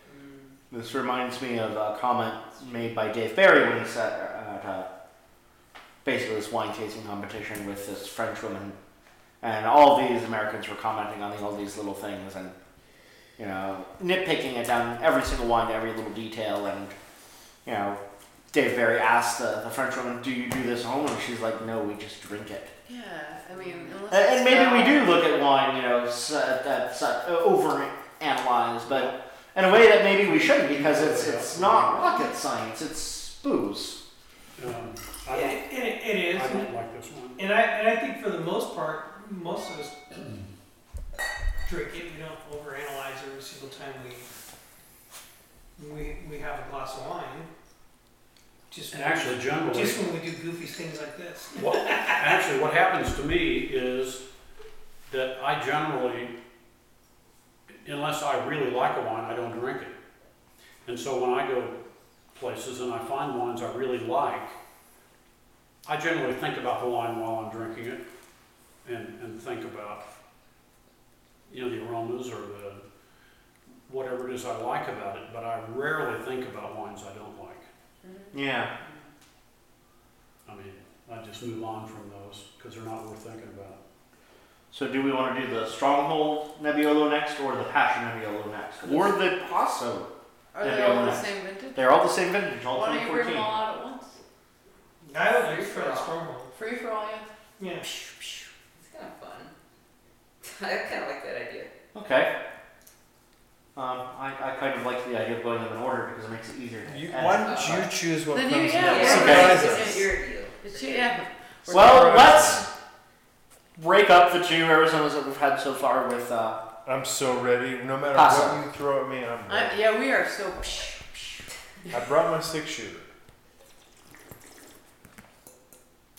S1: This reminds me of a comment made by Dave Barry when he sat at uh, basically this wine tasting competition with this French woman, and all these Americans were commenting on all these little things and you know nitpicking it down every single wine, every little detail, and you know Dave Barry asked the, the French woman, "Do you do this at home?" And she's like, "No, we just drink it."
S3: Yeah, I mean,
S2: Mm-hmm.
S3: unless.
S1: And, Uh, and
S3: it's
S1: maybe we
S3: about-
S1: do look at wine, you know, s- uh, that's uh, over analyzed, but in a way that maybe we shouldn't because it's it's not rocket science. It's booze.
S4: Um, I
S2: And
S4: don't,
S2: it, and it- it is.
S4: I
S2: and-
S4: don't like this one.
S2: And I and I think for the most part, most of us drink it. We don't overanalyze every single time we we we have a glass of wine. Just
S4: And actually, generally,
S2: just when we do goofy things like this.
S4: what, actually, what happens to me is that I generally, unless I really like a wine, I don't drink it. And so when I go places and I find wines I really like, I generally think about the wine while I'm drinking it and, and think about, you know, the aromas or the whatever it is I like about it, but I rarely think about wines I don't like.
S3: Mm-hmm.
S1: Yeah.
S4: I mean, I just move on from those because they're not worth thinking about.
S1: So do we want to do the Stronghold Nebbiolo next, or the Passion Nebbiolo next, or the Paso?
S3: Are
S1: Yeah,
S3: they
S1: we
S3: all
S1: all
S3: the
S1: know.
S3: same vintage?
S1: They're all the same vintage, all
S3: Why don't you bring
S1: 2014.
S3: them all out at once?
S2: I would like for the stronghold.
S3: Free for all, yeah.
S2: Yeah.
S6: It's kind of fun. *laughs* I kind of like that idea.
S1: Okay. Um, I, I kind of like the idea of going them in order because it makes it easier. to
S8: You,
S1: edit.
S8: why don't you choose what
S3: Uh, Then
S8: comes
S3: you-
S8: next?
S3: yeah,
S1: yeah.
S8: Surprise
S1: Okay.
S8: us.
S6: It's your deal.
S3: It's, yeah. We're
S1: Well,
S3: not-
S1: let's break up the two Arizonas that we've had so far with. Uh,
S5: I'm so ready. No matter
S1: Awesome.
S5: what you throw at me, I'm
S3: I, *laughs*
S5: ready.
S3: yeah, we are so.
S5: I brought my six shooter.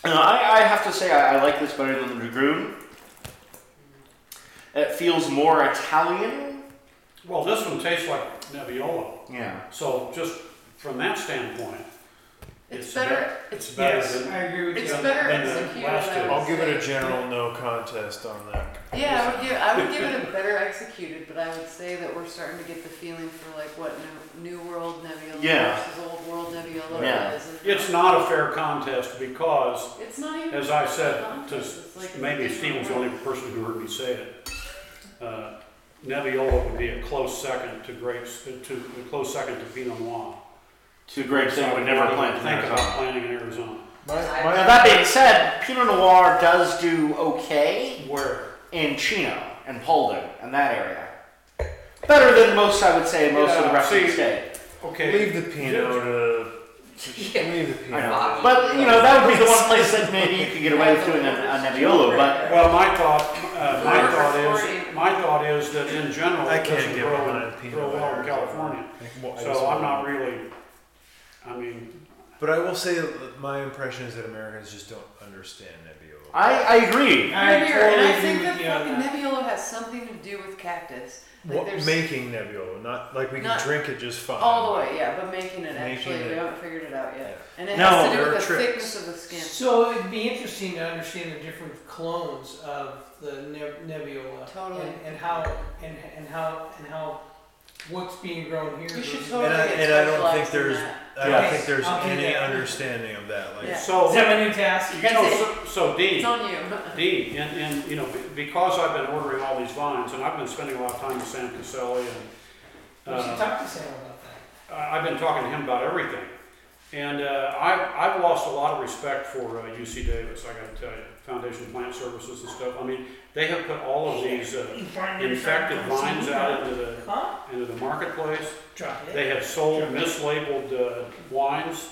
S1: No, I, I have to say I, I like this better than the Dragoon. It feels more Italian.
S4: Well, this one tastes like Nebbiolo,
S1: Yeah.
S4: so just from that standpoint,
S3: It's,
S4: It's
S3: better.
S4: it's better
S2: Yes,
S4: than.
S2: I agree with
S3: It's
S2: you.
S4: than-
S3: better
S4: than
S3: as
S4: the
S3: a hero
S4: last two.
S3: than-
S5: I'll give it a general no contest on that.
S3: Yeah, I would give I would give it a better executed, but I would say that we're starting to get the feeling for like what new, new world Nebbiolo
S1: Yeah.
S3: versus old world Nebbiolo
S1: Yeah.
S3: is. and-
S4: It's not a fair contest because,
S3: It's not even.
S4: as I said,
S3: contest,
S4: to
S3: it's like
S4: maybe
S3: different
S4: Steve was the
S3: world.
S4: only person who heard me say it. Uh, Nebbiolo would be a close second to grapes, to a close second to Pinot Noir.
S1: Two grapes that would never plant in
S4: Think
S1: Arizona.
S4: about planting in Arizona.
S5: My,
S6: I-
S5: my,
S1: Now that being said, Pinot Noir does do okay
S4: Where?
S1: in Chino and Polden and that area. Better than most, I would say, most of the
S4: Yeah,
S1: rest of the
S4: see-
S1: state.
S4: Okay.
S5: leave the Pinot to. to- Leave the
S1: I
S5: Pinot.
S1: know. But you know that would be the one place that maybe you could get away with doing a, a Nebbiolo. But
S4: Well, my thought, uh, my
S3: Whatever
S4: thought
S3: forty.
S4: is, my thought is that in general,
S5: I
S4: it
S5: can't
S4: doesn't
S5: get
S4: grow,
S5: behind
S4: in-
S5: peanut
S4: grow well in
S5: butter.
S4: California. So I'm not really, I mean,
S8: But I will say that my impression is that Americans just don't understand Nebbiolo.
S1: I, I agree.
S2: I
S3: Here,
S2: totally
S3: and I
S2: agree
S3: think
S2: with
S3: that
S2: you on
S3: fucking Nebbiolo has something to do with cactus. Like
S5: What,
S3: there's
S5: making Nebbiolo, not like we can
S3: Not-
S5: drink it just fine.
S3: all the way, yeah, but making it actually,
S5: Making
S3: we
S5: it-
S3: haven't figured it out yet. And it
S1: No,
S3: has to do
S5: there
S3: with
S5: are
S3: the
S5: tricks.
S3: thickness of the skin.
S2: So it'd be interesting to understand the different clones of the neb- nebula.
S3: Totally.
S2: And, and how and, and how and how what's being grown here.
S3: You should
S2: versus-
S3: totally
S5: And I-
S3: get
S5: and I don't think
S3: specialized in
S5: there's-
S3: that.
S5: I don't
S2: Yes.
S5: think there's
S2: I'll do
S5: any
S2: that.
S5: understanding of that. Like,
S3: Yeah.
S2: Is
S4: so,
S2: that my new task?
S4: you know, so, so Dean,
S3: It's on you.
S4: Dean, and, and, you know, be- because I've been ordering all these vines, and I've been spending a lot of time with Sam Caselli, and,
S2: We should
S4: uh,
S2: talk to Sam about that.
S4: I- I've been talking to him about everything. And, uh, I, I've lost a lot of respect for, uh, UC Davis, I gotta tell you, Foundation Plant Services and stuff. I mean, they have put all of these, uh, infected vines out into the,
S2: Huh?
S4: into the marketplace.
S2: Drop it.
S4: They have sold mislabeled, uh, wines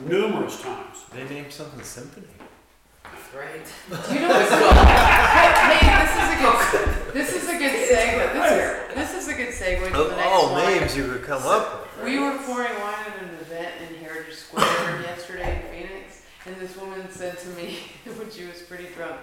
S4: numerous times.
S8: They named something symphony.
S6: right?
S3: Do you know what's cool? hey, this is a good, this is a good segue. This is, this is a good segue to the
S8: Of
S3: next
S5: Oh,
S8: all
S3: one.
S8: Oh, names you could come up with.
S3: We were pouring wine at an event in Heritage Square *laughs* yesterday in Phoenix, and this woman said to me *laughs* when she was pretty drunk,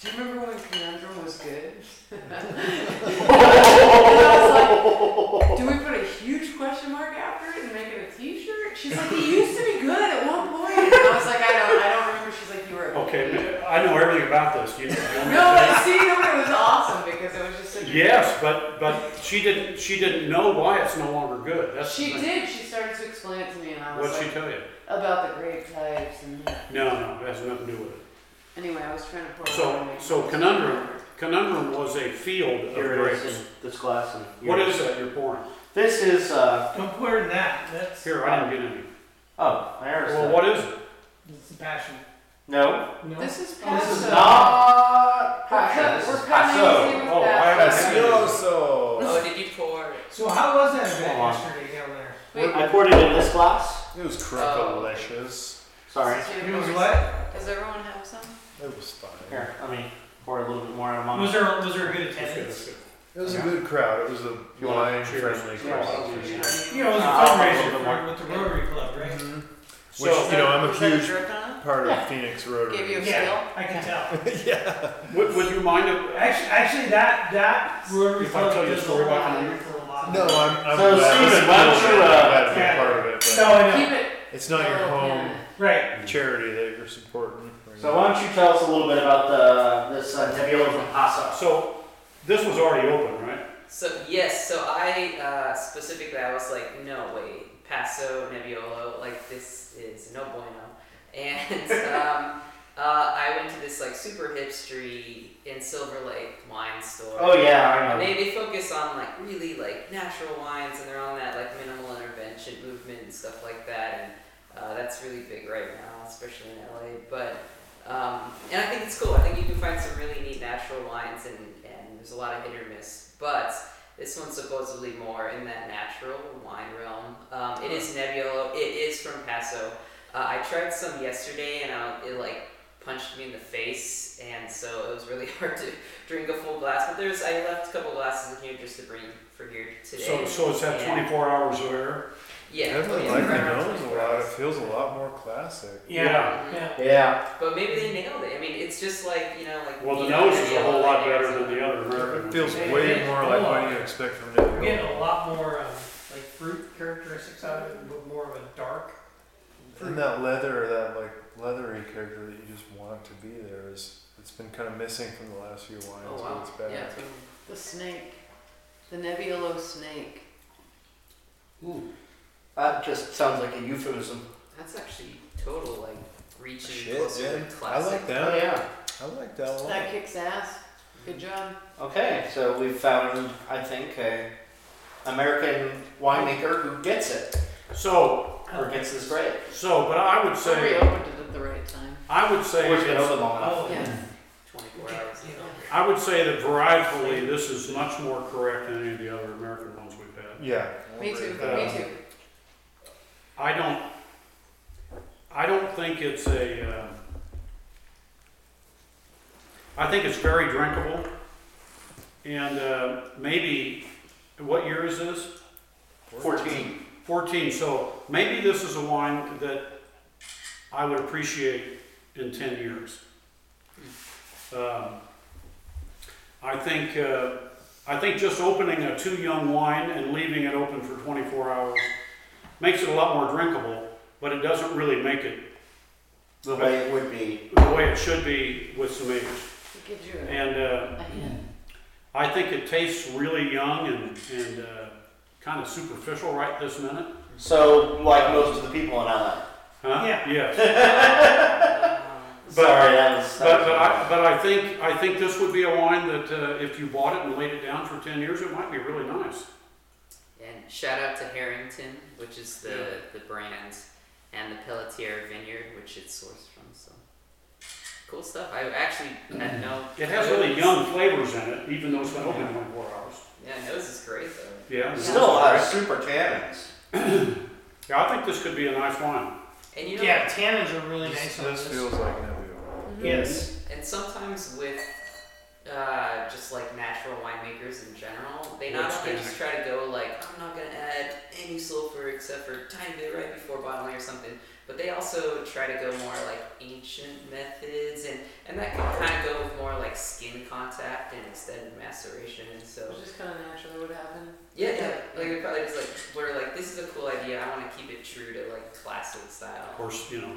S3: "Do you remember when Conundrum was good?" *laughs* and I was like, "Do we put a huge question mark after it and make it a T-shirt?" She's like, "It used to be good at one point." And I was like, "I don't, I don't remember." She's like, "You were."
S4: Okay, I know everything about this. You, you want me to
S3: No,
S4: say-
S3: but see, no, it was awesome because it was just such. a-
S4: Yes, but but she didn't she didn't know why it's no longer good. That's the
S3: She
S4: thing.
S3: did. She started to explain it to me, and I was
S4: What'd she
S3: like,
S4: tell you?
S3: about the grape types and.
S4: No, no, it has nothing to do with it.
S3: Anyway, I was trying to pour.
S4: So so conundrum conundrum was a field of
S1: Here it is
S4: grapes.
S1: in this glass. And
S4: What is that you're pouring?
S1: This is, uh,
S2: Don't pour it in that. That's
S4: Here, I didn't get any.
S1: oh, there's
S4: Well,
S1: the-
S4: what is it?
S2: that's the passion.
S1: No,
S2: No.
S3: This is
S2: This
S3: pasta.
S1: this is not
S3: We're,
S1: passion. This is
S3: we're cutting
S1: passo.
S3: anything with
S4: Oh, I
S3: pasta.
S4: haven't had any.
S8: Precioso.
S6: *laughs* Oh, did you pour?
S2: so how was that event
S1: Hold on.
S2: yesterday down there?
S3: Wait,
S1: I poured it in this glass.
S5: It was crunkalicious.
S1: Sorry.
S2: It was what?
S3: Does everyone have some?
S5: It was fine.
S1: Here, let me pour a little bit more out of mine.
S2: Was there was there a good
S4: That's good, that's
S2: attendance?
S4: good.
S5: It was
S1: Yeah.
S5: a good crowd. It was a
S1: You wanna-
S5: wine-friendly
S1: Yeah.
S5: crowd.
S2: You know, it was a
S1: Uh, I'll have a
S2: fundraiser
S1: little bit more.
S2: for, with the Rotary Club, right?
S5: Which,
S4: So
S5: you know, I'm a
S3: Was that
S5: huge
S3: drip on
S5: part
S1: Yeah.
S5: of Phoenix Rotary. *laughs*
S3: Give you a-
S2: Yeah, I can tell.
S4: would, would you mind if
S2: Actually, actually, that that Rotary
S4: If I
S2: Club
S4: tell you a
S2: does a
S4: story about
S2: lot
S4: Henry?
S2: for a lot.
S5: No, I'm, I'm
S1: So,
S5: glad.
S1: Steven,
S5: I'm
S1: why don't you, uh,
S5: glad to be a part of it, but
S2: No, I
S3: it?
S2: know.
S3: Keep it.
S5: it's not your
S3: Oh,
S5: home
S3: yeah.
S2: Right.
S5: charity that you're supporting.
S1: So why don't you tell us a little bit about the this uh, Nebbiolo from Passo?
S4: so this was already open, right?
S6: So yes, so I uh, specifically I was like, no way, Paso Nebbiolo, like this is no bueno. And *laughs* um, uh, I went to this like super hipstery in Silver Lake wine store.
S1: Oh yeah, I
S6: And
S1: know.
S6: They, they focus on like really like natural wines and they're on that like minimal intervention movement and stuff like that and uh, that's really big right now especially in LA but um, and I think it's cool I think you can find some really neat natural wines and, and there's a lot of hit or miss but this one's supposedly more in that natural wine realm um, it is Nebbiolo it is from Paso uh, I tried some yesterday and I, it like punched me in the face and so it was really *laughs* hard to drink a full glass. But there's I left a couple glasses in here just to bring for here today.
S4: So so it's had 24 hours of air.
S6: yeah,
S5: Definitely
S6: yeah,
S5: like
S6: right
S5: the
S6: around
S5: nose a lot.
S6: 24
S5: It
S6: hours.
S5: feels a lot more classic.
S2: Yeah.
S6: Mhm.
S2: Yeah.
S1: Yeah,
S6: But maybe they nailed it. I mean, it's just like you know, like
S4: Well, the
S6: you know,
S4: nose is a
S6: Nebbiolo,
S4: whole lot
S6: they nailed
S4: better than
S6: it.
S4: the other American.
S5: It feels
S4: one.
S5: way more like what you expect from New
S2: We're
S5: York.
S2: getting a lot more um, like fruit characteristics out of it, but more of a dark.
S5: And that leather, that like leathery character that you just want to be there is it's been kind of missing from the last few wines,
S6: Oh
S5: but
S6: wow!
S5: it's back.
S6: Yeah. totally.
S3: The snake. The Nebbiolo snake.
S1: that just sounds like a euphemism.
S6: That's actually total like reaching
S8: Shit,
S6: closer
S8: yeah.
S6: to
S8: I
S6: classic.
S8: like
S1: Oh
S8: that.
S1: yeah.
S8: I like that
S5: Oh.
S8: a
S3: That
S8: lot.
S3: kicks ass. Good job.
S1: Okay, so we've found I think a American winemaker who gets it
S4: So
S2: Uh,
S1: or gets this grape.
S4: so, but I would
S3: I
S4: say
S3: reopened it at the right time.
S4: I would say
S1: Which been
S4: it's-
S1: open long enough.
S2: Oh,
S3: Yes.
S6: Twenty-four hours. You know.
S4: I would say that varietally, this is much more correct than any of the other American ones we've had.
S5: Yeah.
S3: Me too.
S4: Uh,
S3: Me too.
S4: I don't, I don't think it's a, um, I think it's very drinkable. And uh, maybe, what year is this?
S1: Fourteen.
S4: 14, so maybe this is a wine that I would appreciate in 10 years. Um, I think, uh, I think just opening a too young wine and leaving it open for 24 hours makes it a lot more drinkable, but it doesn't really make it
S1: The way it would be.
S4: the way it should be with some age.
S3: It gives you a,
S4: And uh,
S3: a hint.
S4: I think it tastes really young and, and uh, kind of superficial right this minute.
S1: So like most of the people in LA.
S4: Huh?
S2: Yeah.
S4: Yes.
S6: Um,
S1: Sorry, that was. That
S4: But,
S1: was
S4: but I, but I think, I think this would be a wine that, uh, if you bought it and laid it down for ten years, it might be really nice.
S6: And shout out to Harrington, which is the, the brand, and the Pelletier Vineyard, which it's sourced from. So cool stuff. I actually had no.
S4: It has really young flavors in it, even though it's been open twenty-four hours.
S6: Yeah, nose is great though.
S4: Yeah.
S1: still has super tannins.
S4: *clears throat* Yeah, I think this could be a nice wine.
S6: And you know,
S2: Yeah, tannins are really
S5: This,
S2: nice on
S5: this
S2: this.
S5: feels like an Nebbiolo.
S3: Mm-hmm.
S2: Yes.
S6: and sometimes with uh, just like natural winemakers in general, they not
S4: Which
S6: only
S4: they-
S6: just try to go like, I'm not gonna add any sulfur except for a tiny bit right before bottling or something, but they also try to go more like ancient methods, and and that can kind of go with more like skin contact and extended maceration, and so.
S3: Which is kind of naturally what happened.
S6: Yeah, yeah. Like it probably just like we're like this is a cool idea. I want to keep it true to like classic
S4: Of
S6: style.
S4: course, you know,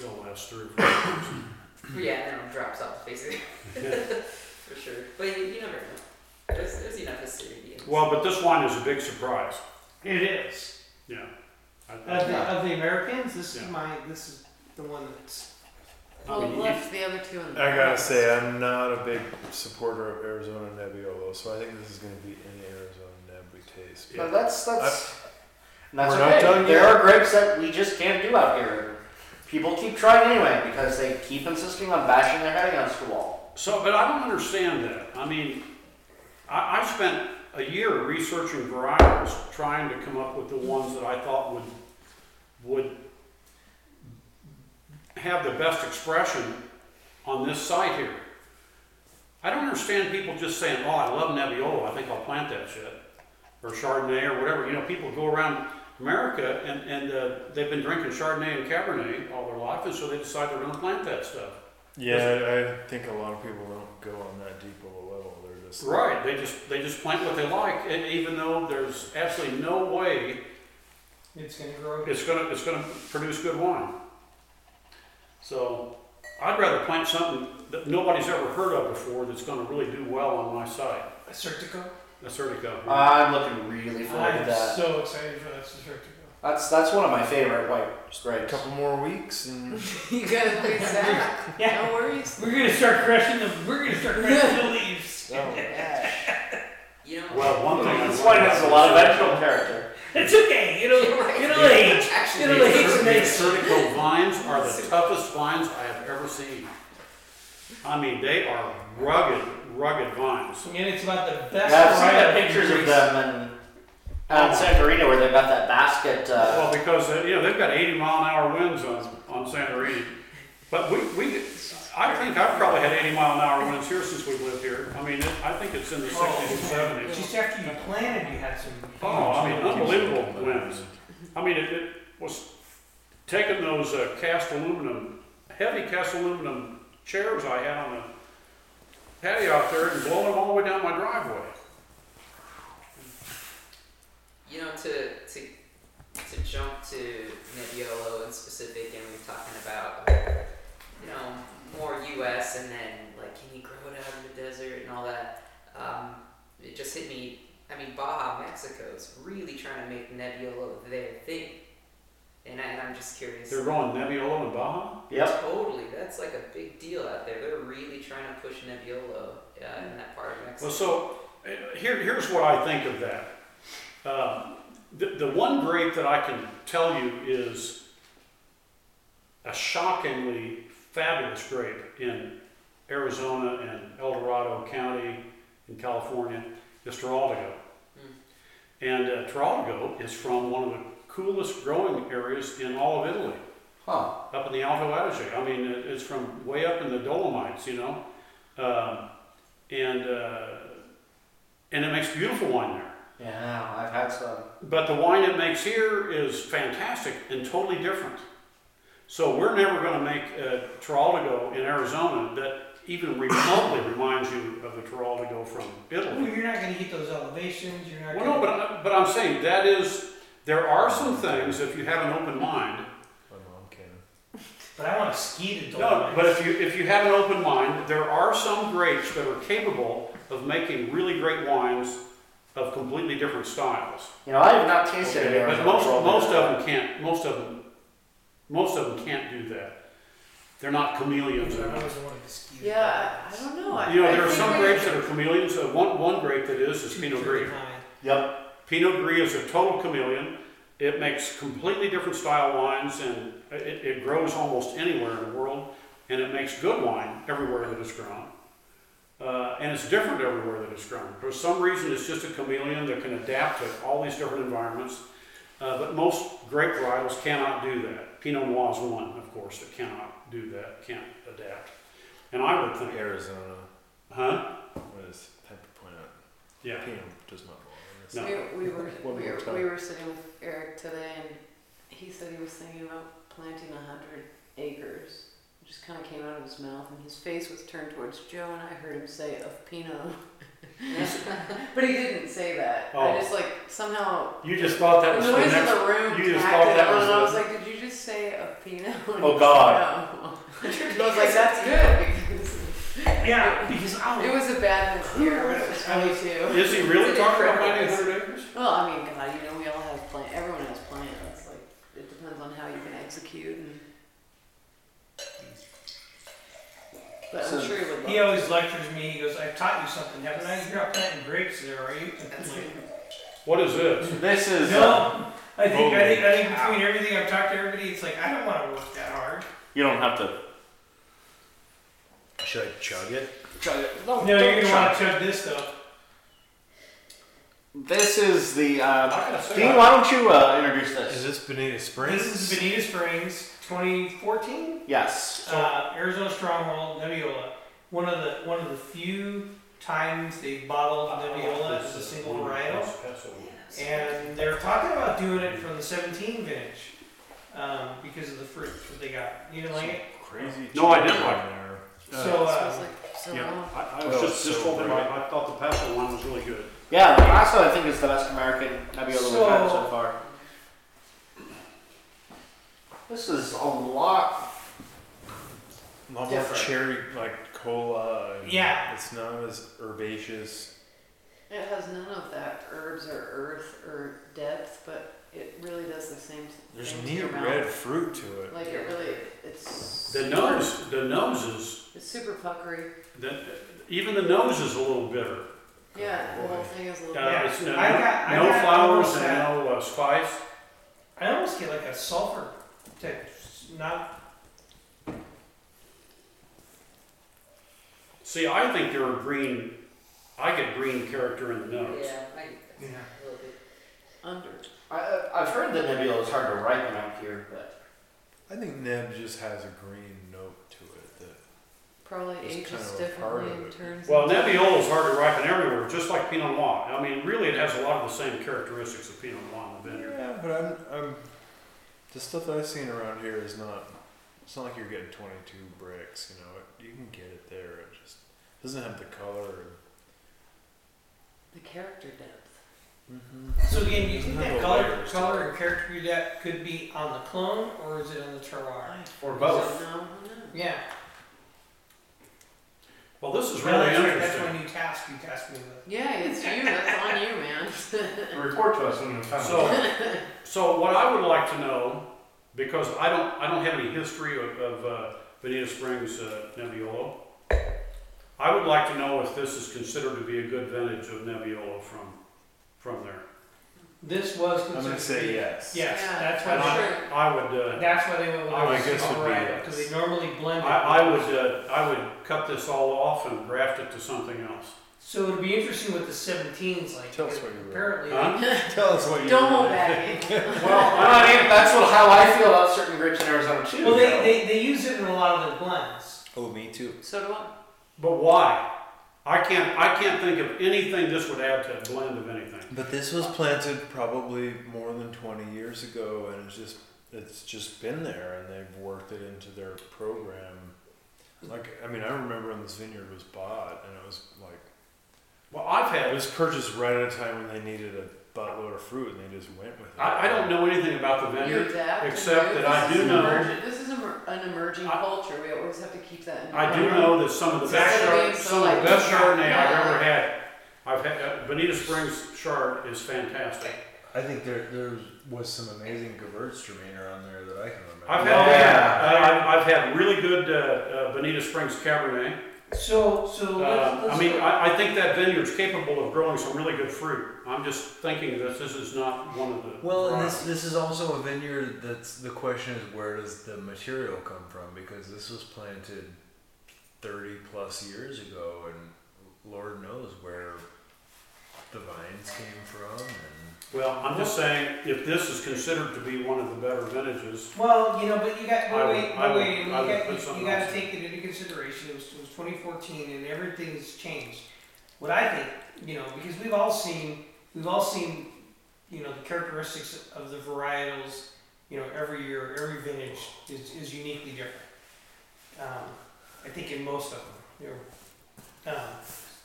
S4: it'll last three or four years.
S6: Yeah, and then it drops off
S4: *laughs*
S6: basically for sure. But you, you never know. There's, there's enough history. to be in.
S4: Well, but this wine is a big surprise,
S2: It is.
S4: yeah. I- I-
S2: Of the, of the Americans, this
S4: Yeah.
S2: is my this is the one that's
S4: I
S3: Well,
S4: mean,
S3: it
S4: you-
S3: left the other two in the
S5: I gotta
S3: past.
S5: say, I'm not a big supporter of Arizona Nebbiolo, so I think this is gonna be an Arizona Neb we taste.
S1: But that's that's. and that's
S5: We're not
S1: okay.
S5: done
S1: there
S5: yet.
S1: are grapes that we just can't do out here. People keep trying anyway because they keep insisting on bashing their head against the wall.
S4: So, but I don't understand that. I mean, I, I spent a year researching varietals, trying to come up with the ones that I thought would would have the best expression on this site here. I don't understand people just saying, "Oh, I love Nebbiolo. I think I'll plant that shit," or Chardonnay or whatever. You know, people go around America and and uh, they've been drinking Chardonnay and Cabernet all their life, and so they decide they're going to plant that stuff.
S5: Yeah, I, I think a lot of people don't go on that deep of a level. They're just
S4: Right. They just they just plant what they like, and even though there's absolutely no way
S2: it's gonna grow.
S4: it's gonna it's gonna produce good wine. So I'd rather plant something that nobody's ever heard of before that's gonna really do well on my site.
S2: A Certico.
S4: Acertico.
S1: I'm looking really forward to
S2: I'm
S1: that.
S2: so excited for this Certico.
S1: That's that's one of my favorite white
S5: a
S1: grapes.
S5: couple more weeks, and
S3: *laughs* You gotta please that.
S2: Yeah.
S3: No worries.
S2: We're gonna start crushing the we're gonna start crushing the leaves.
S1: Oh.
S6: You know.
S4: Well,
S1: *laughs*
S4: one thing. I
S1: This wine has a lot of vegetable character.
S2: It's okay, it'll
S3: *laughs*
S2: it'll age.
S6: actually,
S2: It'll age
S4: The
S2: next
S4: Acertico vines are the toughest vines I have ever seen. I mean, they are rugged, rugged vines.
S2: And it's about the
S1: Yeah,
S2: best
S1: I've seen the
S2: variety
S1: pictures of
S2: Greece.
S1: them in out in San Marino where they've got that basket. Uh,
S4: Well, because, uh, you know, they've got 80 mile an hour winds on, on Santorini. But we, we, I think I've probably had 80 mile an hour winds here since we've lived here. I mean, it- I think it's in the 60s and 70s.
S2: Oh, Just after you planted you had some
S4: Oh, I mean, unbelievable winds. I mean, it, it was taking those uh, cast aluminum, heavy cast aluminum chairs I had on the patio out there and blowing them all the way down my driveway.
S6: you know to to to jump to Nebbiolo in specific, and we we're talking about you know more U.S. and then like can you grow it out of the desert and all that. Um, it just hit me. I mean, Baja Mexico is really trying to make Nebbiolo their thing, and, I, and I'm just curious.
S4: They're growing Nebbiolo and Baja?
S5: Oh.
S1: yep.
S6: Totally, that's like a big deal out there. They're really trying to push Nebbiolo uh, in that part of Mexico.
S4: Well, so uh, here, here's what I think of that. Um, the, the one grape that I can tell you is a shockingly fabulous grape in Arizona and El Dorado County in California is Teraldigo.
S6: Hmm.
S4: And uh, Teraldigo is from one of the coolest growing areas in all of Italy
S1: Huh.
S4: up in the Alto Adige. I mean, it- it's from way up in the Dolomites, you know, um, and uh, and it makes beautiful wine there.
S1: Yeah, I've had some.
S4: But the wine it makes here is fantastic and totally different. So we're never going to make a Teraldigo in Arizona that even remotely reminds you of the Teraldigo from
S2: Well,
S4: Italy.
S2: you're not gonna get those elevations, you're not
S4: Well,
S2: gonna
S4: no, but, I- but I'm saying that is, there are some things, if you have an open mind,
S5: my mom came.
S2: but I wanna ski to
S4: No,
S2: Dolomite.
S4: but if you, if you have an open mind, there are some grapes that are capable of making really great wines of completely different styles.
S1: You know, I have not tasted it.
S4: But most, most of them can't, most of them, most of them can't do that. They're not chameleons.
S2: I
S4: They're not-
S2: always wanted to skew.
S3: Yeah, I, I don't know. I,
S4: You know,
S3: I
S4: there are
S3: think
S4: some
S3: we-
S4: grapes that are chameleons. So one, one grape that is is Pinot Gris.
S1: Yep.
S4: Pinot Gris is a total chameleon. It makes completely different style wines and it, it grows almost anywhere in the world and it makes good wine everywhere that it's grown. Uh, and it's different everywhere that it's grown. For some reason, it's just a chameleon that can adapt to all these different environments. Uh, but most grape varietals cannot do that. Pinot Noir is one, of course, that cannot do that, can't adapt. And I would think,
S5: Arizona.
S4: huh?
S5: What is type of point out?
S4: Yeah.
S5: Pinot does not belong.
S4: No.
S3: We, we
S4: *laughs*
S3: were
S9: One
S3: we
S9: more
S3: were,
S9: time.
S3: we were sitting with Eric today, and he said he was thinking about planting a hundred acres. It just kind of came out of his mouth, and his face was turned towards Joe, and I heard him say of Pinot, *laughs* but he didn't say that.
S4: Oh.
S3: I just like somehow
S4: You just thought
S3: the
S4: that was
S3: noise
S4: the
S3: in
S4: next.
S3: the room.
S4: you just
S3: tacked
S4: thought
S3: it
S4: that
S3: on,
S4: was
S3: and I was
S4: the-
S3: like, "Did you just say of Pinot?" *laughs* And he
S1: Oh,
S3: said,
S1: God.
S3: "No." *laughs* And I was like, "That's good." Because
S2: Yeah, because I
S3: it
S2: was.
S3: was a bad mishear, but it was funny too.
S4: Is he really
S3: It's a
S4: talking about
S3: different
S4: planting
S3: race.
S4: 100 acres?
S3: Well, I mean, God, you know, we all have plan. Everyone has plans. Like, it depends on how you can execute. And... But
S1: So-
S3: I'm sure you would. Love
S2: He always lectures me. He goes, "I've taught you something, haven't I? You're not planting grapes there, are you?" And I'm
S6: That's
S2: like,
S4: What is this?
S1: This is
S2: No, I think I think I think between everything I've talked to everybody, it's like I don't want to work that hard.
S1: you don't have to.
S5: Should I chug it?
S4: Oh,
S2: No, you're gonna want to chug this though.
S1: This is the. Uh,
S4: I gotta say,
S1: Dean, why don't you uh, introduce this?
S5: Is this Bonita Springs?
S2: This is Bonita Springs, 2014,
S1: Yes.
S2: uh, Arizona Stronghold Nebbiolo. One of the one of the few times they've bottled Nebbiolo as a single varietal. And they're talking about doing it from the 17 vintage um, because of the fruit that they got. You didn't like it?
S5: Crazy.
S4: No, I
S5: chug
S4: didn't like
S5: there.
S2: So,
S3: it.
S2: uh,
S3: Smells like so
S5: yeah.
S3: wrong.
S4: I, I was
S5: Oh,
S4: just,
S5: so
S4: just over
S5: great.
S4: my, I thought the Paso one was really good.
S1: Yeah, the Paso I think is the best American Nebbiolo we've had so
S2: So-
S1: far. This is a lot.
S5: A lot more
S1: Different.
S5: cherry, like cola. and
S2: Yeah.
S5: It's not as herbaceous.
S3: It has none of that herbs or earth or depth, but it really does the same.
S5: There's
S3: thing to
S5: neat
S3: your mouth.
S5: red fruit to it.
S3: Like it really, it's
S4: The nose, the noses,
S3: It's super puckery.
S5: Oh,
S4: the, even the nose is a little bitter.
S3: Yeah, the whole
S5: boy.
S3: thing is a
S4: Uh,
S3: little.
S2: Yeah,
S4: it's no,
S2: I got- I
S4: no
S2: got
S4: flowers
S2: almost
S4: and
S2: that.
S4: no uh, spice.
S2: I almost get like a sulfur type, not
S4: See, I think there are green. I get green character in the nose.
S6: Yeah, I get that.
S2: Yeah.
S6: A little
S3: under.
S6: *laughs* bit.
S1: I, I- I've heard that Nebbiolo is hard to ripen out here, but
S5: I think Neb just has a green note to it. That
S3: Probably
S5: It's
S3: ages
S5: kind of a part
S3: differently
S5: of
S3: and
S5: it.
S3: turns.
S4: Well,
S3: into-
S4: Nebbiolo is hard to ripen everywhere, just like Pinot Noir. I mean, really, it has a lot of the same characteristics of Pinot Noir in the vineyard.
S5: yeah, but I'm, I'm. The stuff that I've seen around here is not. It's not like you're getting 22 bricks. You know, it, you can get it there. It just doesn't have the color.
S3: the character depth.
S5: Mm-hmm.
S2: So again, do you think
S5: Little
S2: that color,
S5: layers to
S2: color and character depth could be on the clone or is it on the terroir?
S3: So,
S4: Or
S3: no, I don't know.
S2: Yeah.
S4: Well, this is
S2: Well,
S4: really
S2: that's, my- that's
S4: interesting.
S2: my new task you tasked me with.
S3: Yeah, it's you. That's on you, man. *laughs*
S1: report to us when you come.
S4: So, so what I would like to know, because I don't, I don't have any history of, of uh, Bonita Springs uh, Nebbiolo. I would like to know if this is considered to be a good vintage of Nebbiolo from, from there.
S2: This was
S5: I'm
S2: considered.
S5: gonna
S2: to
S5: say
S2: be-
S5: yes.
S2: Yes,
S3: Yeah,
S2: that's
S4: And
S2: why.
S4: I, I would,
S2: They,
S4: uh,
S2: that's why they went with
S5: I
S2: a
S5: guess it'd be yes.
S2: because they normally blend.
S4: I,
S2: it.
S4: I would, uh, I would cut this all off and graft it to something else.
S2: So it'd be interesting with the 17s, like
S5: Tell us
S2: because
S5: what you wrote.
S2: apparently.
S4: Huh?
S5: *laughs* Tell us what you.
S3: Don't
S5: really
S3: hold back.
S1: Well, I mean, that's what, how I feel about certain grapes in Arizona too.
S2: Well,
S1: though.
S2: they, they, they use it in a lot of the blends.
S5: Oh, me too.
S3: So do I.
S4: But why? I can't, I can't think of anything this would add to a blend of anything.
S5: But this was planted probably more than 20 years ago, and it's just it's just been there, and they've worked it into their program. Like I mean, I remember when this vineyard was bought, and it was like
S4: Well, I've had
S5: it was purchased right at a time when they needed a buttload of fruit, and they just went with it.
S4: I, I don't know anything about the
S3: You
S4: vendor.
S3: adapt. and
S4: except
S3: move.
S4: that I
S3: This
S4: do
S3: is
S4: know-
S3: emergent- This is emer- an emerging
S4: I-
S3: culture. We always have to keep that in
S4: I
S3: mind.
S4: do know that some of the best
S3: Instead of
S4: chard,
S3: being so,
S4: some of the
S3: like,
S4: best chardonnay I've
S3: yeah.
S4: ever had. I've had uh, Bonita Springs chard is fantastic.
S5: I think there there was some amazing Gewurz Traminer on there that I can remember.
S4: I've had,
S2: Oh,
S4: I- I've, I've had really good uh, uh, Bonita Springs Cabernet.
S2: So, so let's,
S4: Uh,
S2: let's
S4: I mean,
S2: go-
S4: I, I think that vineyard's capable of growing some really good fruit. I'm just thinking that this is not one of the.
S5: Well, and this
S4: varieties.
S5: this is also a vineyard that's the question is where does the material come from because this was planted thirty plus years ago and Lord knows where the vines came from and
S4: Well, I'm just saying, if this is considered to be one of the better vintages,
S2: well, you know, but you got
S4: I
S2: but
S4: would-
S2: wait,
S4: I
S2: but
S4: would-
S2: wait, you
S4: I would
S2: got
S4: put
S2: you,
S4: something
S2: you got to
S4: else in.
S2: take it into consideration. It was, it was 2014, and everything's changed. What I think, you know, because we've all seen we've all seen, you know, the characteristics of the varietals. You know, every year, every vintage is, is uniquely different. Um, I think in most of them, you know, um,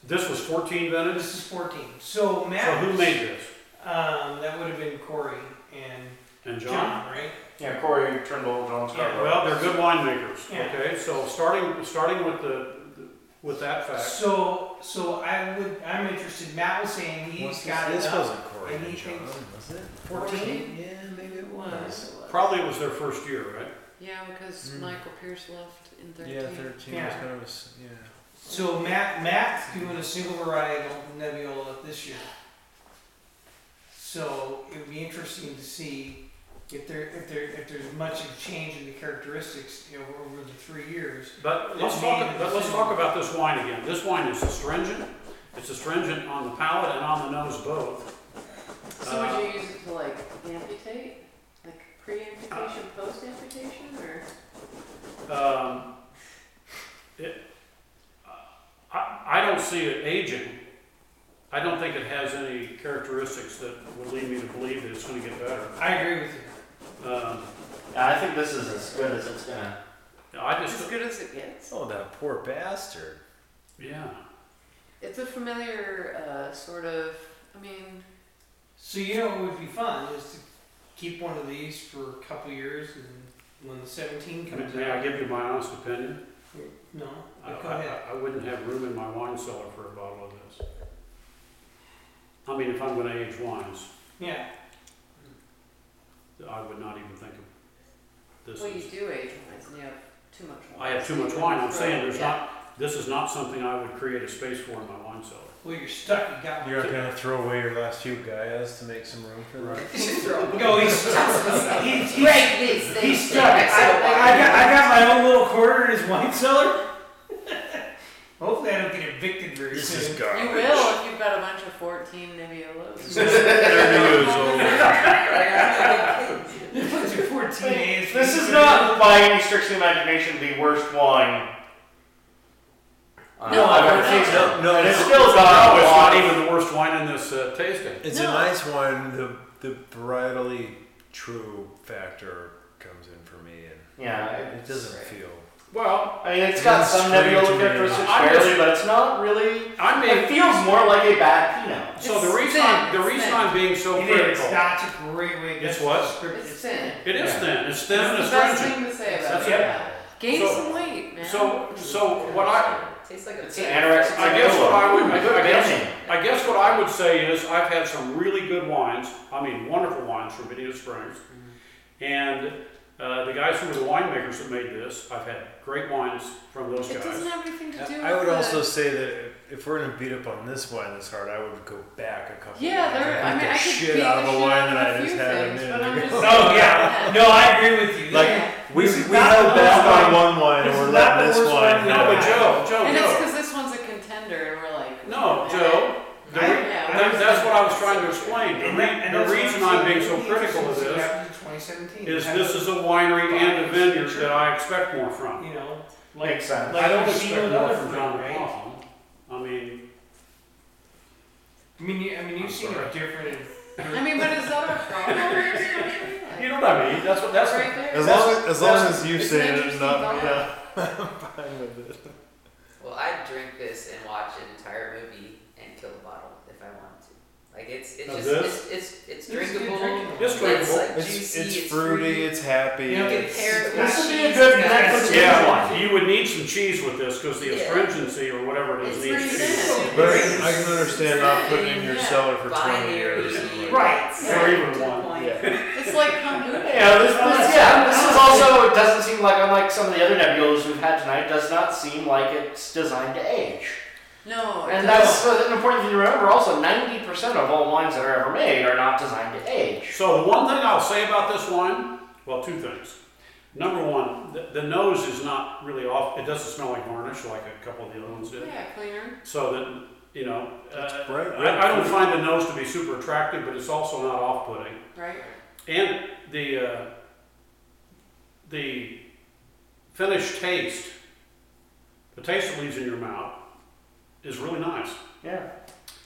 S4: this was 14 vintage.
S2: this is 14. So Matt,
S4: So who made this?
S2: Um, that would have been Corey and
S4: And
S2: John,
S4: John.
S2: right?
S1: Yeah, Corey Trimble, John Scarborough.
S4: Well, they're good winemakers.
S2: Yeah.
S4: Okay, so starting starting with the with that fact,
S2: So, so I would, I'm interested. Matt was saying he's
S5: What's
S2: got
S5: this, this
S2: enough.
S5: wasn't Corey
S2: and he
S5: and John
S2: thinks-
S5: was it
S2: 14?
S5: yeah maybe it was
S3: was.
S4: probably Hmm. it was their first year, right?
S3: Yeah, because
S5: Mm.
S3: Michael Pierce left in 13.
S5: yeah thirteen was
S2: Yeah.
S5: kind of a s- yeah.
S2: So Matt, Matt's doing a single varietal Nebbiolo this year. So it would be interesting to see if there, if there, if there's much of change in the characteristics you know, over the three years.
S4: But let's talk, but let's talk about this wine again. This wine is astringent. It's astringent on the palate and on the nose both.
S3: So would
S4: Uh,
S3: you use it to like amputate? Like pre amputation,
S4: Uh.
S3: post amputation? Or.
S4: Um, it, I, I don't see it aging. I don't think it has any characteristics that would lead me to believe that it's gonna get better.
S2: I agree with you.
S4: Um,
S1: Yeah, I think this is as good as it's gonna.
S4: I
S3: As
S4: just,
S3: good as it gets.
S5: oh that poor bastard
S4: yeah.
S3: It's a familiar uh, sort of. I mean,
S2: So you know what would be fun is to keep one of these for a couple years, and when the 17 comes
S4: May
S2: out.
S4: I give you my honest opinion?
S2: No,
S4: I,
S2: go ahead.
S4: I, I wouldn't have room in my wine cellar for a bottle of this. I mean, if I'm going to age wines,
S2: Yeah,
S4: I would not even think of this.
S3: well, you
S4: as-
S3: do age wise, and you have too much wine.
S4: I have too much wine. I'm saying there's
S3: Yeah.
S4: not. This is not something I would create a space for in my wine cellar.
S2: well, you're stuck. You got
S5: you're not gonna throw away your last few guys to make some room for that
S2: No, he's stuck. He- he's,
S3: Break these things.
S2: he's stuck. I, I- I got, I got my own little quarter in his wine cellar. Hopefully, I don't get evicted very
S5: this
S2: soon.
S5: is garbage
S3: You will if you've got a bunch of 14 Nebbiolos.
S4: *laughs*
S5: there he
S3: *laughs*
S5: goes
S2: This
S5: over
S2: one's your 14 days.
S1: This is not, by any stretch of the imagination, the worst wine.
S3: No,
S1: I've ever
S3: no,
S1: tasted.
S5: no, no,
S1: and it's
S5: no.
S1: still
S2: Uh,
S1: got
S4: no,
S1: a
S4: it's
S1: lot.
S4: not even the worst wine in this uh, tasting.
S5: It's
S3: No.
S5: a nice one. The the varietally true factor comes in for me,
S1: Yeah,
S5: and
S1: it-
S5: it doesn't
S3: Right.
S5: feel.
S4: Well,
S1: I mean, it's got
S5: It's
S1: some
S5: strange to
S1: nebula
S5: me.
S1: characteristics,
S4: I'm
S1: barely,
S4: just-
S1: but it's not really.
S4: I
S1: It
S4: mean,
S1: feels more like a bad Pinot.
S4: so the
S3: It's
S4: reason
S3: thin,
S4: I'm, the
S3: it's
S4: reason
S3: thin.
S4: I'm being so
S2: It is.
S4: critical,
S2: That's a great way to
S4: It's what?
S2: describe it.
S3: It's thin.
S4: it is
S5: Yeah.
S4: thin. It's thin and
S3: That's the best
S4: astringent.
S3: thing to say about
S4: That's
S3: it.
S4: it.
S3: Yeah. Gain
S4: So-
S3: some weight, man.
S4: So, so what I
S6: Tastes like a
S1: It's an
S6: pig.
S1: anorexic
S4: I guess what I would, I
S1: nebula.
S4: guess, I guess what I would say is I've had some really good wines. I mean, wonderful wines from Benita Springs, and uh, the guys who were the winemakers that made this, I've had great wines from those
S3: it doesn't
S4: guys.
S3: have anything to do with
S5: I would
S3: the,
S5: also say that if- if we're gonna beat up on this wine this hard, I would go back a couple.
S3: Yeah,
S5: wines.
S3: there.
S5: I'd
S3: I mean,
S5: beat
S3: I
S5: the
S3: could
S5: shit
S3: beat
S5: out
S3: the
S5: of a
S3: shit
S5: wine
S3: out
S5: that
S3: of
S5: I
S3: a
S5: just
S3: few
S5: had a
S3: things,
S5: minute
S3: but I'm
S5: ago.
S4: *laughs*
S3: just
S2: Oh yeah. No, I agree with you.
S5: Like-
S3: Yeah.
S5: We
S2: This is
S5: we
S2: not
S5: held
S2: the
S5: back
S2: worst
S5: on
S2: wine.
S5: one wine,
S2: This
S5: and
S2: is
S5: we're
S2: not
S5: letting
S2: the
S5: this
S2: worst
S5: wine.
S2: wine
S4: No, but Joe, Joe,
S3: And it's
S4: no,
S3: because this one's a contender, and we're like.
S4: no, Joe. The re-
S3: Yeah,
S4: that- that's what I was trying to explain. The,
S2: And that- and that's
S4: re- the
S2: what
S4: reason
S2: saying.
S4: I'm being
S2: It
S4: so
S2: would be
S4: critical of
S2: interesting to see
S4: this
S2: after 2017.
S4: is
S2: Have
S4: this is a winery and a vineyard that I expect more
S2: a-
S4: from.
S2: you know like
S1: Makes sense.
S4: I don't
S2: you've seen
S4: expect
S2: with
S4: more
S2: other
S4: from
S2: food,
S4: John
S2: right?
S4: McLaughlin. I mean,
S2: I mean, you, I mean,
S4: I'm
S2: you've seen
S4: sorry.
S2: a different.
S3: I mean, but is that our
S4: *laughs*
S3: problem?
S4: You know what I mean? That's what that's
S3: right there.
S5: As long as, as, long
S4: That's-
S5: as you
S3: it's
S5: say
S3: an
S5: it,
S3: interesting
S5: not
S3: vibe.
S5: yeah, I'm fine with it.
S6: Well, I'd drink this and watch an entire movie and kill a bottle if I wanted to. Like it's it's
S4: Of
S6: just
S4: Oh, this?
S6: it's it's, it's drinkable.
S4: It's
S6: It's,
S4: drinkable.
S6: like
S5: It's,
S6: juicy.
S5: it's fruity. It's happy.
S2: You know,
S5: it's-
S6: Pear-
S1: This would be a good Netflix
S4: Yeah,
S1: binge watch.
S4: you would need some cheese with this because the
S6: Yeah.
S4: astringency or whatever it is
S3: It's
S4: needs
S3: pretty
S4: cheese.
S3: thin.
S8: But I can, I can understand not putting it in your
S3: Yeah.
S8: cellar for
S6: Buy
S8: 20 years.
S6: the-
S8: and, like,
S1: Right.
S4: Or even one.
S8: Yeah.
S3: It's like kombucha.
S1: Yeah, this, this, yeah, this is also, it doesn't seem like, unlike some of the other nebulas we've had tonight, it does not seem like it's designed to age.
S3: No, it
S1: And
S3: doesn't.
S1: that's an important thing to remember also 90% of all wines that are ever made are not designed to age.
S4: So the one thing I'll say about this wine, well, two things. Number one, the, the nose is not really off. It doesn't smell like varnish like a couple of the other ones did.
S3: yeah, cleaner.
S4: So that you know, uh,
S8: bright red
S4: I, I don't find the nose to be super attractive, but it's also not off-putting.
S3: Right.
S4: And the uh, the finished taste, the taste it leaves in your mouth, is really nice.
S1: Yeah.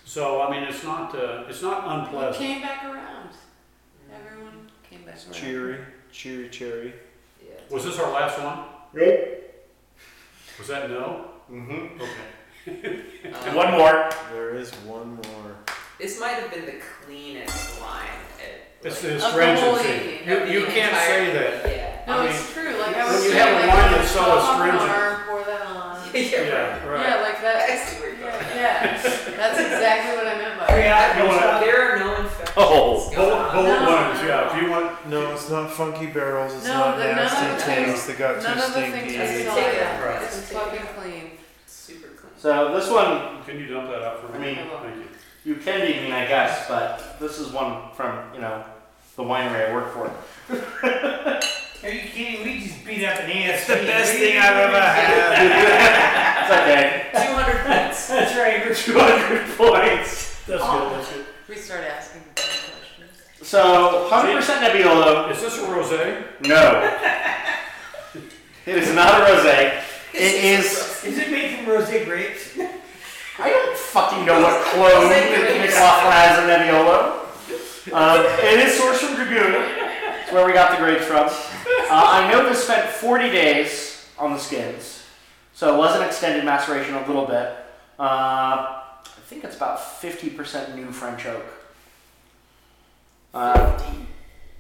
S4: So I mean, it's not uh, it's not
S3: Well, it
S4: unpleasant.
S3: came back around. Everyone came back around.
S8: Cheery, cheery, cherry.
S6: Yeah.
S4: Was this our last one?
S1: Nope.
S4: Was that no?
S1: Mm-hmm.
S4: Okay.
S1: And
S6: Um,
S1: one more. *laughs*
S8: There is one more.
S6: This might have been the cleanest wine. At,
S4: It's
S6: like,
S3: Of
S4: the
S3: the whole
S4: astringency.
S3: evening.
S4: You, you
S6: the
S4: can't
S6: entire-
S4: say that.
S6: Yeah.
S3: No,
S4: I
S3: it's true. Like I
S4: when
S3: was
S4: you
S3: saying,
S4: have
S3: like,
S4: wine
S3: I
S4: that's
S3: was
S4: so
S3: off an
S4: astringent.
S3: hour, Pour that on.
S6: *laughs* yeah. right.
S4: Yeah, right.
S3: Yeah, like that.
S6: I see where you're going.
S3: Yeah, yeah. that's exactly what I meant by. it.
S4: Yeah, you want
S6: There are no infections.
S1: Oh.
S4: bullet,
S6: going on.
S3: No.
S4: bullet wounds, yeah. If you want,
S8: No, it's not funky barrels. It's
S3: No,
S8: not
S3: the- none of
S8: nasty
S3: the
S8: tanks that got too
S3: None of the things
S8: stinky.
S3: I
S6: It's
S3: saw
S6: taken
S3: that.
S6: out.
S3: It's
S6: It's
S3: fucking
S6: taken out.
S3: clean.
S6: Super clean.
S1: So this one,
S4: can you dump that out for
S1: I
S4: me?
S1: mean,
S4: Thank you.
S1: you can be mean, I guess, but this is one from, you know, the winery I work for. *laughs*
S2: Are you kidding? We just beat up an ASP.
S5: It's the best thing I've ever had.
S1: It's okay.
S6: 200 points.
S2: That's right.
S1: *laughs*
S2: We're
S1: 200 points.
S4: That's good. That's good.
S3: We start asking questions.
S1: So 100% Nebbiolo.
S4: Is this a rosé?
S1: No. it is not a rosé. It is.
S2: Is it made from rosé grapes?
S1: I don't fucking know what clone McLaughlin has in Nebbiolo. Um, it is sourced from Dragoon. It's where we got the grapes from. Uh, I know this spent 40 days on the skins, so it was an extended maceration a little bit. Uh, I think it's about 50% new French oak. Uh,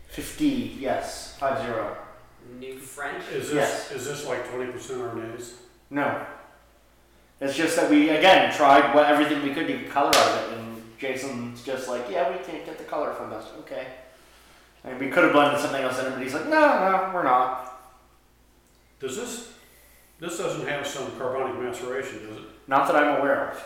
S1: 50, yes, 5 0.
S6: New French.
S4: Is this
S1: Yes.
S4: is this like twenty percent Arnaise?
S1: No. It's just that we again tried what everything we could to get color out of it, and Jason's just like, yeah, we can't get the color from this. Okay. And we could have blended something else in it, but he's like, no, no, we're not.
S4: Does this this doesn't have some carbonic maceration, does it?
S1: Not that I'm aware of.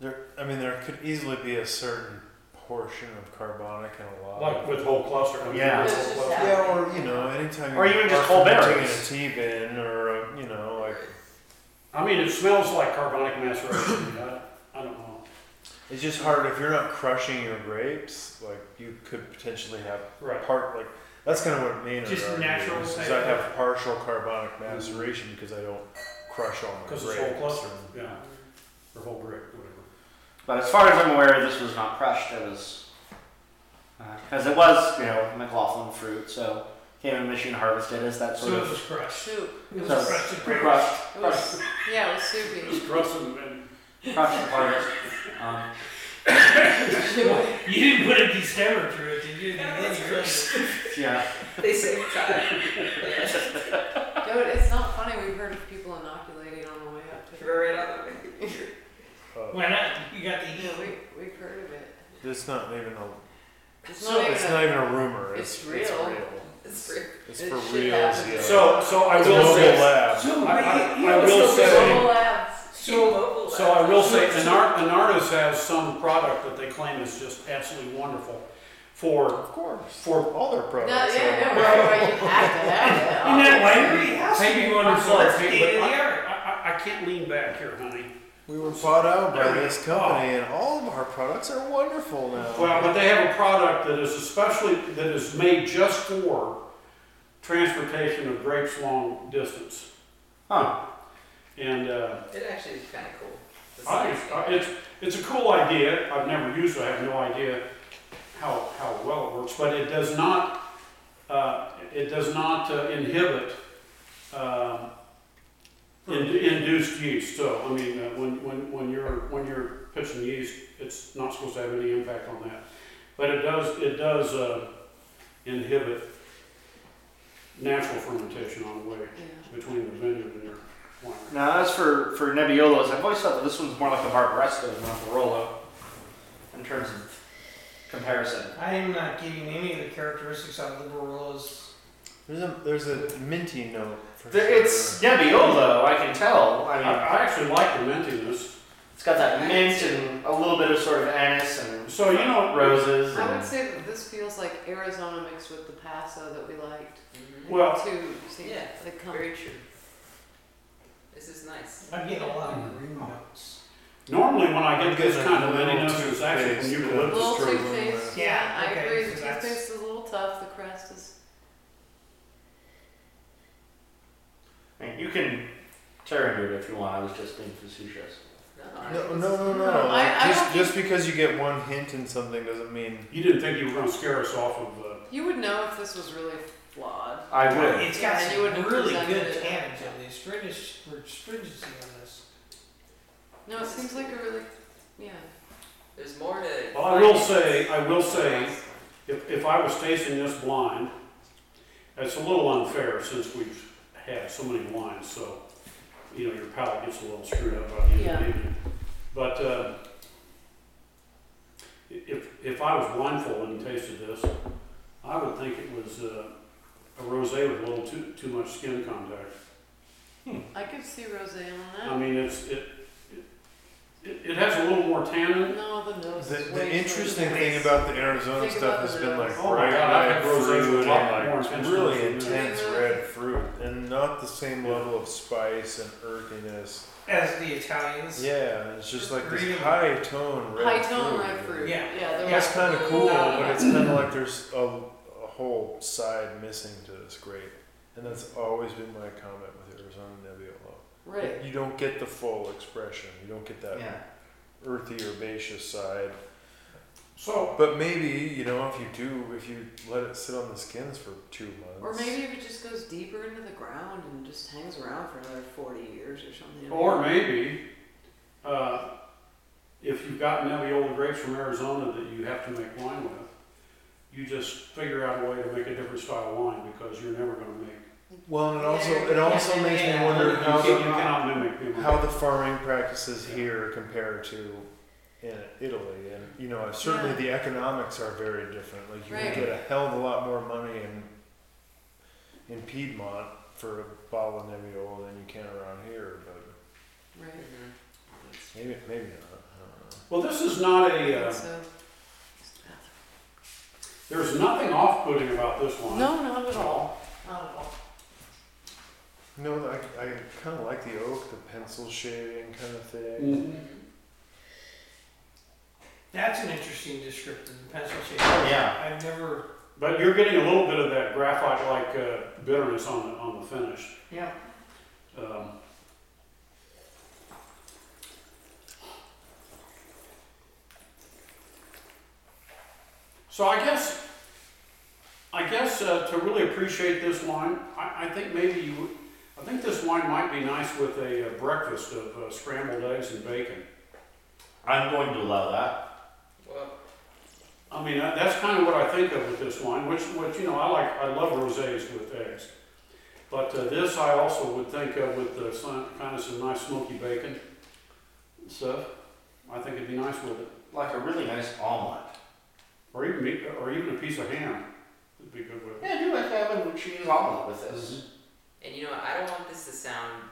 S8: There, I mean, there could easily be a certain portion of carbonic in a lot.
S4: Like with whole cluster. I mean,
S1: Yeah.
S4: with
S3: It's just
S4: whole cluster.
S3: that.
S8: yeah, or you know, anytime
S1: Or
S8: you
S1: even
S8: are
S1: just whole
S8: fermenting
S1: berries.
S8: in a tea bin, or uh, you know, like
S4: I mean, it smells like carbonic maceration. I, I don't know.
S8: it's just hard if you're not crushing your grapes. Like you could potentially have
S4: Right.
S8: part like that's kind of what Maynard
S2: Just
S8: argues,
S2: natural
S8: is
S2: type
S8: I
S2: of-
S8: have partial carbonic maceration because I don't crush all my grapes.
S4: Because it's whole cluster. Yeah. Or whole brick, whatever.
S1: But as far as I'm aware, this was not crushed. It was. Because it was, you know, McLaughlin fruit, so came and machine harvested as that sort
S2: So it
S1: of.
S2: was crushed.
S3: Soup.
S2: It was
S1: So-
S2: crushed. and grapes.
S1: Crushed,
S3: It
S1: crushed
S3: was, yeah, it was soupy.
S4: It's crushing and
S1: crushed and harvested. Um,
S2: You didn't put a destemmer through it, did you? You didn't crushed it.
S1: yeah.
S6: They say time.
S3: Dude, it's not funny. We've heard of people inoculating on the way up to.
S6: Throw it on the way.
S8: Uh,
S2: Why not? You got the
S3: Yeah,
S2: heat.
S3: we we've heard of it.
S8: it's not even a.
S3: It's
S8: So
S3: not even.
S8: it's
S3: a-
S8: not even a rumor. It's,
S3: it's
S8: It's,
S3: real.
S8: real.
S6: It's for
S8: It's
S3: It
S8: for
S3: should
S8: real.
S3: happen.
S8: yeah.
S4: So so I
S8: It's
S4: will
S8: mobile
S4: say
S8: lab.
S2: So,
S4: I- I-
S2: you
S4: I
S2: know,
S4: will
S2: so-
S4: say-
S3: Global labs.
S2: So,
S6: mobile.
S4: So I will say, Anar- Anartis has some product that they claim is just absolutely wonderful for,
S8: Of course.
S4: for,
S8: All their
S3: *laughs* No,
S8: products.
S3: yeah,
S8: are-
S3: no, right, right. You have
S2: *laughs*
S3: to
S2: in
S3: have it.
S2: that winery house,
S4: maybe
S2: you
S4: wonderful, but
S2: state of the art.
S4: I, I, I can't lean back here, honey.
S8: We were bought out by this company, and all of our products are wonderful now.
S4: Well, but they have a product that is especially, that is made just for transportation of grapes long distance.
S1: Huh.
S4: And, uh,
S6: It actually is kind of cool. The
S4: I,
S6: science
S4: I-
S6: thing.
S4: it's, it's a cool idea, I've never used it, I have no idea how, how well it works, but it does not, uh, it does not uh, inhibit, um, in- induced yeast, so, I mean, uh, when, when, when you're, when you're pitching yeast, it's not supposed to have any impact on that. But it does, it does, uh, inhibit natural fermentation on the way
S3: Yeah.
S4: between the vineyard and your wine.
S1: Now, as for, for Nebbiolos, I've always thought that this one's more like a Barbaresco than a Barolo in terms of comparison.
S2: I am not getting any of the characteristics out of the Barolos.
S5: There's a there's a minty note. For
S1: There-
S5: sure.
S1: It's Nebbiolo, I can tell. I
S4: I,
S1: mean,
S4: I actually like the mintiness.
S1: it's got that mint and a little bit of sort of anise and
S4: So you know,
S1: roses.
S3: I would
S1: And,
S3: say that this feels like Arizona mixed with the Paso that we liked.
S6: Mhm.
S4: Well-
S3: to see
S6: Yeah,
S3: the com-
S6: Very true. This is nice.
S2: I'm getting a lot of
S1: Mm-hmm.
S2: green notes.
S4: normally when I get
S5: I'm
S4: this
S5: getting
S4: kind
S5: a
S4: of
S5: little
S4: mintiness, it's actually
S5: toothpaste,
S4: when
S5: yeah.
S3: a
S4: eucalyptus.
S3: little
S5: destroy
S3: two
S5: one
S3: faced.
S2: way. Yeah,
S3: I
S2: okay,
S3: agree.
S2: so
S3: The two
S2: that's-
S3: faced is a little tough. The crest is
S1: I mean, you can tear into it if you want. I was just being facetious.
S5: No, no, no, no.
S3: No, I- I
S5: just
S3: don't
S5: just because you get one hint in something doesn't mean
S4: You didn't think you were going to scare us off of uh, the.
S3: you would know if this was really flawed.
S1: I would.
S2: It's got
S3: Yeah,
S2: some
S3: you would have
S2: really
S3: presented
S2: good
S3: it.
S2: tannins on the astringency astringency on this.
S3: No, it seems like a really yeah.
S6: There's more to.
S4: Well, I will say, I will say, if, if I was tasting this blind, it's a little unfair since we've had so many wines, so, you know, your palate gets a little screwed up by the end of the
S3: Yeah.
S4: evening. But, uh, i- if, if I was blindfolded and tasted this, I would think it was, uh, a rosé with a little too, too much skin contact.
S3: I could see rose
S4: I
S3: on that.
S4: mean, it's, it, it- it, it has a little more tannin.
S3: No, the
S5: The,
S3: nose. is way
S5: the
S3: too-
S5: interesting thing about the Arizona
S3: Think
S5: stuff
S3: about
S5: has
S3: the
S5: been like
S3: nose.
S4: Oh my
S5: bright
S4: God, I've
S5: red
S4: had rosé
S5: fruit
S4: with a lot more
S5: and
S4: intense
S5: like really
S4: fruit than that.
S5: intense red fruit and not the same
S4: Yeah.
S5: level of spice and earthiness.
S2: As the Italians.
S5: Yeah, it's just like
S2: Green.
S5: this high tone red
S3: high
S5: fruit.
S3: tone red fruit.
S2: Yeah.
S3: yeah. they're
S5: That's
S3: like-
S5: kind of cool,
S3: Yeah.
S5: but it's kind of like there's a, a whole side missing to this grape. And that's always been my comment with Arizona Nebbiolo.
S3: right.
S5: You don't get the full expression. You don't get that
S1: Yeah.
S5: earthy herbaceous side.
S4: So,
S5: But maybe, you know, if you do, if you let it sit on the skins for two months.
S3: Or maybe if it just goes deeper into the ground and just hangs around for another forty years or something.
S4: Or maybe, uh, if you've got Nebbiolo grapes from Arizona that you have to make wine with, you just figure out a way to make a different style of wine because you're never gonna make.
S5: Well, and it also,
S3: Yeah,
S5: it also
S3: yeah,
S5: makes
S3: yeah.
S5: me wonder
S4: You
S5: how
S4: can't-
S5: the
S4: You cannot mimic them.
S5: how the farming practices here compare to in Italy, and you know, certainly
S3: Yeah.
S5: the economics are very different. Like you
S3: Right.
S5: can get a hell of a lot more money in in Piedmont for a bottle of Nebbiolo than you can around here, but
S3: Right.
S6: Mhm.
S5: maybe maybe not. I don't
S4: Well, this is not a, uh,
S3: So,
S4: there's nothing off-putting about this wine.
S3: no, not at all. Not at all.
S5: know. No, I, I kind of like the oak, the pencil shading kind of thing.
S4: Mhm.
S2: That's an interesting descriptor, the pencil shape.
S1: Yeah.
S2: I've never.
S4: But you're getting a little bit of that graphite-like uh, bitterness on the, on the finish.
S2: Yeah.
S4: Um, So I guess, I guess uh, to really appreciate this wine, I, I think maybe you, would- I think this wine might be nice with a uh, breakfast of uh, scrambled eggs and bacon.
S1: I'm going to allow that.
S6: Well,
S4: I mean, that- that's kind of what I think of with this wine, which, which, you know, I like, I love rosés with eggs. But uh, this I also would think of with uh, some, kind of some nice smoky bacon stuff. I think it'd be nice with it.
S1: Like a really nice omelet.
S4: Or even, meat- or even a piece of ham would be good with it.
S1: Yeah, do like having a cheese omelet with this.
S6: and you know what? I don't want this to sound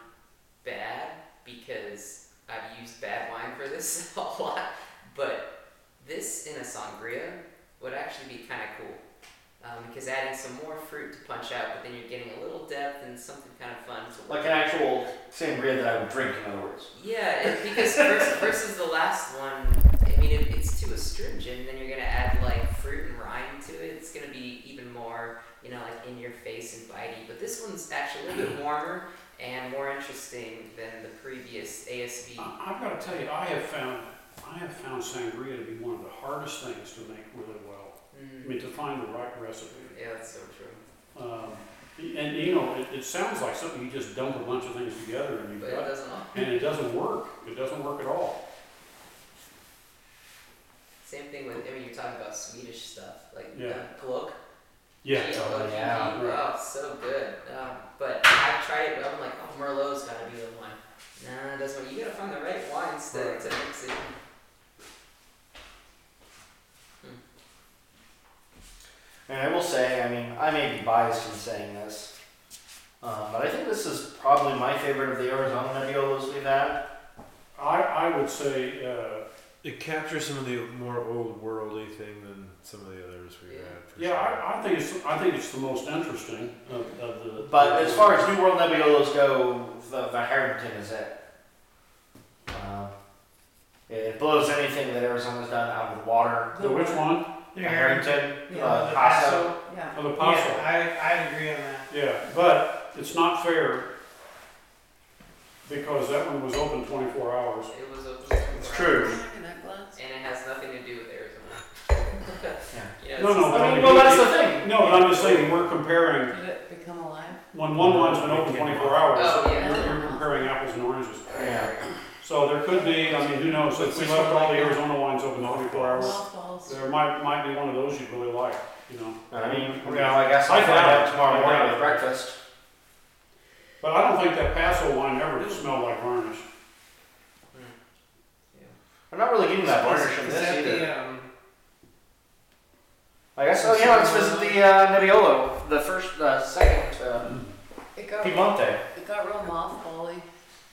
S6: bad because I've used bad wine for this *laughs* a lot, but this in a sangria would actually be kind of cool. Um, because adding some more fruit to punch out, but then you're getting a little depth and something kind of fun to
S1: Like an actual sangria that I would drink, in other words.
S6: Yeah, and because vers- versus the last one, I mean, if it's too astringent, then you're gonna add like fruit and rind to it. It's gonna be even more, you know, like in your face and bitey. But this one's actually a little bit warmer and more interesting than the previous ASV.
S1: Uh,
S4: I- I've got to tell you, I have found, I have found sangria to be one of the hardest things to make really well. I
S6: Mm.
S4: mean, to find the right recipe.
S6: Yeah, that's so true.
S4: Um, and, you know, it, it sounds like something you just dump a bunch of things together and you've
S6: But
S4: got
S6: it doesn't.
S4: And it doesn't work. It doesn't work at all.
S6: Same thing with. I mean, you're talking about Swedish stuff, like
S4: Yeah.
S6: uh, glögg.
S4: Yeah.
S6: G-O-O-D-U.
S1: Yeah.
S6: Wow, so good. Um, but I tried it. I'm like, oh, Merlot's got to be the one. Nah, it doesn't. work. You got to find the right wines to, to mix it.
S1: And I will say, I mean, I may be biased in saying this, um, but I think this is probably my favorite of the Arizona Nebbiolo's we've had.
S4: I, I would say, uh,
S8: It captures some of the more old worldy thing than some of the others we
S6: Yeah.
S8: had. For
S4: yeah,
S8: sure.
S4: I, I think it's, I think it's the most interesting of, of the.
S1: But as far as New World Nebbiolo's go, the, the Harrington is it. Um, it blows anything that Arizona's done out of the water.
S4: The which one?
S1: The Harrington,
S3: Yeah.
S1: uh, Paso.
S3: Yeah.
S4: Oh, the Paso.
S2: Yeah, I, I agree on that.
S4: Yeah, but it's not fair because that one was open twenty-four hours.
S6: It was a.
S1: It's true.
S3: Look at that glass.
S6: And it has nothing to do with Arizona. *laughs* You know,
S4: No, no,
S1: I
S4: I
S1: mean,
S4: mean,
S1: well,
S4: it-
S1: that's the thing.
S4: No, but I'm just saying, we're comparing,
S3: Did it become alive?
S4: when one wine's been open twenty-four hours,
S6: Oh, yeah.
S4: you're, you're comparing apples and oranges.
S1: Yeah.
S4: So there could be, I mean, who knows, if we left all the Arizona wines open twenty-four hours,
S3: Well, falls.
S4: there might, might be one of those you'd really like, you know?
S1: I mean, you know, I guess I'll
S4: I
S1: find
S4: doubt
S1: out
S4: it.
S1: tomorrow
S4: I
S1: morning
S4: doubt
S1: with
S4: it.
S1: breakfast.
S4: But I don't think that Paso wine ever smelled like varnish.
S1: I'm not really getting that varnish in
S2: Is
S1: this
S2: that
S1: either.
S2: the, um,
S1: I guess. Oh yeah, let's visit the uh, Nebbiolo, the first, uh, second uh,
S3: It got,
S1: Piemonte.
S3: it got real mothbally.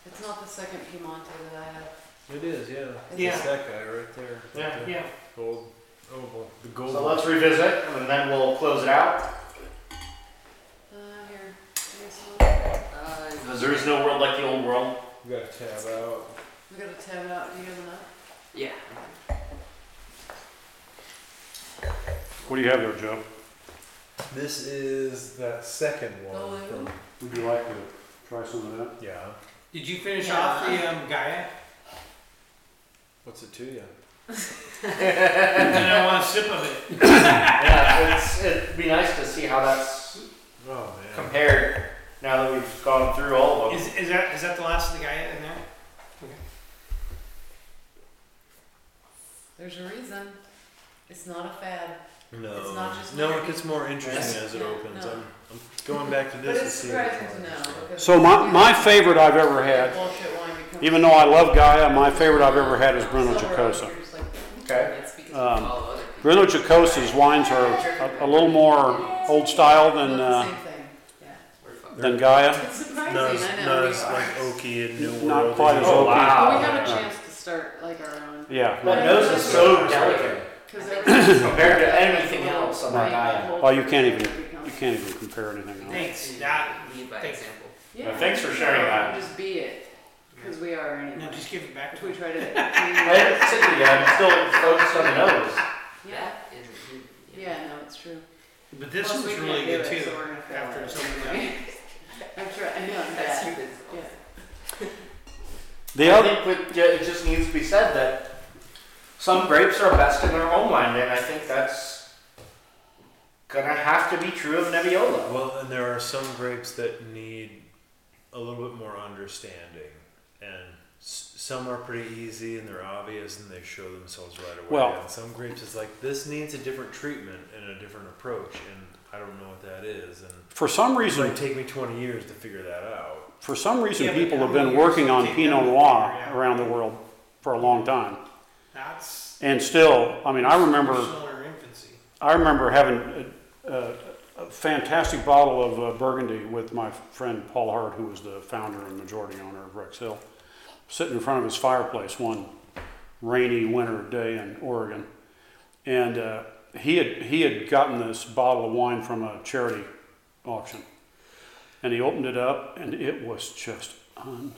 S3: It's not the second Piemonte that I have.
S8: It is, yeah.
S3: It's
S2: Yeah.
S8: It's that guy right there.
S1: Yeah.
S8: The
S2: yeah,
S8: Gold oval. The gold.
S1: So let's revisit, and then we'll close it out.
S3: Uh, here. Here's one.
S6: Uh,
S1: Because there is no world like the old world.
S8: we gotta tab out.
S3: We gotta tab it out. Do you have enough?
S6: yeah.
S4: What do you have there, Joe?
S8: This is that second one.
S3: Blue.
S8: from-
S4: Would you like to try some of that?
S8: yeah.
S2: did you finish off the um,
S1: *laughs*
S2: Gaia?
S8: What's it to you?
S2: and I want a sip of it.
S1: *laughs* Yeah, it's, it'd be nice to see how that's
S8: Oh man.
S1: compared now that we've gone through all of them.
S2: Is, is that is that the last of the Gaia in there?
S3: There's a reason. It's not a fad.
S8: No.
S3: It's not just
S8: no,
S3: marketing.
S8: it gets more interesting as it
S3: Yeah,
S8: opens.
S3: no.
S8: I'm, I'm going back to
S3: But
S8: this to
S3: it's
S8: see. if it's
S3: surprising to
S8: more
S3: know.
S8: interesting.
S3: because-
S4: So my, my favorite I've ever had,
S3: Bullshit wine becomes-
S4: even though I love Gaia, my favorite I've ever had is Bruno
S3: Somewhere else
S4: Jacosa.
S3: you're just like,
S1: Okay.
S6: That's because
S4: Um,
S6: we follow other people.
S4: Bruno Jacosa's wines are a, a little more old style
S3: "Not
S4: than
S3: the
S4: uh,
S3: same thing." Yeah.
S6: We're following.
S4: than Gaia.
S3: It's surprising.
S8: Not as,
S3: I know.
S8: not
S3: we
S8: as
S3: are.
S8: like oaky and new
S4: Not
S8: world.
S4: quite as
S1: Oh,
S4: old.
S1: wow.
S3: But we have a
S4: Uh,
S3: chance to start like our own.
S4: Yeah.
S1: My nose is so delicate
S2: *coughs*
S3: Because everyone's-
S1: compared to anything else on my
S3: Right,
S1: diet.
S3: whole
S4: Oh, you can't
S3: culture
S4: You
S3: becomes-
S4: can't even compare anything else.
S2: Thanks. That,
S6: Lead by
S2: thanks.
S6: example.
S3: Yeah.
S1: Thanks for sharing that.
S3: Just be it, because we are
S2: No,
S3: anyway.
S2: just give it back to
S3: We
S2: me. *laughs*
S3: try
S1: I
S3: to.
S1: didn't sit there yet, I'm still focused on the nose.
S3: Yeah.
S6: That is a huge-
S3: Yeah. No, it's true.
S2: But this
S3: Plus,
S2: one's
S3: we
S2: really
S3: can't do
S2: good
S3: it,
S2: too.
S3: so we're gonna fail
S2: after
S3: at
S2: it's
S3: it.
S2: opened
S3: *laughs* That's right. I know. I'm
S6: That's
S2: *laughs*
S3: bad.
S6: huge.
S3: Yeah.
S4: The
S1: I
S4: other,
S1: think with, yeah, it just needs to be said that some grapes are best in their own land, and I think that's gonna have to be true of Nebbiolo.
S8: Well, and there are some grapes that need a little bit more understanding, and s- some are pretty easy and they're obvious and they show themselves right away.
S4: Well-
S8: and some grapes is like this needs a different treatment and a different approach, and I don't know what that is, and
S4: for some
S8: it might
S4: reason,
S8: take me twenty years to figure that out.
S4: for some reason,
S2: Yeah, but
S4: people
S2: how
S4: have been
S2: many
S4: working
S2: years
S4: on
S2: have they
S4: Pinot
S2: done it?
S4: Noir
S2: Yeah.
S4: around the world for a long time,
S2: That's.
S4: and still, I mean, I
S2: we're
S4: remember,
S2: still in our infancy.
S4: I remember having a, a, a fantastic bottle of uh, Burgundy with my friend Paul Hart, who was the founder and majority owner of Rex Hill, sitting in front of his fireplace one rainy winter day in Oregon, and uh, he had he had gotten this bottle of wine from a charity auction, and he opened it up, and it was just un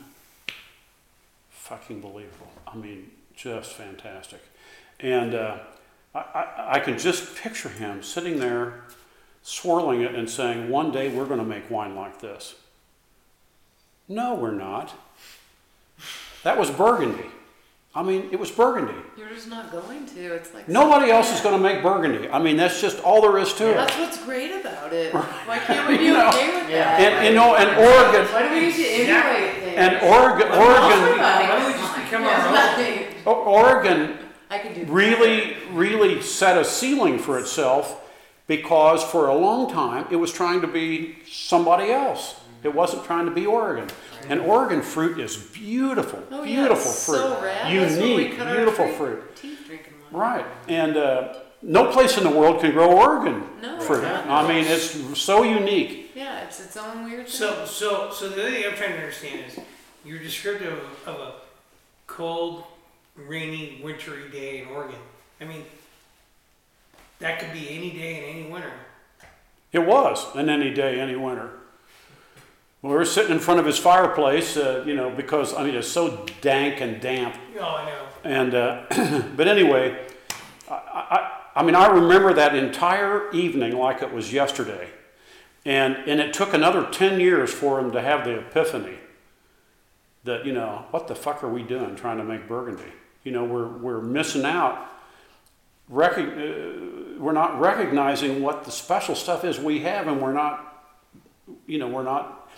S4: fucking believable. I mean, just fantastic, and uh, I, I I can just picture him sitting there, swirling it and saying, "One day we're going to make wine like this." No, we're not. That was Burgundy. I mean, it was Burgundy.
S3: You're just not going to. It's like
S4: Nobody else is going to make burgundy. I mean, that's just all there is to it.
S3: That's what's great about it. Why can't
S4: *laughs*
S3: we
S4: You
S3: be
S4: know,
S3: okay with
S1: yeah.
S3: that?
S4: And you know, and Oregon,
S3: Why do we need to emulate things?
S4: and Oregon, Oregon,
S2: Why don't we just become our own?
S3: Oregon.
S4: O- Oregon
S3: I can do.
S4: really, really set a ceiling for itself because for a long time it was trying to be somebody else. It wasn't trying to be Oregon. And Oregon fruit is beautiful,
S3: Oh, yeah,
S4: beautiful
S3: it's
S4: fruit,
S3: So rad. That's what we
S4: unique,
S3: cut our
S4: beautiful
S3: tree-
S4: fruit.
S3: Teeth drinking one.
S4: Right, and uh, no place in the world can grow Oregon
S3: No,
S4: fruit.
S3: not.
S4: I mean, it's so unique.
S3: Yeah, it's its own weird thing. *laughs*
S2: So, so, so the other thing I'm trying to understand is you're descriptive of, of a cold, rainy, wintry day in Oregon. I mean, that could be any day in any winter.
S4: It was an any day, any winter. We were sitting in front of his fireplace, uh, you know, because I mean it's so dank and damp.
S2: Oh, I know.
S4: And uh, *clears throat* but anyway, I, I, I mean I remember that entire evening like it was yesterday, and and it took another ten years for him to have the epiphany. That you know what the fuck are we doing trying to make Burgundy? You know we're we're missing out. Recog- uh, we're not recognizing what the special stuff is we have, and we're not, you know, we're not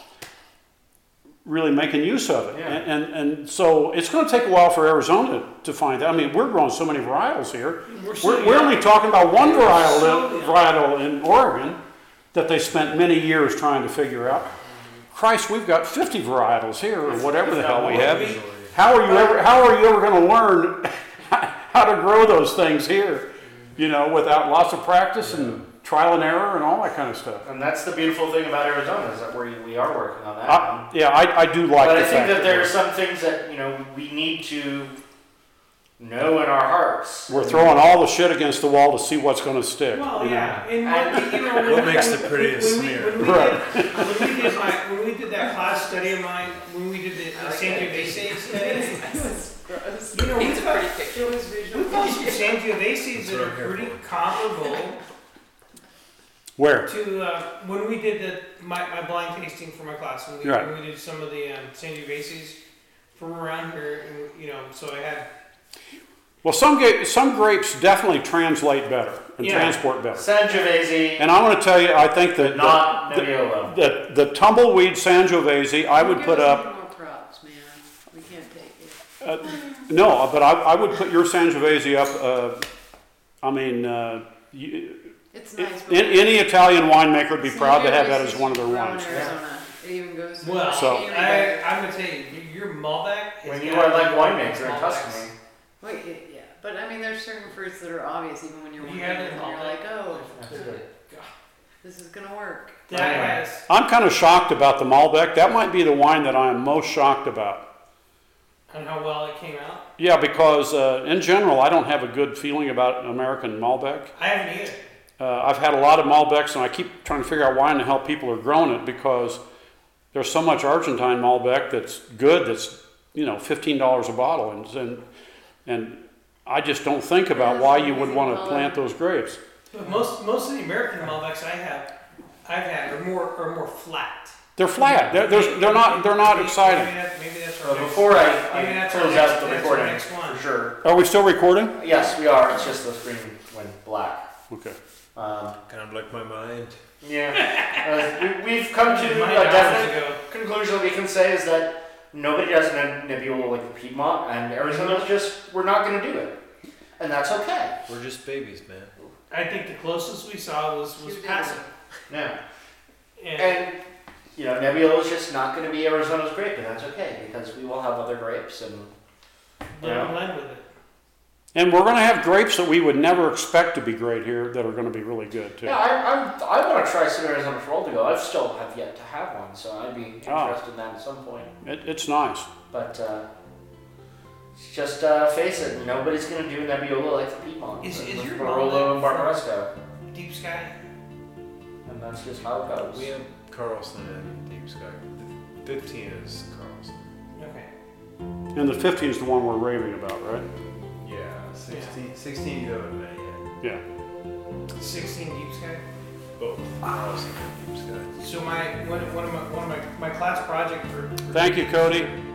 S4: really making use of it.
S1: Yeah.
S4: And, and and so it's going to take a while for Arizona to find that. I mean, we're growing so many varietals here.
S2: We're so
S4: We're, we're
S2: young.
S4: only talking about one varietal,
S2: So-
S4: varietal in Oregon that they spent many years trying to figure out. Christ, we've got 50 varietals here, or whatever the hell we have. How are you ever? How are you ever going to learn *laughs* how to grow those things here? You know, without lots of practice and trial and error and all that kind of stuff.
S1: And that's the beautiful thing about Arizona is that we we are working on that. And-
S4: I, yeah, I, I do like.
S1: but
S4: the
S1: I think
S4: fact
S1: that there are some things that you know we need to know in our hearts.
S4: we're throwing all the shit against the wall to see what's going to stick.
S2: Well,
S4: you know?
S2: yeah, and what, you know, when-
S8: What makes
S2: when-
S8: the prettiest
S2: when we-
S8: smear?
S2: When we, did, when we did my, when we did that class study of mine, when we did the, the San Giovese study,
S6: That's gross.
S2: You know,
S6: it's
S2: we
S6: a
S2: got-
S6: pretty picture. It was
S2: we
S6: visual.
S2: found some San Gioveses that
S8: That's
S2: are
S8: what I'm here
S2: pretty comparable
S4: Where?
S2: to uh, when we did the my, my blind tasting for my class. When we,
S4: Right.
S2: when we did some of the um, San Gioveses from around here, and you know, so I had
S4: Well, some ga- some grapes definitely translate better and
S2: Yeah.
S4: transport better.
S1: Sangiovese,
S4: And I want to tell you, I think that
S1: not
S4: the,
S1: Nebbiolo.
S4: the, the tumbleweed Sangiovese, I would
S3: Give
S4: put
S3: us
S4: up uh,
S3: More props, man. We can't take it.
S4: No, but I, I would put your Sangiovese up. Uh, I mean, uh, you,
S3: It's
S4: in,
S3: nice. but
S4: any Italian winemaker would be
S3: San
S4: proud to have that
S3: Giovese
S4: as one of their
S3: is grown in
S4: wines.
S3: Arizona. It even goes. to
S2: well.
S4: So-
S2: I, I'm gonna tell you, your Malbec. has
S1: when you are
S2: got-
S1: like winemaker in
S2: Malbecs.
S1: Tuscany,
S3: Wait, yeah, yeah, but I mean, there's certain fruits that are obvious even when you're
S2: You
S3: wondering,
S2: had it
S3: and
S2: all
S3: you're like, oh,
S1: That's good.
S3: this is gonna work.
S2: That
S1: Anyway.
S2: has
S4: I'm kind of shocked about the Malbec. That might be the wine that I am most shocked about.
S2: on how well it came out.
S4: Yeah, because uh, in general, I don't have a good feeling about American Malbec.
S2: I haven't either.
S4: Uh, I've had a lot of Malbecs, and I keep trying to figure out why in the hell people are growing it because there's so much Argentine Malbec that's good, that's you know fifteen dollars a bottle, and and and I just don't think about why you would want to plant those grapes.
S2: But most most of the American Malbecs I have, I've had are more are more flat.
S4: They're flat. They're they're, they're not they're not
S2: Maybe-
S4: exciting.
S2: Maybe, that, maybe that's
S1: So
S2: our next-
S1: Uh, before I,
S2: maybe
S1: I
S2: that's our
S1: close
S2: next-
S1: out the
S2: that's our
S1: recording,
S2: next one.
S1: for sure.
S4: Are we still recording?
S1: Yes, we are. It's just the screen went black.
S4: Okay.
S1: Um,
S8: Kind of like my mind.
S1: *laughs* yeah, Uh, we, we've come to
S2: Nine
S1: a
S2: hours
S1: definite
S2: ago.
S1: conclusion that we can say is that nobody does a nebula like the Piedmont, and Arizona's just we're not going to do it, and that's okay.
S8: We're just babies, man.
S2: I think the closest we saw was was
S3: You did.
S2: passive.
S1: No,
S2: And,
S1: and you know Nebbiolo is just not going to be Arizona's grape, and that's okay because we will have other grapes, and
S2: let
S1: yeah.
S2: them blend with it.
S4: And we're going to have grapes that we would never expect to be great here that are going to be really good too.
S1: yeah, I, I'm, I want to try some Arizona Roldigo. I still have yet to have one, so I'd be interested
S4: Ah.
S1: in that at some point.
S4: It, it's nice.
S1: But uh, just uh, face it, nobody's gonna do Nebbiolo like the Piedmont.
S2: Is-
S1: with-
S2: is
S1: with
S2: your
S1: Barolo and
S2: wallet-
S1: Barbaresco,
S2: Deep sky.
S1: and that's just how it goes.
S8: We have Carlson and Deep Sky. Fifteen is Carlson.
S2: Okay.
S4: And the 15 is the one we're raving about, right?
S8: Yeah, 16, 16 you haven't met yet.
S4: Yeah.
S2: Sixteen deep sky.
S8: Both Carlson and Deep Sky.
S2: So my one, one of my one of my, my class project for
S4: Thank you, Cody.